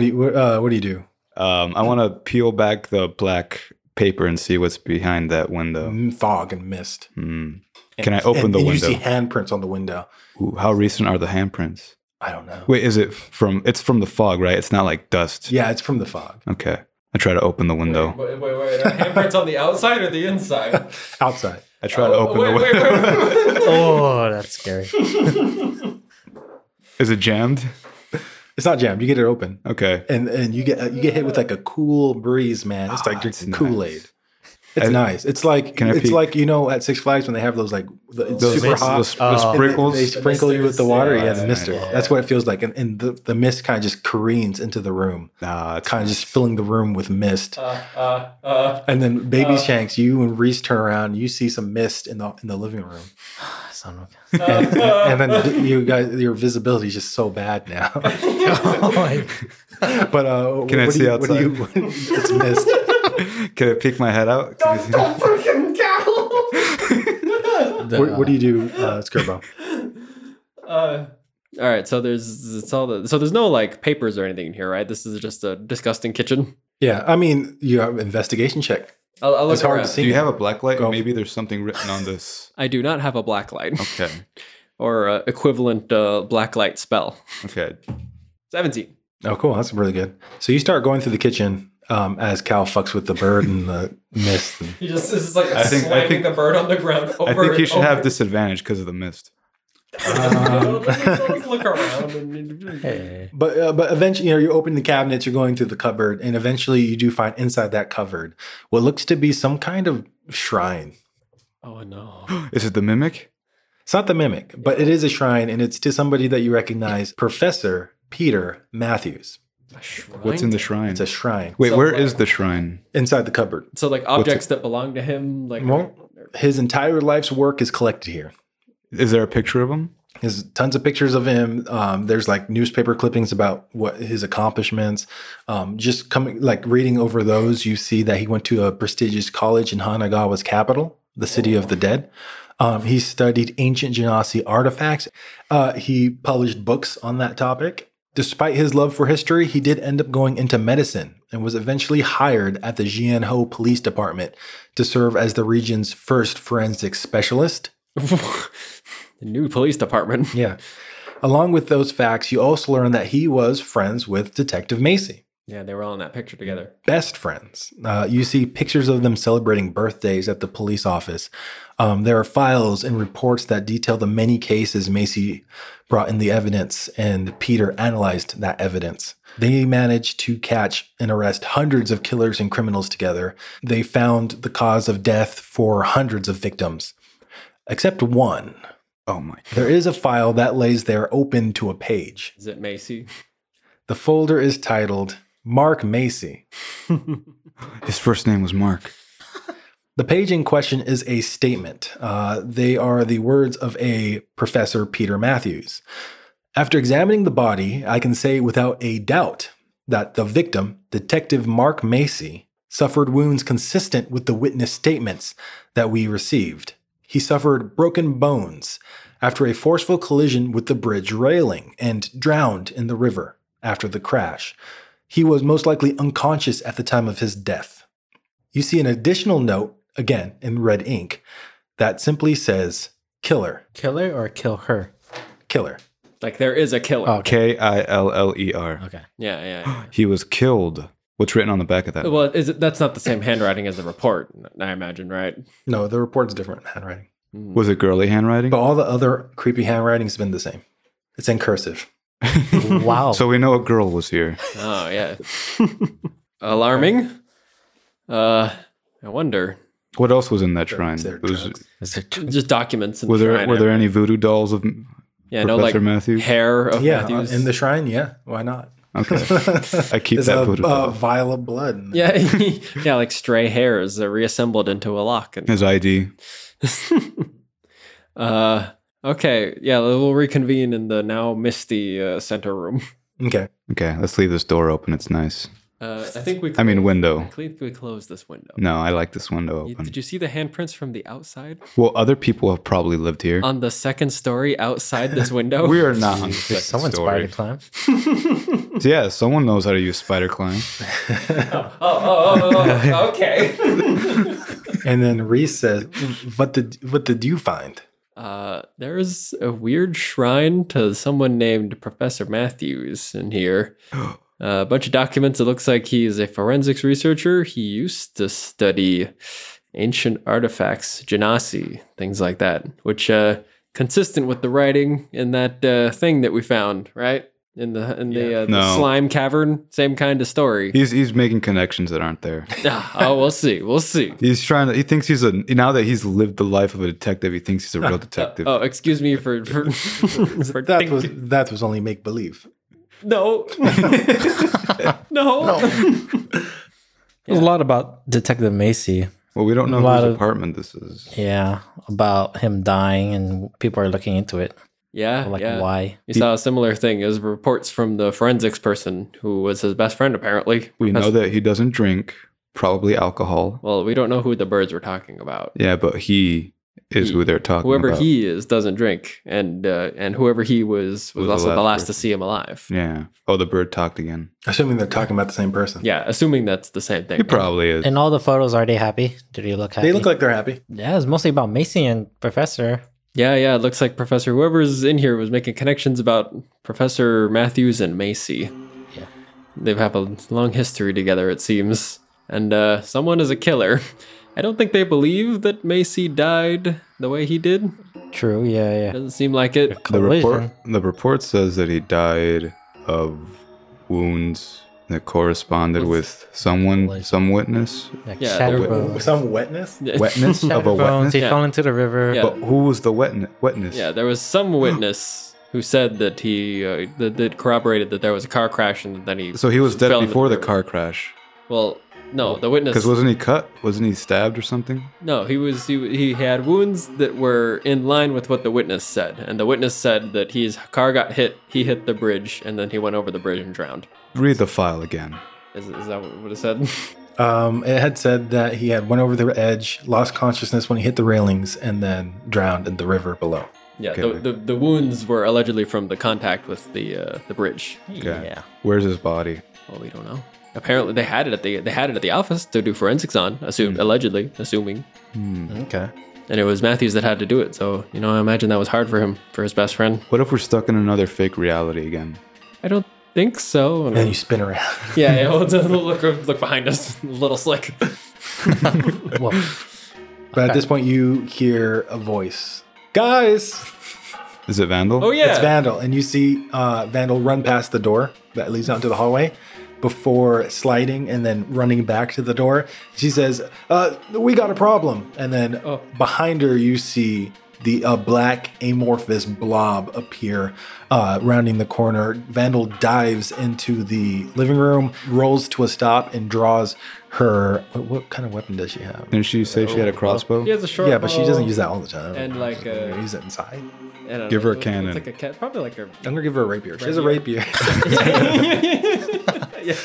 [SPEAKER 2] do you what, uh, what do you do?
[SPEAKER 4] Um, I want to peel back the black paper and see what's behind that window.
[SPEAKER 2] Mm, Fog and mist.
[SPEAKER 4] Can I open
[SPEAKER 2] and,
[SPEAKER 4] the
[SPEAKER 2] and
[SPEAKER 4] window?
[SPEAKER 2] You see handprints on the window.
[SPEAKER 4] Ooh, how recent are the handprints?
[SPEAKER 2] I don't know.
[SPEAKER 4] Wait, is it from? It's from the fog, right? It's not like dust.
[SPEAKER 2] Yeah, it's from the fog
[SPEAKER 4] Okay. I try to open the window.
[SPEAKER 3] wait, wait, wait. Are handprints on the outside or the inside?
[SPEAKER 2] outside.
[SPEAKER 4] I (laughs) try to open the
[SPEAKER 3] Wait,
[SPEAKER 4] window.
[SPEAKER 3] wait, wait. (laughs)
[SPEAKER 5] Oh, that's scary.
[SPEAKER 4] (laughs) Is it jammed?
[SPEAKER 2] It's not jammed. You get it open,
[SPEAKER 4] Okay.
[SPEAKER 2] and and you get uh, you get hit with like a cool breeze, man. It's like drinking
[SPEAKER 4] Ah, nice.
[SPEAKER 2] Kool Aid. It's nice. It's like
[SPEAKER 4] Can I
[SPEAKER 2] it's
[SPEAKER 4] peek?
[SPEAKER 2] like you know at Six Flags when they have those like the, it's
[SPEAKER 4] Those,
[SPEAKER 2] super
[SPEAKER 4] those,
[SPEAKER 2] hot. Uh,
[SPEAKER 4] those
[SPEAKER 5] Oh.
[SPEAKER 4] sprinkles.
[SPEAKER 2] They sprinkle you with the water. Yeah, the
[SPEAKER 4] Yeah.
[SPEAKER 2] mister. That's what it feels like, and, and the, the mist kind of just careens into the room,
[SPEAKER 4] Nah, it's- (laughs)
[SPEAKER 2] kind of just filling the room with mist.
[SPEAKER 3] Uh, uh, uh,
[SPEAKER 2] And then baby Shanks, you and Reese turn around. You see some mist in the in the living room,
[SPEAKER 5] Son of a-
[SPEAKER 2] and,
[SPEAKER 3] Uh,
[SPEAKER 2] and
[SPEAKER 3] (laughs)
[SPEAKER 2] then you guys, your visibility is just so bad now.
[SPEAKER 5] Oh,
[SPEAKER 2] but uh,
[SPEAKER 4] Can I
[SPEAKER 2] what do
[SPEAKER 4] see
[SPEAKER 2] you, what do
[SPEAKER 4] outside?
[SPEAKER 2] you- (laughs) it's mist.
[SPEAKER 3] (laughs)
[SPEAKER 4] Can (laughs) I peek my head out? Can you see-
[SPEAKER 3] freaking cow!
[SPEAKER 2] What, what do you do, uh, Skirbo?
[SPEAKER 3] Uh, all right, so there's it's all the so there's no like papers or anything in here, right? This is just a disgusting kitchen.
[SPEAKER 2] Yeah, I mean, you have investigation check.
[SPEAKER 3] I'll, I'll look
[SPEAKER 2] It's hard
[SPEAKER 3] around.
[SPEAKER 2] to see.
[SPEAKER 4] Do you have a black light?
[SPEAKER 2] Go.
[SPEAKER 4] Maybe there's something written on this.
[SPEAKER 3] I do not have a black light
[SPEAKER 4] Okay.
[SPEAKER 3] or uh, equivalent uh, black light spell.
[SPEAKER 4] Okay.
[SPEAKER 3] Seventeen.
[SPEAKER 2] Oh, cool. That's really good. So you start going through the kitchen um, as Cal fucks with the bird and the (laughs) mist. And,
[SPEAKER 3] He just this is like
[SPEAKER 4] I think- I slamming think- the
[SPEAKER 3] bird on the ground. Over
[SPEAKER 4] I think you should have disadvantage because of the mist.
[SPEAKER 3] (laughs) look around. And,
[SPEAKER 5] Hey.
[SPEAKER 2] but uh, but eventually, you know, you open the cabinets, you're going through the cupboard, and eventually you do find inside that cupboard what looks to be some kind of shrine.
[SPEAKER 3] oh no!
[SPEAKER 4] Is it the mimic?
[SPEAKER 2] It's not the mimic, but it is a shrine, and it's to somebody that you recognize, Professor Peter Matthews.
[SPEAKER 4] What's in the shrine?
[SPEAKER 2] It's a shrine
[SPEAKER 4] Wait, where
[SPEAKER 3] Somewhere.
[SPEAKER 4] is the shrine?
[SPEAKER 2] inside the cupboard.
[SPEAKER 3] so like objects that belong to him, like
[SPEAKER 2] Well, his entire life's work is collected here.
[SPEAKER 4] Is there a picture of him?
[SPEAKER 2] There's tons of pictures of him. Um, there's like newspaper clippings about what his accomplishments. Um, just coming, like reading over those, you see that he went to a prestigious college in Hanagawa's capital, the city of the dead. Um, he studied ancient Genasi artifacts. Uh, he published books on that topic. Despite his love for history, he did end up going into medicine and was eventually hired at the Jianho Police Department to serve as the region's first forensic specialist.
[SPEAKER 3] (laughs) the new police department.
[SPEAKER 2] Yeah. Along with those facts, you also learn that he was friends with Detective Macy.
[SPEAKER 3] Yeah, they were all in that picture together.
[SPEAKER 2] Best friends. Uh, you see pictures of them celebrating birthdays at the police office. Um, there are files and reports that detail the many cases Macy brought in the evidence, and Peter analyzed that evidence. They managed to catch and arrest hundreds of killers and criminals together. They found the cause of death for hundreds of victims, except one.
[SPEAKER 4] Oh my.
[SPEAKER 2] There is a file that lays there open to a page.
[SPEAKER 3] Is it Macy?
[SPEAKER 2] The folder is titled Mark Macy.
[SPEAKER 4] His first name was Mark.
[SPEAKER 2] The page in question is a statement. Uh, they are the words of a Professor Peter Matthews. After examining the body, I can say without a doubt that the victim, Detective Mark Macy, suffered wounds consistent with the witness statements that we received. He suffered broken bones after a forceful collision with the bridge railing and drowned in the river after the crash. He was most likely unconscious at the time of his death. You see an additional note, again in red ink, that simply says killer,
[SPEAKER 5] Killer or (laughs) kill her?
[SPEAKER 2] killer.
[SPEAKER 3] Like there is a killer.
[SPEAKER 5] Oh, okay.
[SPEAKER 4] K I L L E R.
[SPEAKER 5] Okay.
[SPEAKER 3] Yeah, yeah.
[SPEAKER 4] He was killed. What's written on the back of
[SPEAKER 3] yeah.
[SPEAKER 4] that?
[SPEAKER 3] well, is it, that's not the same handwriting as the report, I imagine, right?
[SPEAKER 2] No, the report's different handwriting.
[SPEAKER 3] Mm.
[SPEAKER 4] Was it girly handwriting?
[SPEAKER 2] But all the other creepy handwriting's been the same. It's in cursive.
[SPEAKER 5] Wow.
[SPEAKER 4] So we know a girl was here.
[SPEAKER 3] Oh yeah. Alarming. Uh, I wonder.
[SPEAKER 4] What else was in that shrine?
[SPEAKER 2] They're
[SPEAKER 4] It was,
[SPEAKER 2] drugs.
[SPEAKER 5] Is
[SPEAKER 4] (laughs)
[SPEAKER 5] it tr-
[SPEAKER 3] Just documents. And
[SPEAKER 4] were there
[SPEAKER 3] trying
[SPEAKER 4] were
[SPEAKER 3] to-
[SPEAKER 4] there any voodoo dolls of
[SPEAKER 3] yeah, no like
[SPEAKER 4] Professor Matthews?
[SPEAKER 3] hair of
[SPEAKER 2] yeah,
[SPEAKER 3] Matthews
[SPEAKER 2] in the shrine, yeah. Why not?
[SPEAKER 4] Okay,
[SPEAKER 2] (laughs)
[SPEAKER 4] I keep
[SPEAKER 2] There's
[SPEAKER 4] that
[SPEAKER 2] a,
[SPEAKER 4] voodoo
[SPEAKER 2] a
[SPEAKER 4] doll.
[SPEAKER 2] vial of blood. in there.
[SPEAKER 3] (laughs) yeah (laughs) yeah like stray hairs that reassembled into a lock and
[SPEAKER 4] His ID.
[SPEAKER 3] uh okay yeah we'll reconvene in the now misty uh, center room
[SPEAKER 2] Okay.
[SPEAKER 4] Okay, let's leave this door open. It's nice.
[SPEAKER 3] uh I think we
[SPEAKER 4] I mean, window.
[SPEAKER 3] I think we close this window
[SPEAKER 4] No, I like this window
[SPEAKER 3] You-
[SPEAKER 4] open.
[SPEAKER 3] did you see the handprints from the outside
[SPEAKER 4] Well, other people have probably lived here.
[SPEAKER 3] on the second story outside
[SPEAKER 4] (laughs)
[SPEAKER 3] this window?
[SPEAKER 4] we are not on the second
[SPEAKER 5] Someone
[SPEAKER 4] story.
[SPEAKER 5] spider climb.
[SPEAKER 4] Yeah, someone knows how to use spider climb.
[SPEAKER 3] Oh,
[SPEAKER 2] (laughs)
[SPEAKER 3] oh, oh, okay.
[SPEAKER 2] And then Reese says, "What did what did you find?"
[SPEAKER 3] Uh, there's a weird shrine to someone named Professor Matthews in
[SPEAKER 2] (gasps)
[SPEAKER 3] here. Uh, a bunch of documents. It looks like he is a forensics researcher. He used to study ancient artifacts, genasi, things like that, which uh, consistent with the writing in that uh, thing that we found, right? In the in the, uh, the
[SPEAKER 4] No.
[SPEAKER 3] slime cavern, same kind of story.
[SPEAKER 4] He's he's making connections that aren't there.
[SPEAKER 3] Ah, (laughs) oh, we'll see. We'll
[SPEAKER 2] (laughs)
[SPEAKER 3] see.
[SPEAKER 4] He's trying to. He thinks he's a. Now that he's lived the life of a detective, he thinks he's a
[SPEAKER 3] (laughs)
[SPEAKER 4] real detective.
[SPEAKER 3] Oh, excuse me for for, for
[SPEAKER 2] That
[SPEAKER 3] thinking-
[SPEAKER 2] was that was only make believe.
[SPEAKER 3] No. no.
[SPEAKER 5] There's a lot about Detective Macy.
[SPEAKER 4] Well, we don't know
[SPEAKER 5] A lot
[SPEAKER 4] whose
[SPEAKER 5] of-
[SPEAKER 4] apartment this is.
[SPEAKER 5] Yeah, about him dying, and people are looking into it.
[SPEAKER 3] Yeah.
[SPEAKER 5] Like,
[SPEAKER 3] yeah.
[SPEAKER 5] why?
[SPEAKER 3] You saw a similar thing. It was reports from the forensics person who was his best friend, apparently.
[SPEAKER 4] We know that he doesn't drink, probably alcohol.
[SPEAKER 3] Well, we don't know who the birds were talking about.
[SPEAKER 4] Yeah, but he is
[SPEAKER 3] He-
[SPEAKER 4] who they're talking
[SPEAKER 3] Whoever
[SPEAKER 4] about.
[SPEAKER 3] he is doesn't drink, and uh, and whoever he was was
[SPEAKER 4] Was the
[SPEAKER 3] also the
[SPEAKER 4] last
[SPEAKER 3] last to
[SPEAKER 4] person.
[SPEAKER 3] see him alive. Yeah.
[SPEAKER 4] Yeah. Oh, the bird talked again.
[SPEAKER 2] Assuming they're talking about the same person.
[SPEAKER 3] assuming that's the same thing.
[SPEAKER 4] He probably is.
[SPEAKER 5] In all the photos, are they happy? Do they look happy?
[SPEAKER 2] They look like they're happy.
[SPEAKER 5] yeah, it's mostly about Macy and Professor.
[SPEAKER 3] Yeah, yeah. It looks like Professor whoever's in here was making connections about Professor Matthews and Macy.
[SPEAKER 5] Yeah.
[SPEAKER 3] They've had a long history together, it seems. And uh, someone is a killer. (laughs) I don't think they believe that Macy died the way he did.
[SPEAKER 5] True. Yeah, yeah.
[SPEAKER 3] Doesn't seem like it. (laughs)
[SPEAKER 4] The report,
[SPEAKER 5] Collision.
[SPEAKER 4] the report says that he died of wounds that corresponded with someone,
[SPEAKER 5] Collision.
[SPEAKER 3] (laughs)
[SPEAKER 4] some witness,
[SPEAKER 5] Like
[SPEAKER 3] Yeah,
[SPEAKER 5] shadow
[SPEAKER 3] they're-
[SPEAKER 2] (laughs)
[SPEAKER 5] bones.
[SPEAKER 2] Some wetness.
[SPEAKER 4] wetness of a
[SPEAKER 5] Shadow bones.
[SPEAKER 4] wetness.
[SPEAKER 5] He
[SPEAKER 3] Yeah.
[SPEAKER 5] fell into the river.
[SPEAKER 3] Yeah.
[SPEAKER 4] But who was the wetness? wetness?
[SPEAKER 3] Yeah, there was some witness who said that he uh, that, that corroborated that there was a car crash and then he.
[SPEAKER 4] So he was
[SPEAKER 3] fell
[SPEAKER 4] dead
[SPEAKER 3] into
[SPEAKER 4] before the
[SPEAKER 3] river.
[SPEAKER 4] car crash.
[SPEAKER 3] Well, no, the witness.
[SPEAKER 4] Because wasn't he cut? Wasn't he stabbed or something?
[SPEAKER 3] No, he was he, he had wounds that were in line with what the witness said, and the witness said that his car got hit, he hit the bridge, and then he went over the bridge and drowned.
[SPEAKER 4] Read the file again.
[SPEAKER 3] Is, is that what it said? (laughs)
[SPEAKER 2] Um, it had said that he had went over the edge, lost consciousness when he hit the railings, and then drowned in the river below.
[SPEAKER 3] Yeah,
[SPEAKER 4] Okay.
[SPEAKER 3] the, the the wounds were allegedly from the contact with the uh, the bridge.
[SPEAKER 4] Okay.
[SPEAKER 5] Yeah.
[SPEAKER 4] Where's his body?
[SPEAKER 3] Well, we don't know. Apparently, they had it at the they had it at the office to do forensics on. Assumed, allegedly, assuming,
[SPEAKER 5] Okay.
[SPEAKER 3] and it was Matthews that had to do it. So you know, I imagine that was hard for him, for his best friend.
[SPEAKER 4] What if we're stuck in another fake reality again?
[SPEAKER 3] I don't think so.
[SPEAKER 2] And you spin around. (laughs)
[SPEAKER 3] yeah, yeah well, (laughs) look look behind us, (laughs) little slick.
[SPEAKER 2] But at this point, you hear a voice, guys.
[SPEAKER 4] Is it Vandal?
[SPEAKER 3] Oh yeah,
[SPEAKER 2] It's Vandal, and you see uh, Vandal run past the door that leads out into the hallway before sliding and then running back to the door. She says, uh, "We got a problem," and then
[SPEAKER 3] Oh.
[SPEAKER 2] behind her you see the uh, black amorphous blob appear, uh, rounding the corner. Vandal dives into the living room, rolls to a stop, and draws her. What, what kind of weapon does she have?
[SPEAKER 4] Didn't she say she had a crossbow?
[SPEAKER 3] He has a short.
[SPEAKER 2] Oh, Yeah, but she doesn't
[SPEAKER 3] bow
[SPEAKER 2] use that all the time.
[SPEAKER 3] And like
[SPEAKER 2] I
[SPEAKER 3] a,
[SPEAKER 2] use it inside.
[SPEAKER 3] I don't
[SPEAKER 4] Give
[SPEAKER 3] know,
[SPEAKER 4] her a
[SPEAKER 3] it's
[SPEAKER 4] cannon.
[SPEAKER 3] Like a cat, probably like a.
[SPEAKER 2] I'm gonna give her a rapier. She has a rapier.
[SPEAKER 3] (laughs) yeah.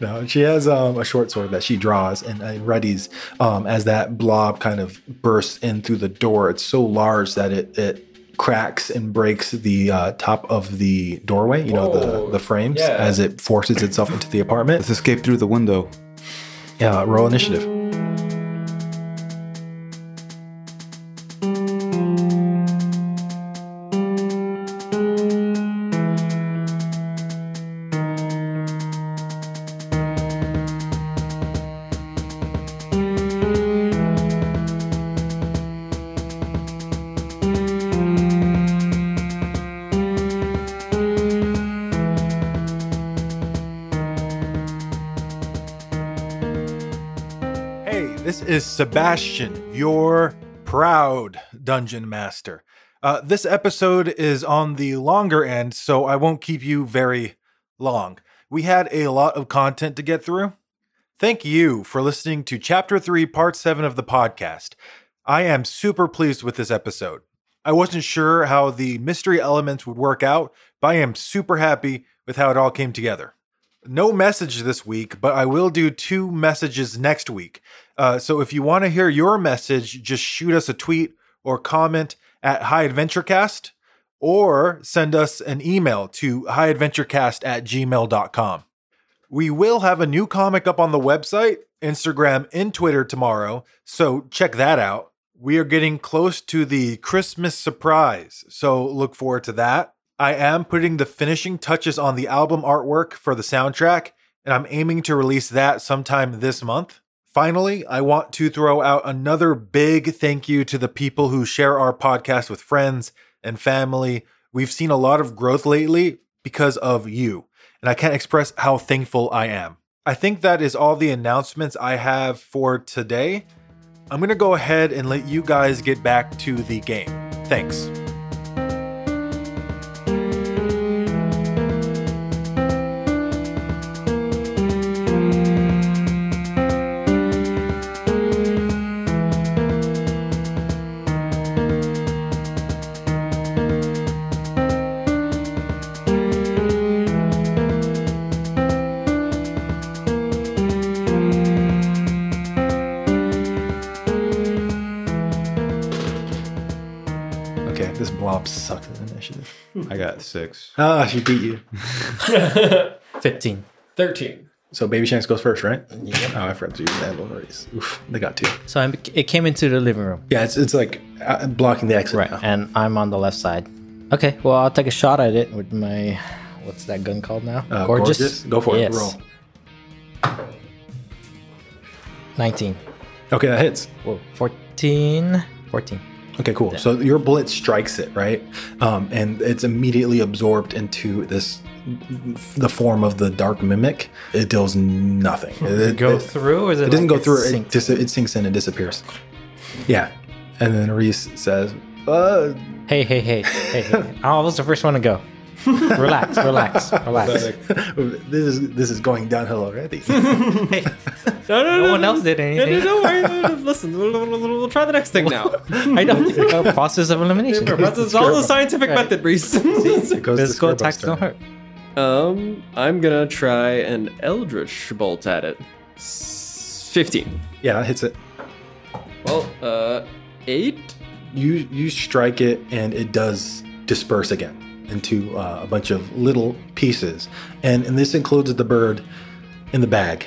[SPEAKER 2] No, and she has um, a short sword that she draws and, and readies um, as that blob kind of bursts in through the door. It's so large that it it cracks and breaks the uh, top of the doorway. You know
[SPEAKER 3] Whoa.
[SPEAKER 2] the the frames
[SPEAKER 3] Yeah.
[SPEAKER 2] as it forces itself into the
[SPEAKER 4] Let's
[SPEAKER 2] apartment.
[SPEAKER 4] escape through the window.
[SPEAKER 2] Yeah, roll initiative. Hey, this is Sebastian, your proud dungeon master. Uh, this episode is on the longer end, so I won't keep you very long. We had a lot of content to get through. Thank you for listening to Chapter 3, Part 7 of the podcast. I am super pleased with this episode. I wasn't sure how the mystery elements would work out, but I am super happy with how it all came together. No message this week, but I will do two messages next week. Uh, so if you want to hear your message, just shoot us a tweet or comment at High Adventurecast E or send us an email to highadventurecast E at gmail.com. We will have a new comic up on the website, Instagram, and Twitter tomorrow, so check that out. We are getting close to the Christmas surprise, so look forward to that. I am putting the finishing touches on the album artwork for the soundtrack, and I'm aiming to release that sometime this month. Finally, I want to throw out another big thank you to the people who share our podcast with friends and family. We've seen a lot of growth lately because of you, and I can't express how thankful I am. I think that is all the announcements I have for today. I'm going to go ahead and let you guys get back to the game. Thanks. Okay, this blob sucks at initiative.
[SPEAKER 4] I got six.
[SPEAKER 2] Ah, (laughs) she beat you.
[SPEAKER 5] 15.
[SPEAKER 3] Thirteen.
[SPEAKER 2] So Baby Shanks goes first, right? Oh, I forgot to use that already. Oof, they got two.
[SPEAKER 5] So I'm, it came into the living room.
[SPEAKER 2] Yeah, it's, it's like uh, blocking the exit.
[SPEAKER 5] Right.
[SPEAKER 2] now.
[SPEAKER 5] And I'm on the left side. Okay. Well, I'll take a shot at it with my. What's that gun called now?
[SPEAKER 2] Uh, gorgeous? Go for it.
[SPEAKER 5] Yes.
[SPEAKER 2] Roll.
[SPEAKER 5] 19.
[SPEAKER 2] Okay, that hits.
[SPEAKER 5] Whoa. 14. 14.
[SPEAKER 2] Okay, cool. So your bullet strikes it, right? Um, and it's immediately absorbed into this, the form of the dark mimic. It deals nothing. It, it-
[SPEAKER 5] Go
[SPEAKER 2] it-
[SPEAKER 5] through? Or is Hmm. it
[SPEAKER 2] It doesn't
[SPEAKER 5] like
[SPEAKER 2] go through. It,
[SPEAKER 5] sinks?
[SPEAKER 2] dis- it sinks in and disappears. Yeah. And then Reese says, uh,
[SPEAKER 5] Hey, hey, hey.
[SPEAKER 2] (laughs)
[SPEAKER 5] Hey, hey. Oh, I was the first one to go. relax, relax, relax.
[SPEAKER 2] (laughs) this is this is going downhill
[SPEAKER 5] (laughs)
[SPEAKER 2] already.
[SPEAKER 3] No, no,
[SPEAKER 5] No one else did anything.
[SPEAKER 3] Don't worry. (laughs) Listen, we'll, we'll, we'll, we'll try the next thing (laughs) now.
[SPEAKER 5] I know. process of elimination.
[SPEAKER 3] That's it's all the scientific method, Reese. (laughs)
[SPEAKER 2] It goes to
[SPEAKER 5] Physical
[SPEAKER 2] Skirbo's
[SPEAKER 5] attacks
[SPEAKER 2] turn.
[SPEAKER 5] don't hurt.
[SPEAKER 3] um, I'm gonna try an eldritch bolt at it. S- Fifteen.
[SPEAKER 2] Yeah, that hits it.
[SPEAKER 3] Well, uh, eight
[SPEAKER 2] you you strike it and it does disperse again into uh, a bunch of little pieces, and and this includes the bird in the bag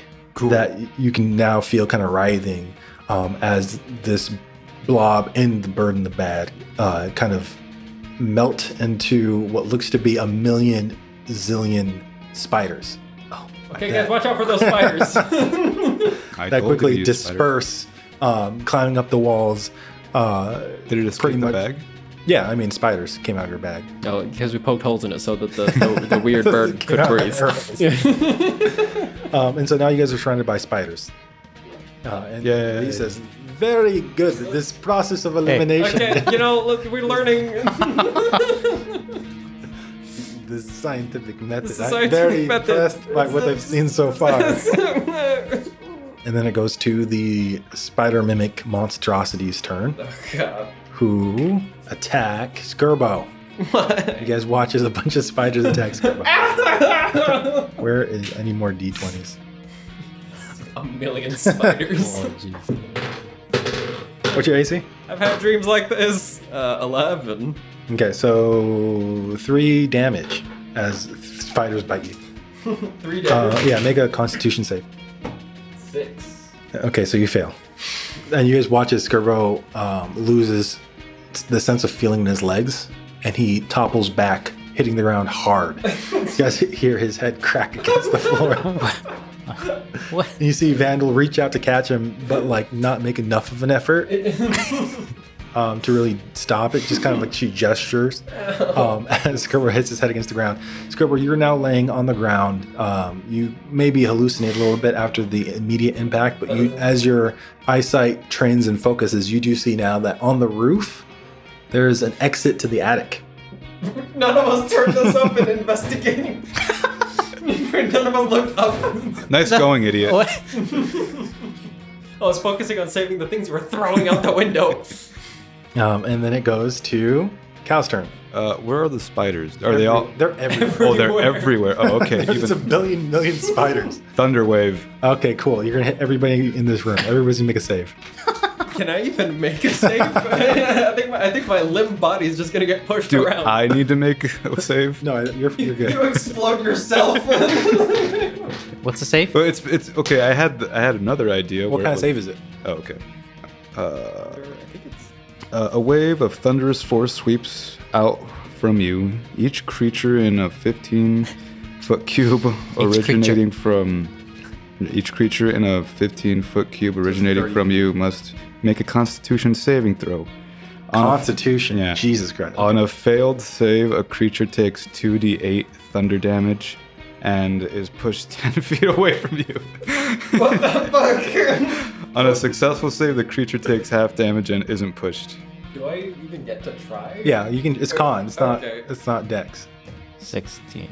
[SPEAKER 2] that you can now feel kind of writhing um, as this blob and the bird in the bag uh, kind of melt into what looks to be a million zillion spiders.
[SPEAKER 3] Okay, guys, watch out for those spiders.
[SPEAKER 4] (laughs) I
[SPEAKER 2] that
[SPEAKER 4] told you to
[SPEAKER 2] quickly
[SPEAKER 4] use spider-
[SPEAKER 2] disperse, um, climbing up the walls. Uh,
[SPEAKER 4] Did it escape
[SPEAKER 2] pretty
[SPEAKER 4] the
[SPEAKER 2] much-
[SPEAKER 4] bag?
[SPEAKER 2] yeah, I mean, spiders came out of your bag.
[SPEAKER 3] no, because we poked holes in it so that (laughs) the, the,
[SPEAKER 2] (laughs)
[SPEAKER 3] the weird bird could breathe.
[SPEAKER 2] Um, and so now you guys are surrounded by spiders. Uh, and
[SPEAKER 4] Yeah, yeah,
[SPEAKER 2] he
[SPEAKER 4] yeah.
[SPEAKER 2] says, very good. This process of elimination,
[SPEAKER 3] Okay, you know, look, we're learning.
[SPEAKER 2] (laughs)
[SPEAKER 3] (laughs)
[SPEAKER 2] this scientific method.
[SPEAKER 3] is
[SPEAKER 2] I'm
[SPEAKER 3] scientific
[SPEAKER 2] very
[SPEAKER 3] method.
[SPEAKER 2] impressed by what I've seen so far. and then it goes to the spider mimic monstrosity's turn,
[SPEAKER 3] God.
[SPEAKER 2] who attack Skirbo. You guys watch as a bunch of spiders attack
[SPEAKER 3] (laughs)
[SPEAKER 2] Skirbo. Where is any more d20s?
[SPEAKER 3] A million spiders.
[SPEAKER 2] What's your AC?
[SPEAKER 3] I've had dreams like this. Uh, 11.
[SPEAKER 2] Okay, so three damage as spiders bite you.
[SPEAKER 3] Three
[SPEAKER 2] Uh,
[SPEAKER 3] damage.
[SPEAKER 2] yeah, make a Constitution save.
[SPEAKER 3] Six.
[SPEAKER 2] Okay, so you fail, and you guys watch as Skirbo um, loses the sense of feeling in his legs, and he topples back, hitting the ground hard. you guys hear his head crack against the floor.
[SPEAKER 5] What?
[SPEAKER 2] And you see Vandal reach out to catch him, but like not make enough of an effort um, to really stop it. Just kind of like she gestures um, (laughs) as Skirbo hits his head against the ground. Skirbo, you're now laying on the ground. Um, you maybe hallucinate a little bit after the immediate impact, but you, as your eyesight trains and focuses, you do see now that on the roof there is an exit to the attic.
[SPEAKER 3] None of us turned this up in investigating. (laughs) None of us looked up.
[SPEAKER 4] Nice going, idiot.
[SPEAKER 5] What?
[SPEAKER 3] I was focusing on saving the things we're throwing out the window.
[SPEAKER 2] Um, and then it goes to Cow's turn.
[SPEAKER 4] Uh, where are the spiders? Are they all?
[SPEAKER 2] They're everywhere.
[SPEAKER 4] Oh, they're
[SPEAKER 3] everywhere.
[SPEAKER 4] everywhere. Oh, okay.
[SPEAKER 2] (laughs) It's a
[SPEAKER 4] Even
[SPEAKER 2] billion million spiders.
[SPEAKER 4] thunderwave.
[SPEAKER 2] Okay, cool. You're gonna hit everybody in this room. Everybody's gonna make a save.
[SPEAKER 3] Can I even make a save? (laughs) I think my I think my limb body is just gonna get pushed
[SPEAKER 4] Do
[SPEAKER 3] around.
[SPEAKER 4] I need to make a save?
[SPEAKER 2] No, you're you're
[SPEAKER 3] You
[SPEAKER 2] good.
[SPEAKER 3] explode (laughs) yourself.
[SPEAKER 5] What's the safe?
[SPEAKER 4] But it's it's okay. I had I had another idea.
[SPEAKER 2] (laughs) What
[SPEAKER 4] where
[SPEAKER 2] kind
[SPEAKER 4] it
[SPEAKER 2] of
[SPEAKER 4] was-
[SPEAKER 2] save is it?
[SPEAKER 4] Oh, okay. Uh,
[SPEAKER 3] I think it's-
[SPEAKER 4] Uh, a wave of thunderous force sweeps out from you, each creature in a 15 foot cube originating from. Each creature in a 15 foot cube originating from you must make a constitution saving throw.
[SPEAKER 2] Constitution.
[SPEAKER 4] Uh, yeah. Oh.
[SPEAKER 2] Jesus Christ.
[SPEAKER 4] On a failed save, a creature takes 2d8 thunder damage and is pushed (laughs) 10 feet away from you.
[SPEAKER 3] What the fuck?
[SPEAKER 4] On a successful save, the creature takes half damage and isn't pushed.
[SPEAKER 3] (laughs) Do I even get to try?
[SPEAKER 2] yeah, you can. It's con. It's not.
[SPEAKER 3] Okay.
[SPEAKER 2] It's not dex.
[SPEAKER 5] 16.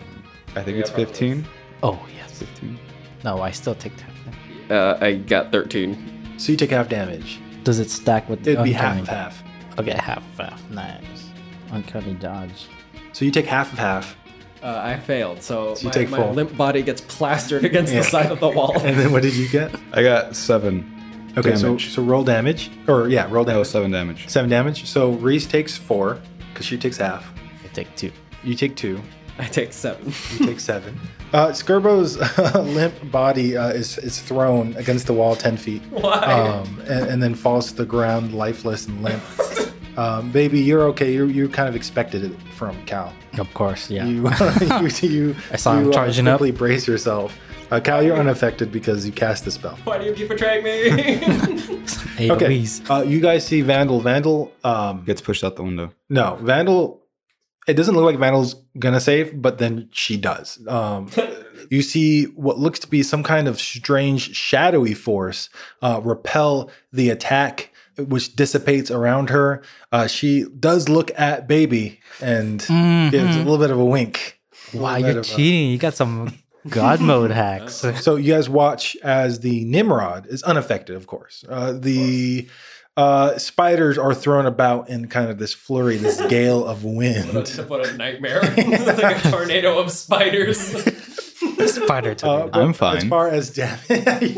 [SPEAKER 4] I think
[SPEAKER 3] Yeah,
[SPEAKER 4] it's
[SPEAKER 3] probably.
[SPEAKER 4] 15.
[SPEAKER 5] Oh, yes.
[SPEAKER 4] 15.
[SPEAKER 5] No, I still take that.
[SPEAKER 3] Uh, I got 13.
[SPEAKER 2] So you take half damage.
[SPEAKER 5] Does it stack with the
[SPEAKER 2] It'd be half
[SPEAKER 5] uncanny?
[SPEAKER 2] of half.
[SPEAKER 5] Okay, half of half. Nice. Uncanny dodge.
[SPEAKER 2] So you take half of half, (laughs)
[SPEAKER 3] Uh, I failed, so,
[SPEAKER 2] you
[SPEAKER 3] my,
[SPEAKER 2] take
[SPEAKER 3] my
[SPEAKER 2] full.
[SPEAKER 3] limp body gets plastered (laughs) against
[SPEAKER 2] Yeah.
[SPEAKER 3] the side of the wall.
[SPEAKER 2] (laughs) and then what did you
[SPEAKER 4] (laughs)
[SPEAKER 2] get?
[SPEAKER 4] I got seven.
[SPEAKER 2] Okay,
[SPEAKER 4] Damage.
[SPEAKER 2] so so roll damage, or yeah, roll
[SPEAKER 4] That
[SPEAKER 2] damage.
[SPEAKER 4] was seven damage.
[SPEAKER 2] Seven damage. So Reese takes four because she takes half.
[SPEAKER 5] I take two.
[SPEAKER 2] You take two.
[SPEAKER 3] I take seven.
[SPEAKER 2] You take seven. Uh, Skirbo's uh, (laughs) limp body uh, is is thrown against the wall ten feet.
[SPEAKER 3] Why?
[SPEAKER 2] um, and, and then falls to the ground lifeless and limp. Um, baby, you're okay. You you kind of expected it from Cal.
[SPEAKER 5] Of course, yeah.
[SPEAKER 2] You, (laughs)
[SPEAKER 5] (laughs)
[SPEAKER 2] you, you
[SPEAKER 5] I saw him
[SPEAKER 2] you, uh,
[SPEAKER 5] charging up.
[SPEAKER 2] quickly brace yourself. Uh, Cal, you're unaffected because you cast the spell.
[SPEAKER 3] Why do you keep betraying (laughs) me?
[SPEAKER 5] Hey,
[SPEAKER 2] Okay.
[SPEAKER 5] Louise.
[SPEAKER 2] Uh, you guys see Vandal. Vandal. Um,
[SPEAKER 4] Gets pushed out the window.
[SPEAKER 2] no, Vandal. It doesn't look like Vandal's gonna save, but then she does. Um, you see what looks to be some kind of strange shadowy force uh, repel the attack, which dissipates around her. Uh, she does look at baby and gives a little bit of a wink. A
[SPEAKER 5] Wow,
[SPEAKER 2] little
[SPEAKER 5] you're
[SPEAKER 2] bit of a-
[SPEAKER 5] cheating. You got some god mode hacks. (laughs)
[SPEAKER 2] so you guys watch as the Nimrod is unaffected, of course. Uh, the uh, spiders are thrown about in kind of this flurry, this gale of wind.
[SPEAKER 3] what a nightmare. it's like a tornado of spiders.
[SPEAKER 5] Spider
[SPEAKER 2] Uh,
[SPEAKER 5] tornado.
[SPEAKER 2] but
[SPEAKER 4] I'm fine.
[SPEAKER 2] As far as (laughs) damage,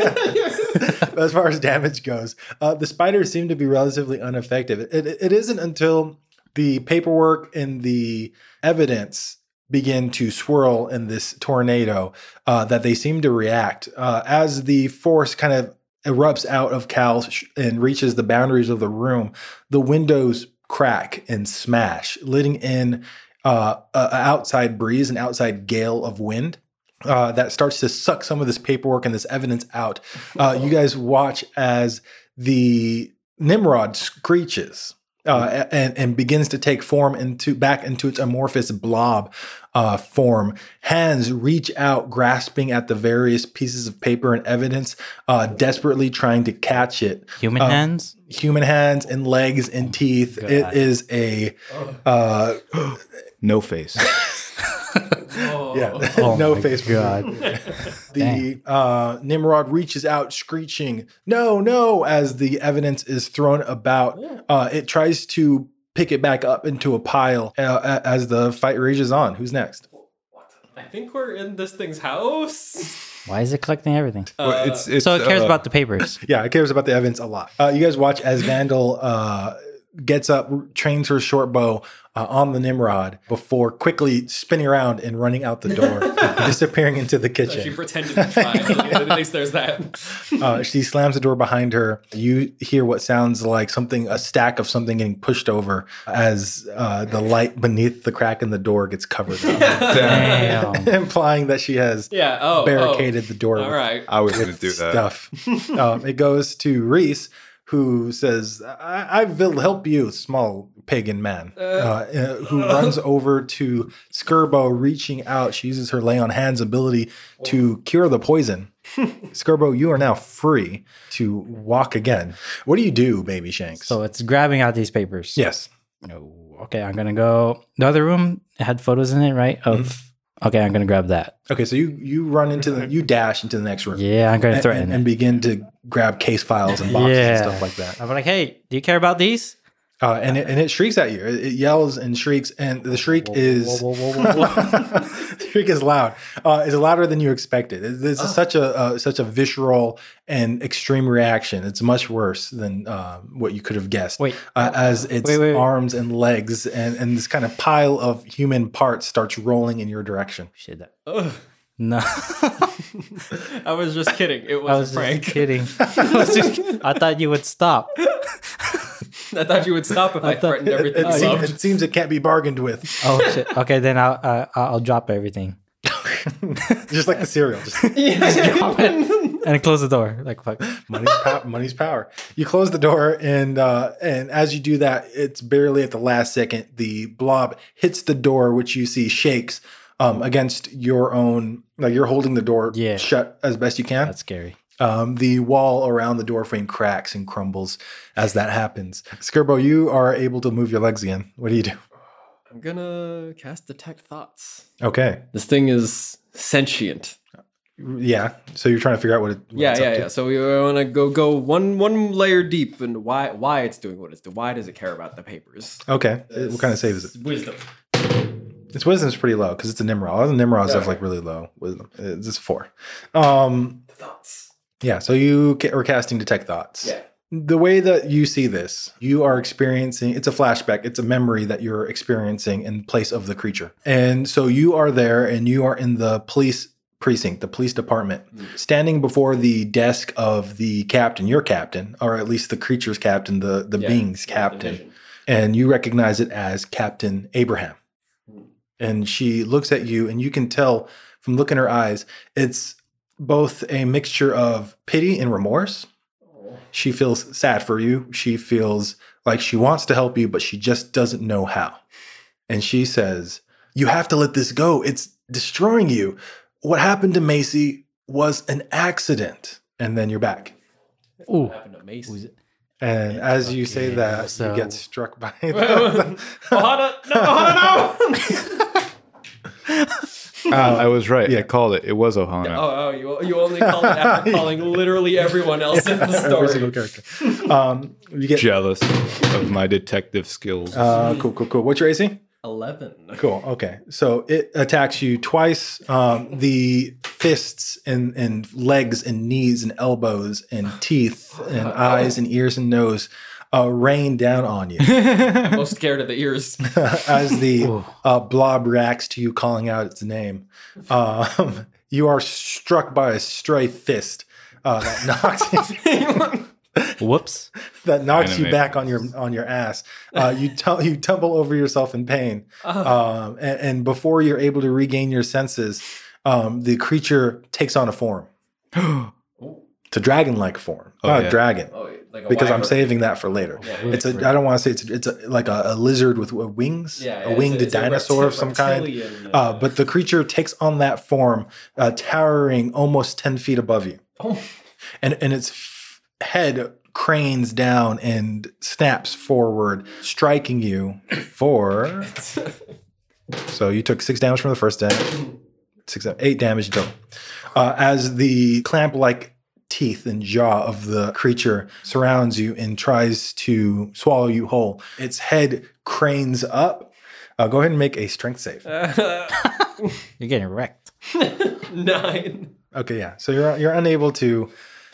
[SPEAKER 2] as far as damage goes. Uh, the spiders seem to be relatively unaffected. It, it isn't until the paperwork and the evidence begin to swirl in this tornado uh, that they seem to react. Uh, as the force kind of erupts out of Cal sh- and reaches the boundaries of the room, the windows crack and smash, letting in uh, an outside breeze, an outside gale of wind. Uh, that starts to suck some of this paperwork and this evidence out. Uh,
[SPEAKER 5] Oh.
[SPEAKER 2] you guys watch as the Nimrod screeches
[SPEAKER 5] Mm-hmm.
[SPEAKER 2] uh, and, and begins to take form into back into its amorphous blob uh, form. Hands reach out, grasping at the various pieces of paper and evidence, uh, desperately trying to catch it.
[SPEAKER 5] Human
[SPEAKER 2] Um,
[SPEAKER 5] hands?
[SPEAKER 2] Human hands and legs and teeth. It
[SPEAKER 5] Oh God. Oh.
[SPEAKER 2] is a
[SPEAKER 5] (gasps)
[SPEAKER 2] uh,
[SPEAKER 4] No
[SPEAKER 2] (laughs)
[SPEAKER 5] (laughs)
[SPEAKER 4] face.
[SPEAKER 2] yeah, (laughs)
[SPEAKER 5] Oh
[SPEAKER 2] no
[SPEAKER 5] my
[SPEAKER 2] face.
[SPEAKER 5] God.
[SPEAKER 2] The uh, Nimrod reaches out, screeching, "No, no!" As the evidence is thrown about, uh, it tries to pick it back up into a pile uh, a- as the fight rages on. Who's next?
[SPEAKER 3] I think we're in this thing's house.
[SPEAKER 5] Why is it collecting everything?
[SPEAKER 2] Uh,
[SPEAKER 3] Uh,
[SPEAKER 4] Well, it's, it's,
[SPEAKER 5] so it cares
[SPEAKER 4] uh,
[SPEAKER 5] about
[SPEAKER 2] (laughs)
[SPEAKER 5] the papers.
[SPEAKER 2] Yeah, it cares about the evidence a lot. Uh, you guys watch as Vandal uh, gets up, trains her short bow uh, on the Nimrod before quickly spinning around and running out the door, disappearing into the kitchen.
[SPEAKER 3] She pretended to try. At least there's that.
[SPEAKER 2] Uh, she slams the door behind her. You hear what sounds like something, a stack of something getting pushed over as uh, the light beneath the crack in the door gets covered
[SPEAKER 3] (laughs)
[SPEAKER 2] up,
[SPEAKER 4] (laughs)
[SPEAKER 5] Damn.
[SPEAKER 2] implying that she has
[SPEAKER 3] Yeah. Oh. oh.
[SPEAKER 2] barricaded the door
[SPEAKER 3] All
[SPEAKER 2] with
[SPEAKER 3] right.
[SPEAKER 4] I was gonna do that.
[SPEAKER 2] stuff. um, it goes to Reese, who says, I-, I will help you, small pagan man, uh, uh, who runs over to Skirbo, reaching out. She uses her lay on hands ability to cure the poison. Skirbo, you are now free to walk again. What do you do, Baby Shanks?
[SPEAKER 5] so it's grabbing out these papers.
[SPEAKER 2] yes.
[SPEAKER 5] Oh, okay, I'm gonna go. The other room had photos in it, right? Of
[SPEAKER 2] Mm-hmm.
[SPEAKER 5] okay, I'm gonna grab that.
[SPEAKER 2] Okay, so you you run into the you dash into the next room
[SPEAKER 5] Yeah, I'm gonna
[SPEAKER 2] and,
[SPEAKER 5] threaten.
[SPEAKER 2] and- and begin to grab case files and boxes and
[SPEAKER 5] Yeah.
[SPEAKER 2] stuff like that.
[SPEAKER 5] it. I'm like, hey, do you care about these?
[SPEAKER 2] Uh, and it, and it shrieks at you. It, it yells and shrieks, and the shriek is (laughs)
[SPEAKER 5] Whoa, whoa, whoa, whoa, whoa.
[SPEAKER 2] the shriek is loud. Uh, it's louder than you expected. It-
[SPEAKER 5] Oh.
[SPEAKER 2] This is such a uh, such a visceral and extreme reaction. It's much worse than uh, what you could have guessed.
[SPEAKER 5] Wait.
[SPEAKER 2] uh, as its
[SPEAKER 5] Wait, wait, wait.
[SPEAKER 2] arms and legs and, and this kind of pile of human parts starts rolling in your direction.
[SPEAKER 5] Shit, that-
[SPEAKER 3] Ugh.
[SPEAKER 5] No, (laughs)
[SPEAKER 3] I was just kidding. It was,
[SPEAKER 5] I was
[SPEAKER 3] a prank.
[SPEAKER 5] just kidding.
[SPEAKER 2] (laughs)
[SPEAKER 5] I, was just- I thought you would stop.
[SPEAKER 3] I thought you would stop if I,
[SPEAKER 5] thought-
[SPEAKER 3] threatened
[SPEAKER 2] It,
[SPEAKER 3] everything. you
[SPEAKER 2] seems,
[SPEAKER 3] loved.
[SPEAKER 2] it seems it can't be bargained
[SPEAKER 5] (laughs)
[SPEAKER 2] with, (laughs)
[SPEAKER 5] Oh shit. Okay, then I'll uh, I'll drop everything (laughs)
[SPEAKER 2] just like the cereal. Just, (laughs)
[SPEAKER 3] (laughs)
[SPEAKER 5] and close the door. Like fuck.
[SPEAKER 2] money's pow- money's power. You close the door, and uh, and as you do that, it's barely at the last second. The blob hits the door, which you see shakes um, against your own. Like you're holding the door
[SPEAKER 5] Yeah.
[SPEAKER 2] shut as best you can.
[SPEAKER 5] That's scary.
[SPEAKER 2] Um, the wall around the door frame cracks and crumbles as that happens. Skirbo, you are able to move your legs again. What do you do?
[SPEAKER 3] (laughs) I'm gonna cast detect thoughts.
[SPEAKER 2] Okay,
[SPEAKER 3] This thing is sentient.
[SPEAKER 2] yeah. So you're trying to figure out what, it, what
[SPEAKER 3] Yeah,
[SPEAKER 2] it's
[SPEAKER 3] yeah,
[SPEAKER 2] up to.
[SPEAKER 3] yeah. So we want to go go one one layer deep into why why it's doing what it's doing. Why does it care about the papers?
[SPEAKER 2] Okay, what kind of save is it?
[SPEAKER 3] Wisdom.
[SPEAKER 2] Its wisdom's pretty low because it's a Nimrod. All the Nimrods have like really low wisdom. It's just four. Um,
[SPEAKER 3] Thoughts.
[SPEAKER 2] yeah. So you ca- are casting detect thoughts.
[SPEAKER 3] Yeah.
[SPEAKER 2] The way that you see this, you are experiencing. It's a flashback. It's a memory that you're experiencing in place of the creature. And so you are there, and you are in the police precinct, the police department,
[SPEAKER 3] Mm.
[SPEAKER 2] standing before the desk of the captain, your captain, or at least the creature's captain, the the
[SPEAKER 3] Yeah.
[SPEAKER 2] being's captain and you recognize it as Captain Abraham. And she looks at you, and you can tell from look in her eyes, it's both a mixture of pity and remorse. She feels sad for you. She feels like she wants to help you, but she just doesn't know how. And she says, You have to let this go. It's destroying you. What happened to Macy was an accident. And then you're back.
[SPEAKER 5] Ooh.
[SPEAKER 3] Happened to Mason.
[SPEAKER 2] And as you say
[SPEAKER 5] Okay,
[SPEAKER 2] that, you
[SPEAKER 5] so-
[SPEAKER 2] get struck by
[SPEAKER 3] Ohana, no, Ohana, no!
[SPEAKER 4] Ah, I was right.
[SPEAKER 2] yeah.
[SPEAKER 4] I called it. It was Ohana.
[SPEAKER 3] oh, oh, you, you only called it after calling literally everyone else in the
[SPEAKER 2] every single
[SPEAKER 3] story.
[SPEAKER 2] character. Um, (laughs) you get
[SPEAKER 4] Jealous of my detective skills.
[SPEAKER 2] uh, cool, cool, cool. What's your AC?
[SPEAKER 3] Eleven.
[SPEAKER 2] Cool. Okay. So it attacks you twice. Um, the fists and, and legs and knees and elbows and teeth and eyes and ears and nose uh, rain down on you (laughs)
[SPEAKER 3] I'm most scared of the (laughs) ears.
[SPEAKER 2] as the uh, blob reacts to you calling out its name. Um, you are struck by a stray fist uh, that knocks
[SPEAKER 5] Whoops.
[SPEAKER 2] that knocks you
[SPEAKER 4] Animate.
[SPEAKER 2] back on your on your ass. Uh,
[SPEAKER 4] (laughs)
[SPEAKER 2] you tum- you tumble over yourself in pain, um, and, and before you're able to regain your senses, um, the creature takes on a
[SPEAKER 4] (gasps)
[SPEAKER 2] form. it's a dragon-like form,
[SPEAKER 4] Oh,
[SPEAKER 2] not a
[SPEAKER 4] yeah.
[SPEAKER 2] dragon,
[SPEAKER 3] Oh, like a
[SPEAKER 2] because I'm
[SPEAKER 3] wyvern.
[SPEAKER 2] saving that for later.
[SPEAKER 3] Yeah.
[SPEAKER 2] It's a I don't want to say it's a, it's a, like a, a lizard with uh, wings,
[SPEAKER 3] Yeah,
[SPEAKER 2] a
[SPEAKER 3] it's
[SPEAKER 2] winged
[SPEAKER 3] it's a
[SPEAKER 2] dinosaur of
[SPEAKER 3] repti-
[SPEAKER 2] some kind.
[SPEAKER 3] reptilian,
[SPEAKER 2] Uh, but the creature takes on that form, uh, towering almost ten feet above you
[SPEAKER 3] oh,
[SPEAKER 2] and and its f- head cranes down and snaps forward, striking you
[SPEAKER 3] (laughs)
[SPEAKER 2] for. so you took six damage from the first damage, six eight damage total. Uh, as the clamp-like teeth and jaw of the creature surrounds you and tries to swallow you whole, its head cranes up. Uh, go ahead and make a strength save.
[SPEAKER 5] You're getting wrecked.
[SPEAKER 3] nine.
[SPEAKER 2] Okay, yeah. So you're you're unable to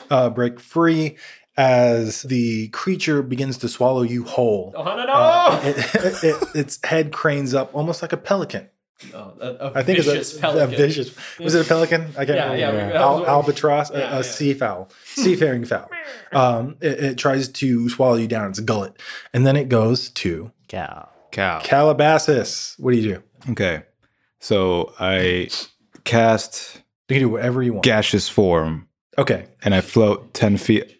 [SPEAKER 2] uh, break free as the creature begins to swallow you whole.
[SPEAKER 3] Oh no! no.
[SPEAKER 2] Uh, it, it, its head cranes up almost like a pelican.
[SPEAKER 3] Oh, a, a
[SPEAKER 2] I think
[SPEAKER 3] vicious
[SPEAKER 2] it's a,
[SPEAKER 3] pelican.
[SPEAKER 2] a vicious. Was it a pelican? I can't
[SPEAKER 3] Yeah,
[SPEAKER 2] remember.
[SPEAKER 3] yeah, we- that
[SPEAKER 2] Al-
[SPEAKER 3] was-
[SPEAKER 2] albatross, a,
[SPEAKER 3] Yeah,
[SPEAKER 2] a
[SPEAKER 3] yeah.
[SPEAKER 2] sea
[SPEAKER 3] (laughs)
[SPEAKER 2] fowl, seafaring fowl. Um, it, it tries to swallow you down its gullet, and then it goes to
[SPEAKER 5] Cow.
[SPEAKER 4] Cow.
[SPEAKER 2] Calabasas. What do you do?
[SPEAKER 4] Okay. So I cast
[SPEAKER 2] You can do whatever you want.
[SPEAKER 4] gaseous form
[SPEAKER 2] Okay,
[SPEAKER 4] and I float 10 feet.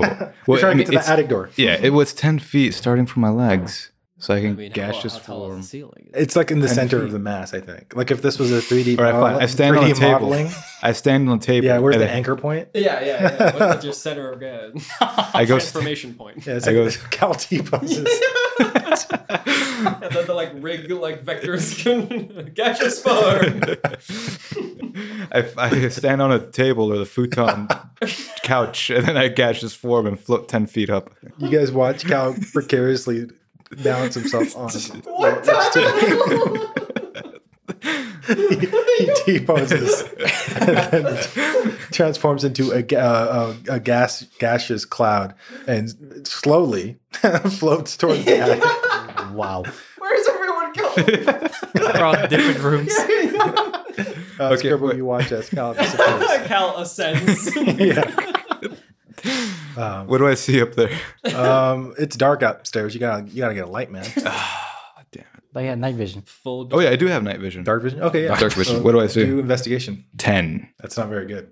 [SPEAKER 2] (laughs) we're
[SPEAKER 4] Well, I
[SPEAKER 2] trying
[SPEAKER 4] mean,
[SPEAKER 2] to get to
[SPEAKER 4] it's-
[SPEAKER 2] the attic door.
[SPEAKER 4] Yeah, it was 10 feet starting from my legs. So I can
[SPEAKER 3] I mean, how-
[SPEAKER 4] gaseous
[SPEAKER 3] how tall is
[SPEAKER 4] form.
[SPEAKER 3] the ceiling?
[SPEAKER 2] It's like in the
[SPEAKER 4] Ten
[SPEAKER 2] center
[SPEAKER 4] feet.
[SPEAKER 2] of the mass, I think. Like if this was a 3D
[SPEAKER 4] All right, fine.
[SPEAKER 2] model-
[SPEAKER 4] I stand on
[SPEAKER 2] 3D
[SPEAKER 4] a table.
[SPEAKER 2] Oh, modeling.
[SPEAKER 4] I stand on the table.
[SPEAKER 2] Yeah, where's
[SPEAKER 4] and
[SPEAKER 2] the
[SPEAKER 4] I-
[SPEAKER 2] anchor point?
[SPEAKER 3] Yeah, yeah, yeah.
[SPEAKER 2] (laughs)
[SPEAKER 3] What- What's your center of (laughs) gravity?
[SPEAKER 4] I go st-
[SPEAKER 3] Transformation point.
[SPEAKER 2] Yeah, it's
[SPEAKER 4] I
[SPEAKER 2] like
[SPEAKER 4] go- (laughs)
[SPEAKER 2] the Cal T poses.
[SPEAKER 3] and then the like rig like vectors can (laughs) gaseous form.
[SPEAKER 4] I, I stand on a table or the futon couch and then I gaseous form and float 10 feet up.
[SPEAKER 2] You guys watch
[SPEAKER 4] (laughs)
[SPEAKER 2] Cal precariously balance himself on. (laughs)
[SPEAKER 3] What time?
[SPEAKER 4] (laughs)
[SPEAKER 2] he T poses (laughs) and then transforms into a, ga- uh, a, a gas gaseous cloud and slowly (laughs) floats towards
[SPEAKER 4] (laughs)
[SPEAKER 2] the attic. Uh,
[SPEAKER 5] Wow.
[SPEAKER 3] Where's
[SPEAKER 2] (laughs)
[SPEAKER 3] everyone (laughs) going?
[SPEAKER 5] We're all different rooms.
[SPEAKER 2] Uh,
[SPEAKER 4] Okay,
[SPEAKER 2] Scribble,
[SPEAKER 4] wait.
[SPEAKER 2] you watch as
[SPEAKER 4] (laughs)
[SPEAKER 2] Cal disappears.
[SPEAKER 3] Cal ascends. (laughs)
[SPEAKER 2] yeah.
[SPEAKER 4] What do I see up there?
[SPEAKER 2] Um, it's dark upstairs. You gotta you gotta get a light, man.
[SPEAKER 5] They had night vision. (laughs)
[SPEAKER 3] Full
[SPEAKER 4] Oh, yeah, I do have night vision.
[SPEAKER 2] Dark vision. Okay, yeah.
[SPEAKER 4] Dark vision. What do I see?
[SPEAKER 2] Do investigation.
[SPEAKER 4] 10.
[SPEAKER 2] That's not very good.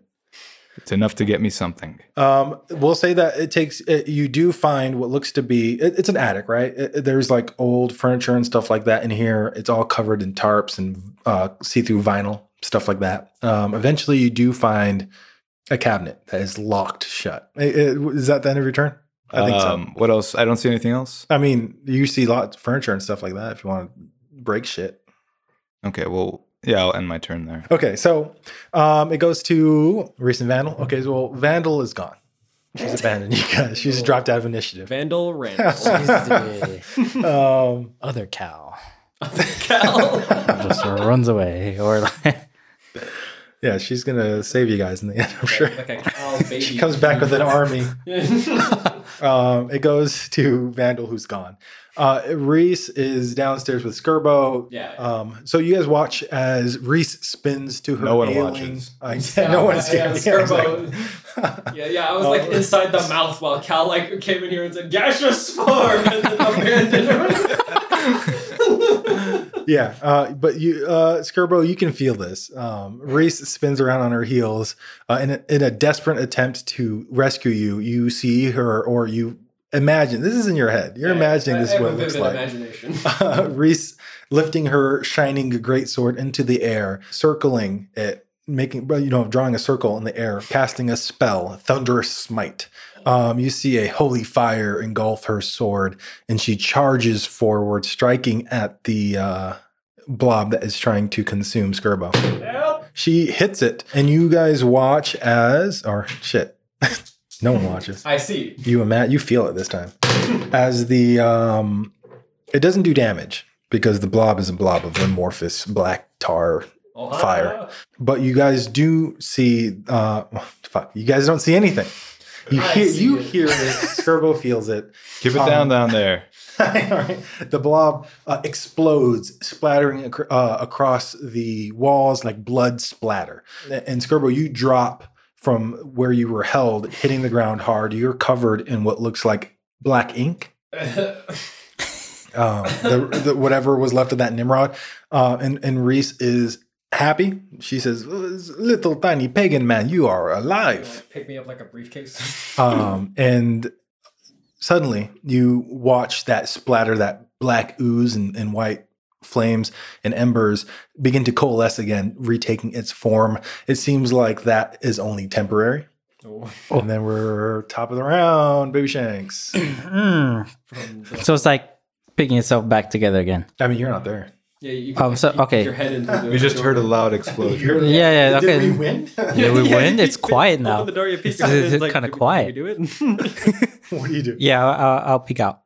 [SPEAKER 4] It's enough to get me something.
[SPEAKER 2] Um, we'll say that it takes uh you do find what looks to be it- it's an attic, right? It- it- there's like old furniture and stuff like that in here. It's all covered in tarps and uh, see-through vinyl stuff like that. Um, eventually, you do find a cabinet that is locked shut. I- I- Is that the end of your turn? I think so.
[SPEAKER 4] Um, What else? I don't see anything else.
[SPEAKER 2] I mean, you see lots of furniture and stuff like that if you want to break shit.
[SPEAKER 4] Okay, well, yeah, I'll end my turn there.
[SPEAKER 2] Okay, so um, it goes to recent Vandal. Okay, so well, Vandal is gone. She's abandoned you guys. She's dropped out of initiative.
[SPEAKER 3] Vandal (laughs)
[SPEAKER 4] (laughs)
[SPEAKER 3] Randall.
[SPEAKER 5] Jeez.
[SPEAKER 2] Um,
[SPEAKER 5] Other cow
[SPEAKER 3] Cal.
[SPEAKER 5] (laughs) just runs away, or like, (laughs)
[SPEAKER 2] Yeah, she's gonna save you guys in the end. I'm sure.
[SPEAKER 3] Like a Cal baby.
[SPEAKER 2] She comes back with an army. Um, it goes to Vandal, who's gone. Uh, Reese is downstairs with Skirbo.
[SPEAKER 3] Yeah.
[SPEAKER 2] Um, so you guys watch as Reese spins to her.
[SPEAKER 4] No one
[SPEAKER 2] ailing-
[SPEAKER 4] watches.
[SPEAKER 2] Uh, yeah, (laughs) no one's
[SPEAKER 3] yeah,
[SPEAKER 2] here. Yeah, exactly.
[SPEAKER 3] Skirbo. yeah, yeah, I was like
[SPEAKER 2] Oh.
[SPEAKER 3] inside the mouth while Cal like came in here and said gaseous form and then abandoned (laughs) her.
[SPEAKER 2] yeah. Uh, but you, uh, Skirbo, you can feel this. Um, Reese spins around on her heels uh, in, a, in a desperate attempt to rescue you. You see her, or you imagine this is in your head. You're imagining
[SPEAKER 3] I-
[SPEAKER 2] this
[SPEAKER 3] I
[SPEAKER 2] is
[SPEAKER 3] have
[SPEAKER 2] what
[SPEAKER 3] a
[SPEAKER 2] it looks
[SPEAKER 3] vivid
[SPEAKER 2] like. (laughs)
[SPEAKER 3] Imagination.
[SPEAKER 2] Reese lifting her shining greatsword into the air, circling it, making well, you know, drawing a circle in the air, casting a spell, thunderous smite. Um, you see a holy fire engulf her sword, and she charges forward, striking at the uh, blob that is trying to consume Skirbo.
[SPEAKER 3] Help!
[SPEAKER 2] She hits it, and you guys watch as, or shit, (laughs) no one watches.
[SPEAKER 3] I see.
[SPEAKER 2] You and Matt, you feel it this time. As the um it doesn't do damage. because the blob is a blob of amorphous black tar
[SPEAKER 3] (laughs)
[SPEAKER 2] fire. But you guys do see, uh, (laughs) fuck, you guys don't see anything. You hear, you hear it. Skirbo feels it.
[SPEAKER 4] Keep it
[SPEAKER 2] Um,
[SPEAKER 4] down down there.
[SPEAKER 2] (laughs) All right. The blob uh, explodes, splattering ac- uh, across the walls like blood splatter. And Skirbo, you drop from where you were held, hitting the ground hard. You're covered in what looks like black ink. um, the, the, whatever was left of that Nimrod. Uh, and, and Reese is happy. She says, Little tiny pagan man, you are alive.
[SPEAKER 3] Pick me up like a briefcase.
[SPEAKER 2] Um, and suddenly you watch that splatter, that black ooze and, and white flames and embers begin to coalesce again, retaking its form. It seems like that is only temporary.
[SPEAKER 3] Oh,
[SPEAKER 2] And then we're top of the round, baby shanks.
[SPEAKER 5] Mm.
[SPEAKER 3] from the-
[SPEAKER 5] So it's like picking itself back together again.
[SPEAKER 2] I mean, you're not there.
[SPEAKER 3] yeah, you
[SPEAKER 5] Um, so-
[SPEAKER 3] you put
[SPEAKER 5] okay.
[SPEAKER 3] Your head
[SPEAKER 4] (laughs)
[SPEAKER 3] into the
[SPEAKER 4] We just heard a loud explosion.
[SPEAKER 2] You're-
[SPEAKER 5] Yeah, yeah,
[SPEAKER 2] Did
[SPEAKER 5] okay.
[SPEAKER 2] we (laughs) win?
[SPEAKER 5] Yeah, we
[SPEAKER 3] you
[SPEAKER 5] win? (laughs)
[SPEAKER 3] (laughs)
[SPEAKER 5] It's
[SPEAKER 3] peek- peek-
[SPEAKER 5] quiet
[SPEAKER 3] open
[SPEAKER 5] now.
[SPEAKER 3] the door, you peek
[SPEAKER 5] It's-
[SPEAKER 3] out,
[SPEAKER 5] it's
[SPEAKER 3] it's like,
[SPEAKER 5] kinda
[SPEAKER 3] do we- do
[SPEAKER 5] quiet.
[SPEAKER 2] (laughs)
[SPEAKER 3] we do it? (laughs)
[SPEAKER 2] what do you do?
[SPEAKER 5] Yeah, I'll, I'll pick out.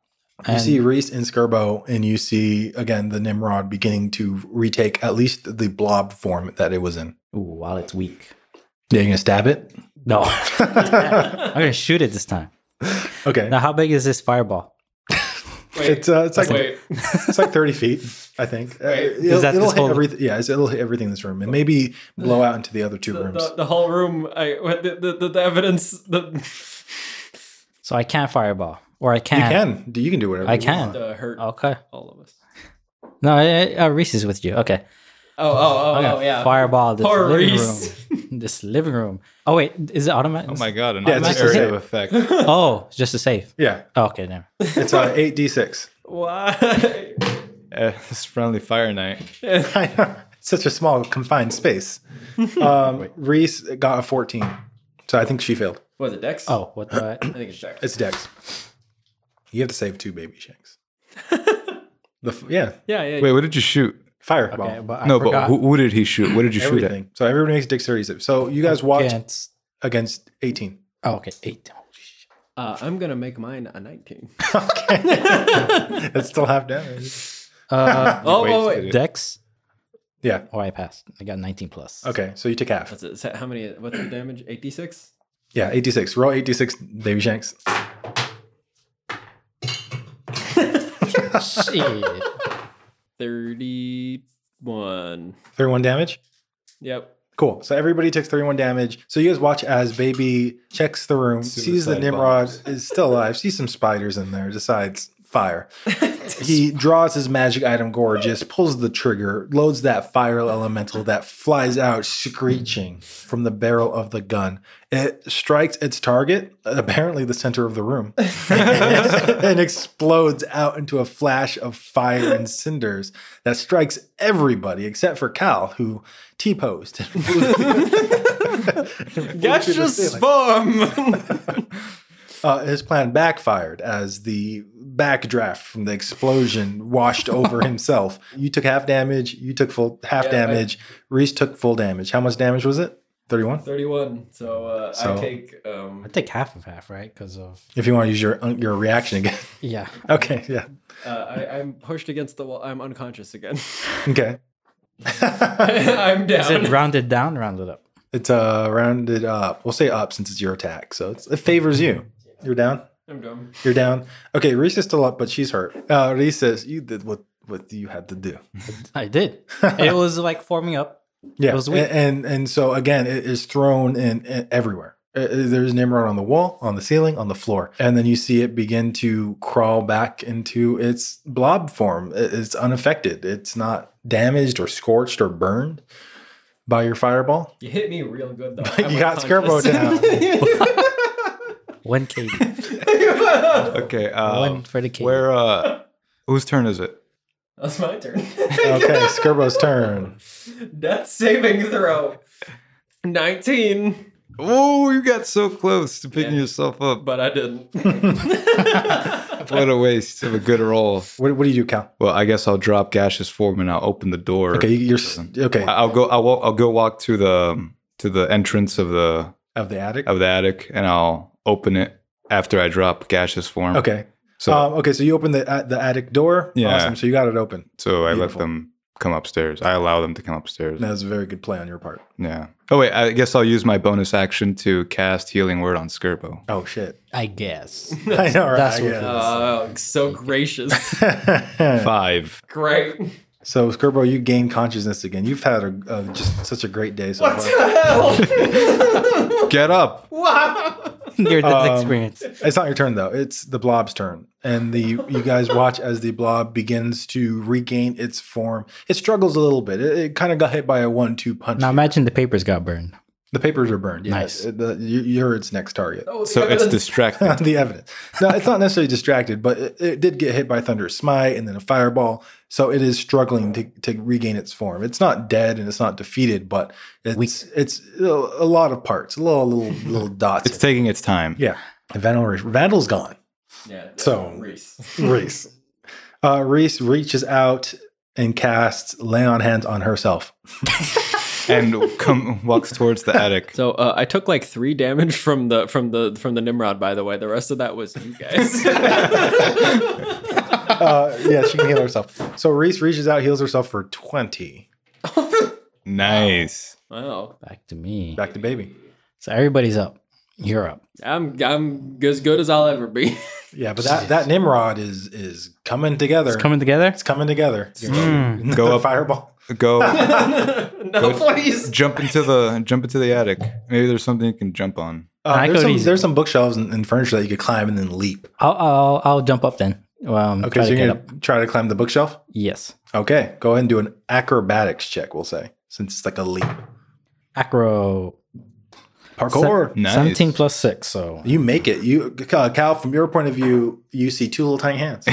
[SPEAKER 2] You
[SPEAKER 5] And-
[SPEAKER 2] see Reese and Skirbo, and you see again the Nimrod beginning to retake at least the blob form that it was in.
[SPEAKER 5] Ooh, while it's weak.
[SPEAKER 2] Yeah, you gonna stab it?
[SPEAKER 5] No, (laughs) I'm gonna shoot it this time.
[SPEAKER 2] (laughs) okay.
[SPEAKER 5] Now, how big is this fireball?
[SPEAKER 3] Wait,
[SPEAKER 2] It's uh, it's like
[SPEAKER 3] wait.
[SPEAKER 2] it's like thirty feet, I think. Uh,
[SPEAKER 3] Wait.
[SPEAKER 2] it'll,
[SPEAKER 5] that
[SPEAKER 2] it'll
[SPEAKER 5] this
[SPEAKER 2] hit
[SPEAKER 5] whole-
[SPEAKER 2] everything. Yeah, it's- it'll hit everything in this room, and maybe blow out into the other two
[SPEAKER 3] The,
[SPEAKER 2] rooms.
[SPEAKER 3] the, the whole room, I what the, the, the, the evidence, the,
[SPEAKER 5] So I can't fireball, or I
[SPEAKER 2] you
[SPEAKER 5] can.
[SPEAKER 2] can do. You can do whatever.
[SPEAKER 5] I
[SPEAKER 2] you
[SPEAKER 5] can.
[SPEAKER 2] want.
[SPEAKER 3] the Uh, Oh. hurt
[SPEAKER 5] Okay.
[SPEAKER 3] all of us.
[SPEAKER 5] No, I, I, uh, Reese is with you. Okay.
[SPEAKER 3] Oh, oh, oh,
[SPEAKER 5] I'm gonna
[SPEAKER 3] oh yeah.
[SPEAKER 5] Fireball this
[SPEAKER 3] Poor
[SPEAKER 5] living
[SPEAKER 3] Reese.
[SPEAKER 5] room. (laughs) this living room. Oh wait, is it automatic?
[SPEAKER 4] Oh my god! An
[SPEAKER 2] Yeah, it's
[SPEAKER 5] just a
[SPEAKER 4] area
[SPEAKER 2] hit.
[SPEAKER 4] of effect. Uh,
[SPEAKER 5] Oh, it's just a save.
[SPEAKER 2] Yeah,
[SPEAKER 5] Okay, never.
[SPEAKER 2] it's uh, eight d six. (laughs)
[SPEAKER 3] Why? (laughs)
[SPEAKER 4] Uh, it's friendly fire night.
[SPEAKER 2] Such a small confined
[SPEAKER 5] (laughs)
[SPEAKER 2] space. Um, Reese got a fourteen, so I think she failed.
[SPEAKER 3] Was it Dex?
[SPEAKER 5] Oh, what the?
[SPEAKER 3] I think it's Dex.
[SPEAKER 2] It's Dex. You have to save two baby
[SPEAKER 3] (laughs)
[SPEAKER 2] shanks. the f- yeah
[SPEAKER 3] yeah, yeah.
[SPEAKER 4] Wait, what did you shoot?
[SPEAKER 2] fireball.
[SPEAKER 5] Okay, but I
[SPEAKER 4] no, but
[SPEAKER 5] forgot.
[SPEAKER 4] who, who did he shoot? What did you shoot at?
[SPEAKER 2] Everything. So everybody makes dexterity save. So you guys watch
[SPEAKER 5] Against-
[SPEAKER 2] against eighteen.
[SPEAKER 5] Oh, okay, eight. Holy shit.
[SPEAKER 3] Uh, I'm gonna make mine a 19.
[SPEAKER 2] It's still half damage.
[SPEAKER 5] Uh,
[SPEAKER 3] Oh,
[SPEAKER 4] Wait,
[SPEAKER 3] wait, wait.
[SPEAKER 4] did it-
[SPEAKER 5] Dex.
[SPEAKER 2] Yeah.
[SPEAKER 5] Oh, I passed. I got 19 plus.
[SPEAKER 2] Okay. So you take half.
[SPEAKER 3] That's it. Is that How many? What's the damage? 86.
[SPEAKER 2] Yeah, 86. Roll 86, Davy Shanks.
[SPEAKER 5] (laughs) Shit.
[SPEAKER 3] 31.
[SPEAKER 2] 31 damage.
[SPEAKER 3] Yep.
[SPEAKER 2] Cool. So everybody takes 31 damage. So you guys watch as Baby checks the room, sees the
[SPEAKER 4] Suicide
[SPEAKER 2] Nimrod is still alive, sees some spiders in there, decides fire. he draws his magic item, Gorgeous, pulls the trigger, loads that fire elemental that flies out screeching from the barrel of the gun. It strikes its target, apparently the center of the room, (laughs) and explodes out into a flash of fire and cinders that strikes everybody except for Cal, who T posed.
[SPEAKER 3] Gaseous form.
[SPEAKER 2] (laughs) Uh, his plan backfired as the backdraft from the explosion washed over himself. You took half damage. You took full half
[SPEAKER 3] Yeah, I-
[SPEAKER 2] damage. Reese took full damage. How much damage was it? 31?
[SPEAKER 3] 31. (laughs) So, uh,
[SPEAKER 2] So-
[SPEAKER 3] I take. Um,
[SPEAKER 2] (laughs)
[SPEAKER 3] (laughs)
[SPEAKER 5] I take half of half, right? Because of
[SPEAKER 2] If you want to use your your reaction again. (laughs)
[SPEAKER 4] (laughs)
[SPEAKER 5] yeah.
[SPEAKER 2] okay, yeah.
[SPEAKER 3] uh, I, I'm pushed against the wall. I'm unconscious again. (laughs)
[SPEAKER 2] Okay.
[SPEAKER 3] I'm
[SPEAKER 5] Is it
[SPEAKER 3] down.
[SPEAKER 5] rounded down, rounded up?
[SPEAKER 2] It's uh rounded up. We'll say up since it's your attack. So it's, it favors you. You're down?
[SPEAKER 3] I'm dumb.
[SPEAKER 2] You're down. Okay, Reese is still up, but she's hurt. Uh Reese says, You did what what you had to do.
[SPEAKER 5] I did.
[SPEAKER 4] (laughs)
[SPEAKER 5] it was like forming up.
[SPEAKER 2] Yeah,
[SPEAKER 5] was weak.
[SPEAKER 2] a- and and so again, it is thrown in, in everywhere. Uh, uh, There's Nimrod on the wall, on the ceiling, on the floor, and then you see it begin to crawl back into its blob form. I- It's unaffected. It's not damaged or scorched or burned by your fireball.
[SPEAKER 3] You hit me real good, though.
[SPEAKER 2] (laughs) you got Skirbo (laughs)
[SPEAKER 5] One KD.
[SPEAKER 3] down.
[SPEAKER 4] Okay. Uh,
[SPEAKER 5] One for the KD.
[SPEAKER 4] where? Uh, (laughs) whose turn is it?
[SPEAKER 3] That's my turn.
[SPEAKER 2] Okay, Skirbo's turn.
[SPEAKER 3] (laughs) Death saving throw. 19.
[SPEAKER 4] Oh, you got so close to picking
[SPEAKER 3] Yeah.
[SPEAKER 4] yourself up.
[SPEAKER 3] But I didn't.
[SPEAKER 4] What a waste of a good roll.
[SPEAKER 2] What, what do you do, Cal?
[SPEAKER 4] Well, I guess I'll drop gaseous form and I'll open the door.
[SPEAKER 2] Okay, you're s- okay
[SPEAKER 4] I- I'll go. I'll walk, I'll go walk to the to the entrance of the
[SPEAKER 2] of the attic.
[SPEAKER 4] of the attic and I'll open it after I drop gaseous form.
[SPEAKER 2] Okay,
[SPEAKER 4] So
[SPEAKER 2] Um, okay, so you open the uh, the attic door.
[SPEAKER 4] Yeah.
[SPEAKER 2] Awesome. So you got it open.
[SPEAKER 4] so I let
[SPEAKER 2] beautiful.
[SPEAKER 4] them come upstairs. I allow them to come upstairs.
[SPEAKER 2] That was a very good play on your part.
[SPEAKER 4] Yeah. Oh wait, I guess I'll use my bonus action to cast healing word on Skirbo.
[SPEAKER 2] Oh
[SPEAKER 5] (laughs)
[SPEAKER 2] shit!
[SPEAKER 5] I guess.
[SPEAKER 2] I know, right?
[SPEAKER 5] That's what
[SPEAKER 2] Yeah.
[SPEAKER 5] it
[SPEAKER 3] Oh, so gracious.
[SPEAKER 4] Five.
[SPEAKER 3] Great.
[SPEAKER 2] (laughs)
[SPEAKER 3] (laughs)
[SPEAKER 2] So Skirbo, you gain consciousness again. You've had a, a just such a great day so far.
[SPEAKER 4] Get up.
[SPEAKER 5] Near death
[SPEAKER 2] Um,
[SPEAKER 5] experience.
[SPEAKER 2] It's not your turn though. It's the blob's turn, and the you guys watch as the blob begins to regain its form. It struggles a little bit. It, it kind of got hit by a one-two punch.
[SPEAKER 5] Now imagine the papers got burned.
[SPEAKER 2] the papers are burned. Yeah.
[SPEAKER 5] Nice. Oh,
[SPEAKER 2] It- the- you, you're its next target.
[SPEAKER 4] So it's
[SPEAKER 2] (laughs)
[SPEAKER 4] distracted.
[SPEAKER 2] the evidence. No, it's not necessarily distracted, but it, it did get hit by thunderous smite and then a fireball, so it is struggling to, to regain its form. It's not dead and it's not defeated, but it's it's a a lot of parts, a little little (laughs) little dots.
[SPEAKER 4] It's taking its time.
[SPEAKER 2] yeah, And Vandal Vandal's gone.
[SPEAKER 3] Yeah,
[SPEAKER 2] So-
[SPEAKER 3] Reese.
[SPEAKER 2] Reese, uh, Reese reaches out and casts lay on hands on (laughs) herself.
[SPEAKER 4] And come walks towards the attic.
[SPEAKER 3] So uh, I took like three damage from the from the from the Nimrod. By the way, the rest of that was you (laughs) guys.
[SPEAKER 2] Uh, yeah, she can heal herself. So Reese reaches out, heals herself for twenty.
[SPEAKER 4] Nice.
[SPEAKER 3] wow,
[SPEAKER 5] Back to me.
[SPEAKER 2] Back to baby.
[SPEAKER 5] So everybody's up. You're up.
[SPEAKER 3] I'm I'm as good as I'll ever be.
[SPEAKER 2] Yeah, but that, that Nimrod is is coming together.
[SPEAKER 5] It's coming together.
[SPEAKER 2] It's coming together.
[SPEAKER 5] Mm.
[SPEAKER 2] (laughs) The
[SPEAKER 4] Go up.
[SPEAKER 2] Fireball.
[SPEAKER 4] Go
[SPEAKER 3] (laughs) no, please.
[SPEAKER 4] jump into the jump into the attic. Maybe there's something you can jump on.
[SPEAKER 2] Uh,
[SPEAKER 5] I
[SPEAKER 2] there's,
[SPEAKER 5] go
[SPEAKER 2] some,
[SPEAKER 5] easy.
[SPEAKER 2] there's some bookshelves and, and furniture that you could climb and then leap.
[SPEAKER 5] I'll I'll, I'll jump up then. Um,
[SPEAKER 2] Okay,
[SPEAKER 5] try
[SPEAKER 2] so
[SPEAKER 5] to
[SPEAKER 2] you're
[SPEAKER 5] get
[SPEAKER 2] gonna
[SPEAKER 5] up.
[SPEAKER 2] try to climb the bookshelf.
[SPEAKER 5] Yes.
[SPEAKER 2] Okay, go ahead and do an acrobatics check. We'll say since it's like a leap
[SPEAKER 5] Acro.
[SPEAKER 2] parkour.
[SPEAKER 4] Nice.
[SPEAKER 5] 17 plus 6, so
[SPEAKER 2] You make it. You, uh, Cal, from your point of view, you see two little tiny
[SPEAKER 4] (laughs)
[SPEAKER 2] hands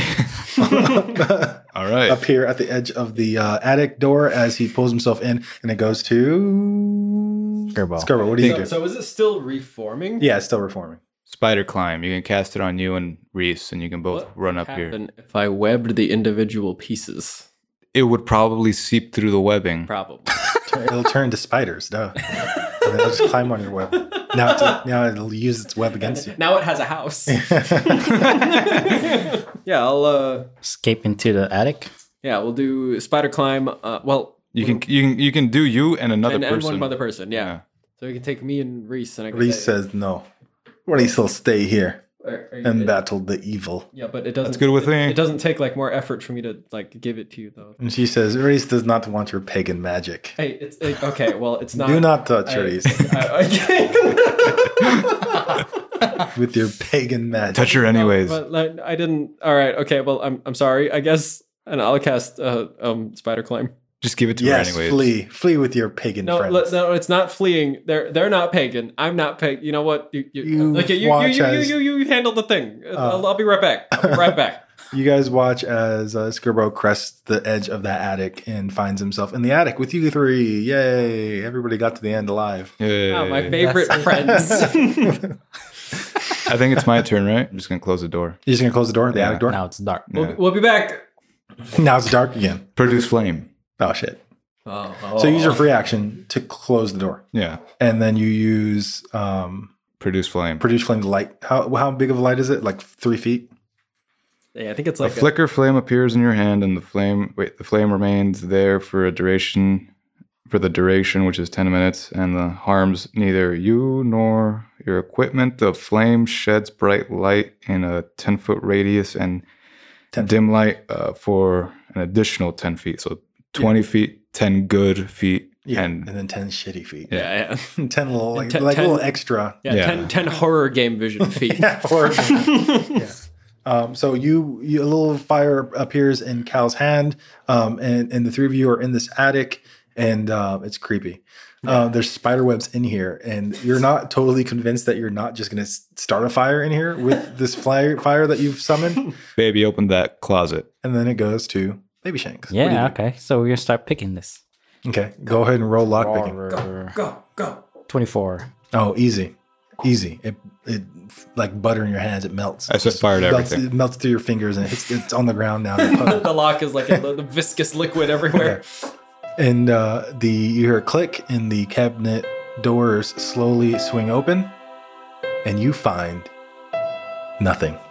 [SPEAKER 4] All right.
[SPEAKER 2] appear at the edge of the uh, attic door as he pulls himself in, and it goes to
[SPEAKER 4] Oh.
[SPEAKER 5] Skirball.
[SPEAKER 2] Skirbo. What do you
[SPEAKER 3] So,
[SPEAKER 2] do?
[SPEAKER 3] so is it still reforming?
[SPEAKER 2] Yeah, it's still reforming.
[SPEAKER 4] Spider climb. You can cast it on you and Reese, and you can both run up here.
[SPEAKER 3] Happen if I webbed the individual pieces,
[SPEAKER 4] It would probably seep through the webbing.
[SPEAKER 3] probably.
[SPEAKER 2] Turn- It'll turn to spiders. Duh. And then it'll just climb on your web. Now, it's, now it'll use its web against
[SPEAKER 3] (laughs)
[SPEAKER 2] you.
[SPEAKER 3] now it has a house. yeah, I'll. Uh,
[SPEAKER 5] escape into the attic.
[SPEAKER 3] yeah, we'll do spider climb. Uh, well,
[SPEAKER 4] You can you can you can do you and another
[SPEAKER 3] and, and
[SPEAKER 4] person.
[SPEAKER 3] one other person. Yeah.
[SPEAKER 4] Yeah.
[SPEAKER 3] so you can take me and Reese, and I can
[SPEAKER 2] Reese says no. Reese will stay here
[SPEAKER 3] Are- are you
[SPEAKER 2] and
[SPEAKER 3] good?
[SPEAKER 2] battle the evil.
[SPEAKER 3] Yeah, but it doesn't.
[SPEAKER 4] That's good with
[SPEAKER 3] it-
[SPEAKER 4] me.
[SPEAKER 3] It doesn't take like more effort for me to like give it to you though.
[SPEAKER 2] And she says, Reese does not want your pagan magic.
[SPEAKER 3] Hey, it's it, okay. Well, it's not.
[SPEAKER 2] Do not touch
[SPEAKER 3] (laughs) I-
[SPEAKER 2] Reese (laughs)
[SPEAKER 3] I- I-
[SPEAKER 2] with your pagan magic.
[SPEAKER 4] Touch her anyways.
[SPEAKER 3] but like, I didn't. All right. Okay. Well, I'm I'm sorry. I guess, and I'll cast uh, um spider climb.
[SPEAKER 4] Just give it to
[SPEAKER 2] yes,
[SPEAKER 4] her anyways.
[SPEAKER 2] flee. Flee with your pagan
[SPEAKER 3] No,
[SPEAKER 2] friends.
[SPEAKER 3] let, no, it's not fleeing. They're they're not pagan. I'm not pagan. You know what? You you
[SPEAKER 2] You
[SPEAKER 3] okay, you, you,
[SPEAKER 2] watch
[SPEAKER 3] you,
[SPEAKER 2] as-
[SPEAKER 3] you, you you handle the thing. I'll,
[SPEAKER 2] Oh.
[SPEAKER 3] I'll be right
[SPEAKER 2] (laughs)
[SPEAKER 3] back. I'll be (laughs) right back.
[SPEAKER 2] You guys watch as uh, Skirbo crests the edge of that attic and finds himself in the attic with you three. Yay! Everybody got to the end alive. (laughs)
[SPEAKER 4] Yay.
[SPEAKER 3] Oh, my favorite friends.
[SPEAKER 4] I think it's my turn,
[SPEAKER 3] (laughs)
[SPEAKER 4] right? I'm just gonna close the door.
[SPEAKER 2] You're just gonna close the door, the
[SPEAKER 4] Yeah.
[SPEAKER 2] attic door.
[SPEAKER 5] Now it's dark.
[SPEAKER 3] we'll,
[SPEAKER 4] Yeah.
[SPEAKER 3] be, we'll be back.
[SPEAKER 2] (laughs) now it's dark again.
[SPEAKER 4] Produce flame.
[SPEAKER 2] Oh shit!
[SPEAKER 3] Oh,
[SPEAKER 2] So use your free action to close the door,
[SPEAKER 4] Yeah.
[SPEAKER 2] and then you use um,
[SPEAKER 4] Produce flame.
[SPEAKER 2] produce flame to light. How how big of a light is it? Like three feet.
[SPEAKER 3] Yeah, I think it's
[SPEAKER 4] a
[SPEAKER 3] like a-
[SPEAKER 4] flicker flame appears in your hand, and the flame wait the flame remains there for a duration, for the duration which is ten minutes, and the harms neither you nor your equipment. The flame sheds bright light in a ten foot radius and
[SPEAKER 2] 10 feet.
[SPEAKER 4] dim light uh, for an additional ten feet. So twenty feet, ten good feet,
[SPEAKER 2] and,
[SPEAKER 4] and
[SPEAKER 2] then ten shitty feet.
[SPEAKER 3] yeah, yeah.
[SPEAKER 2] (laughs) ten little like,
[SPEAKER 3] Ten-
[SPEAKER 2] like
[SPEAKER 3] ten-
[SPEAKER 2] little extra.
[SPEAKER 3] Yeah,
[SPEAKER 4] Yeah.
[SPEAKER 3] 10, 10 horror
[SPEAKER 2] (laughs)
[SPEAKER 3] game vision feet.
[SPEAKER 4] (laughs)
[SPEAKER 2] Yeah, horror. yeah. Um, so you, you, a little fire appears in Cal's hand, um, and and the three of you are in this attic, and um, it's creepy. Um, there's spider webs in here, and you're not totally convinced that you're not just going to start a fire in here
[SPEAKER 4] (laughs)
[SPEAKER 2] with this fire fire that you've summoned,
[SPEAKER 4] baby, open that closet.
[SPEAKER 2] and then it goes to baby shanks. What do
[SPEAKER 5] Yeah,
[SPEAKER 2] you
[SPEAKER 5] okay. So we're going to start picking this.
[SPEAKER 2] do? Okay. Go ahead and roll lockpicking.
[SPEAKER 3] Go, go.
[SPEAKER 5] 24.
[SPEAKER 2] Oh, easy, easy. It it like butter in your hands. It melts.
[SPEAKER 4] I set fire to
[SPEAKER 2] melts,
[SPEAKER 4] everything.
[SPEAKER 2] it melts through your fingers, and it's it's on the ground now. The puddle.
[SPEAKER 3] the lock is like a, the viscous liquid everywhere.
[SPEAKER 2] And uh, the you hear a click, and the cabinet doors slowly swing open, and you find nothing.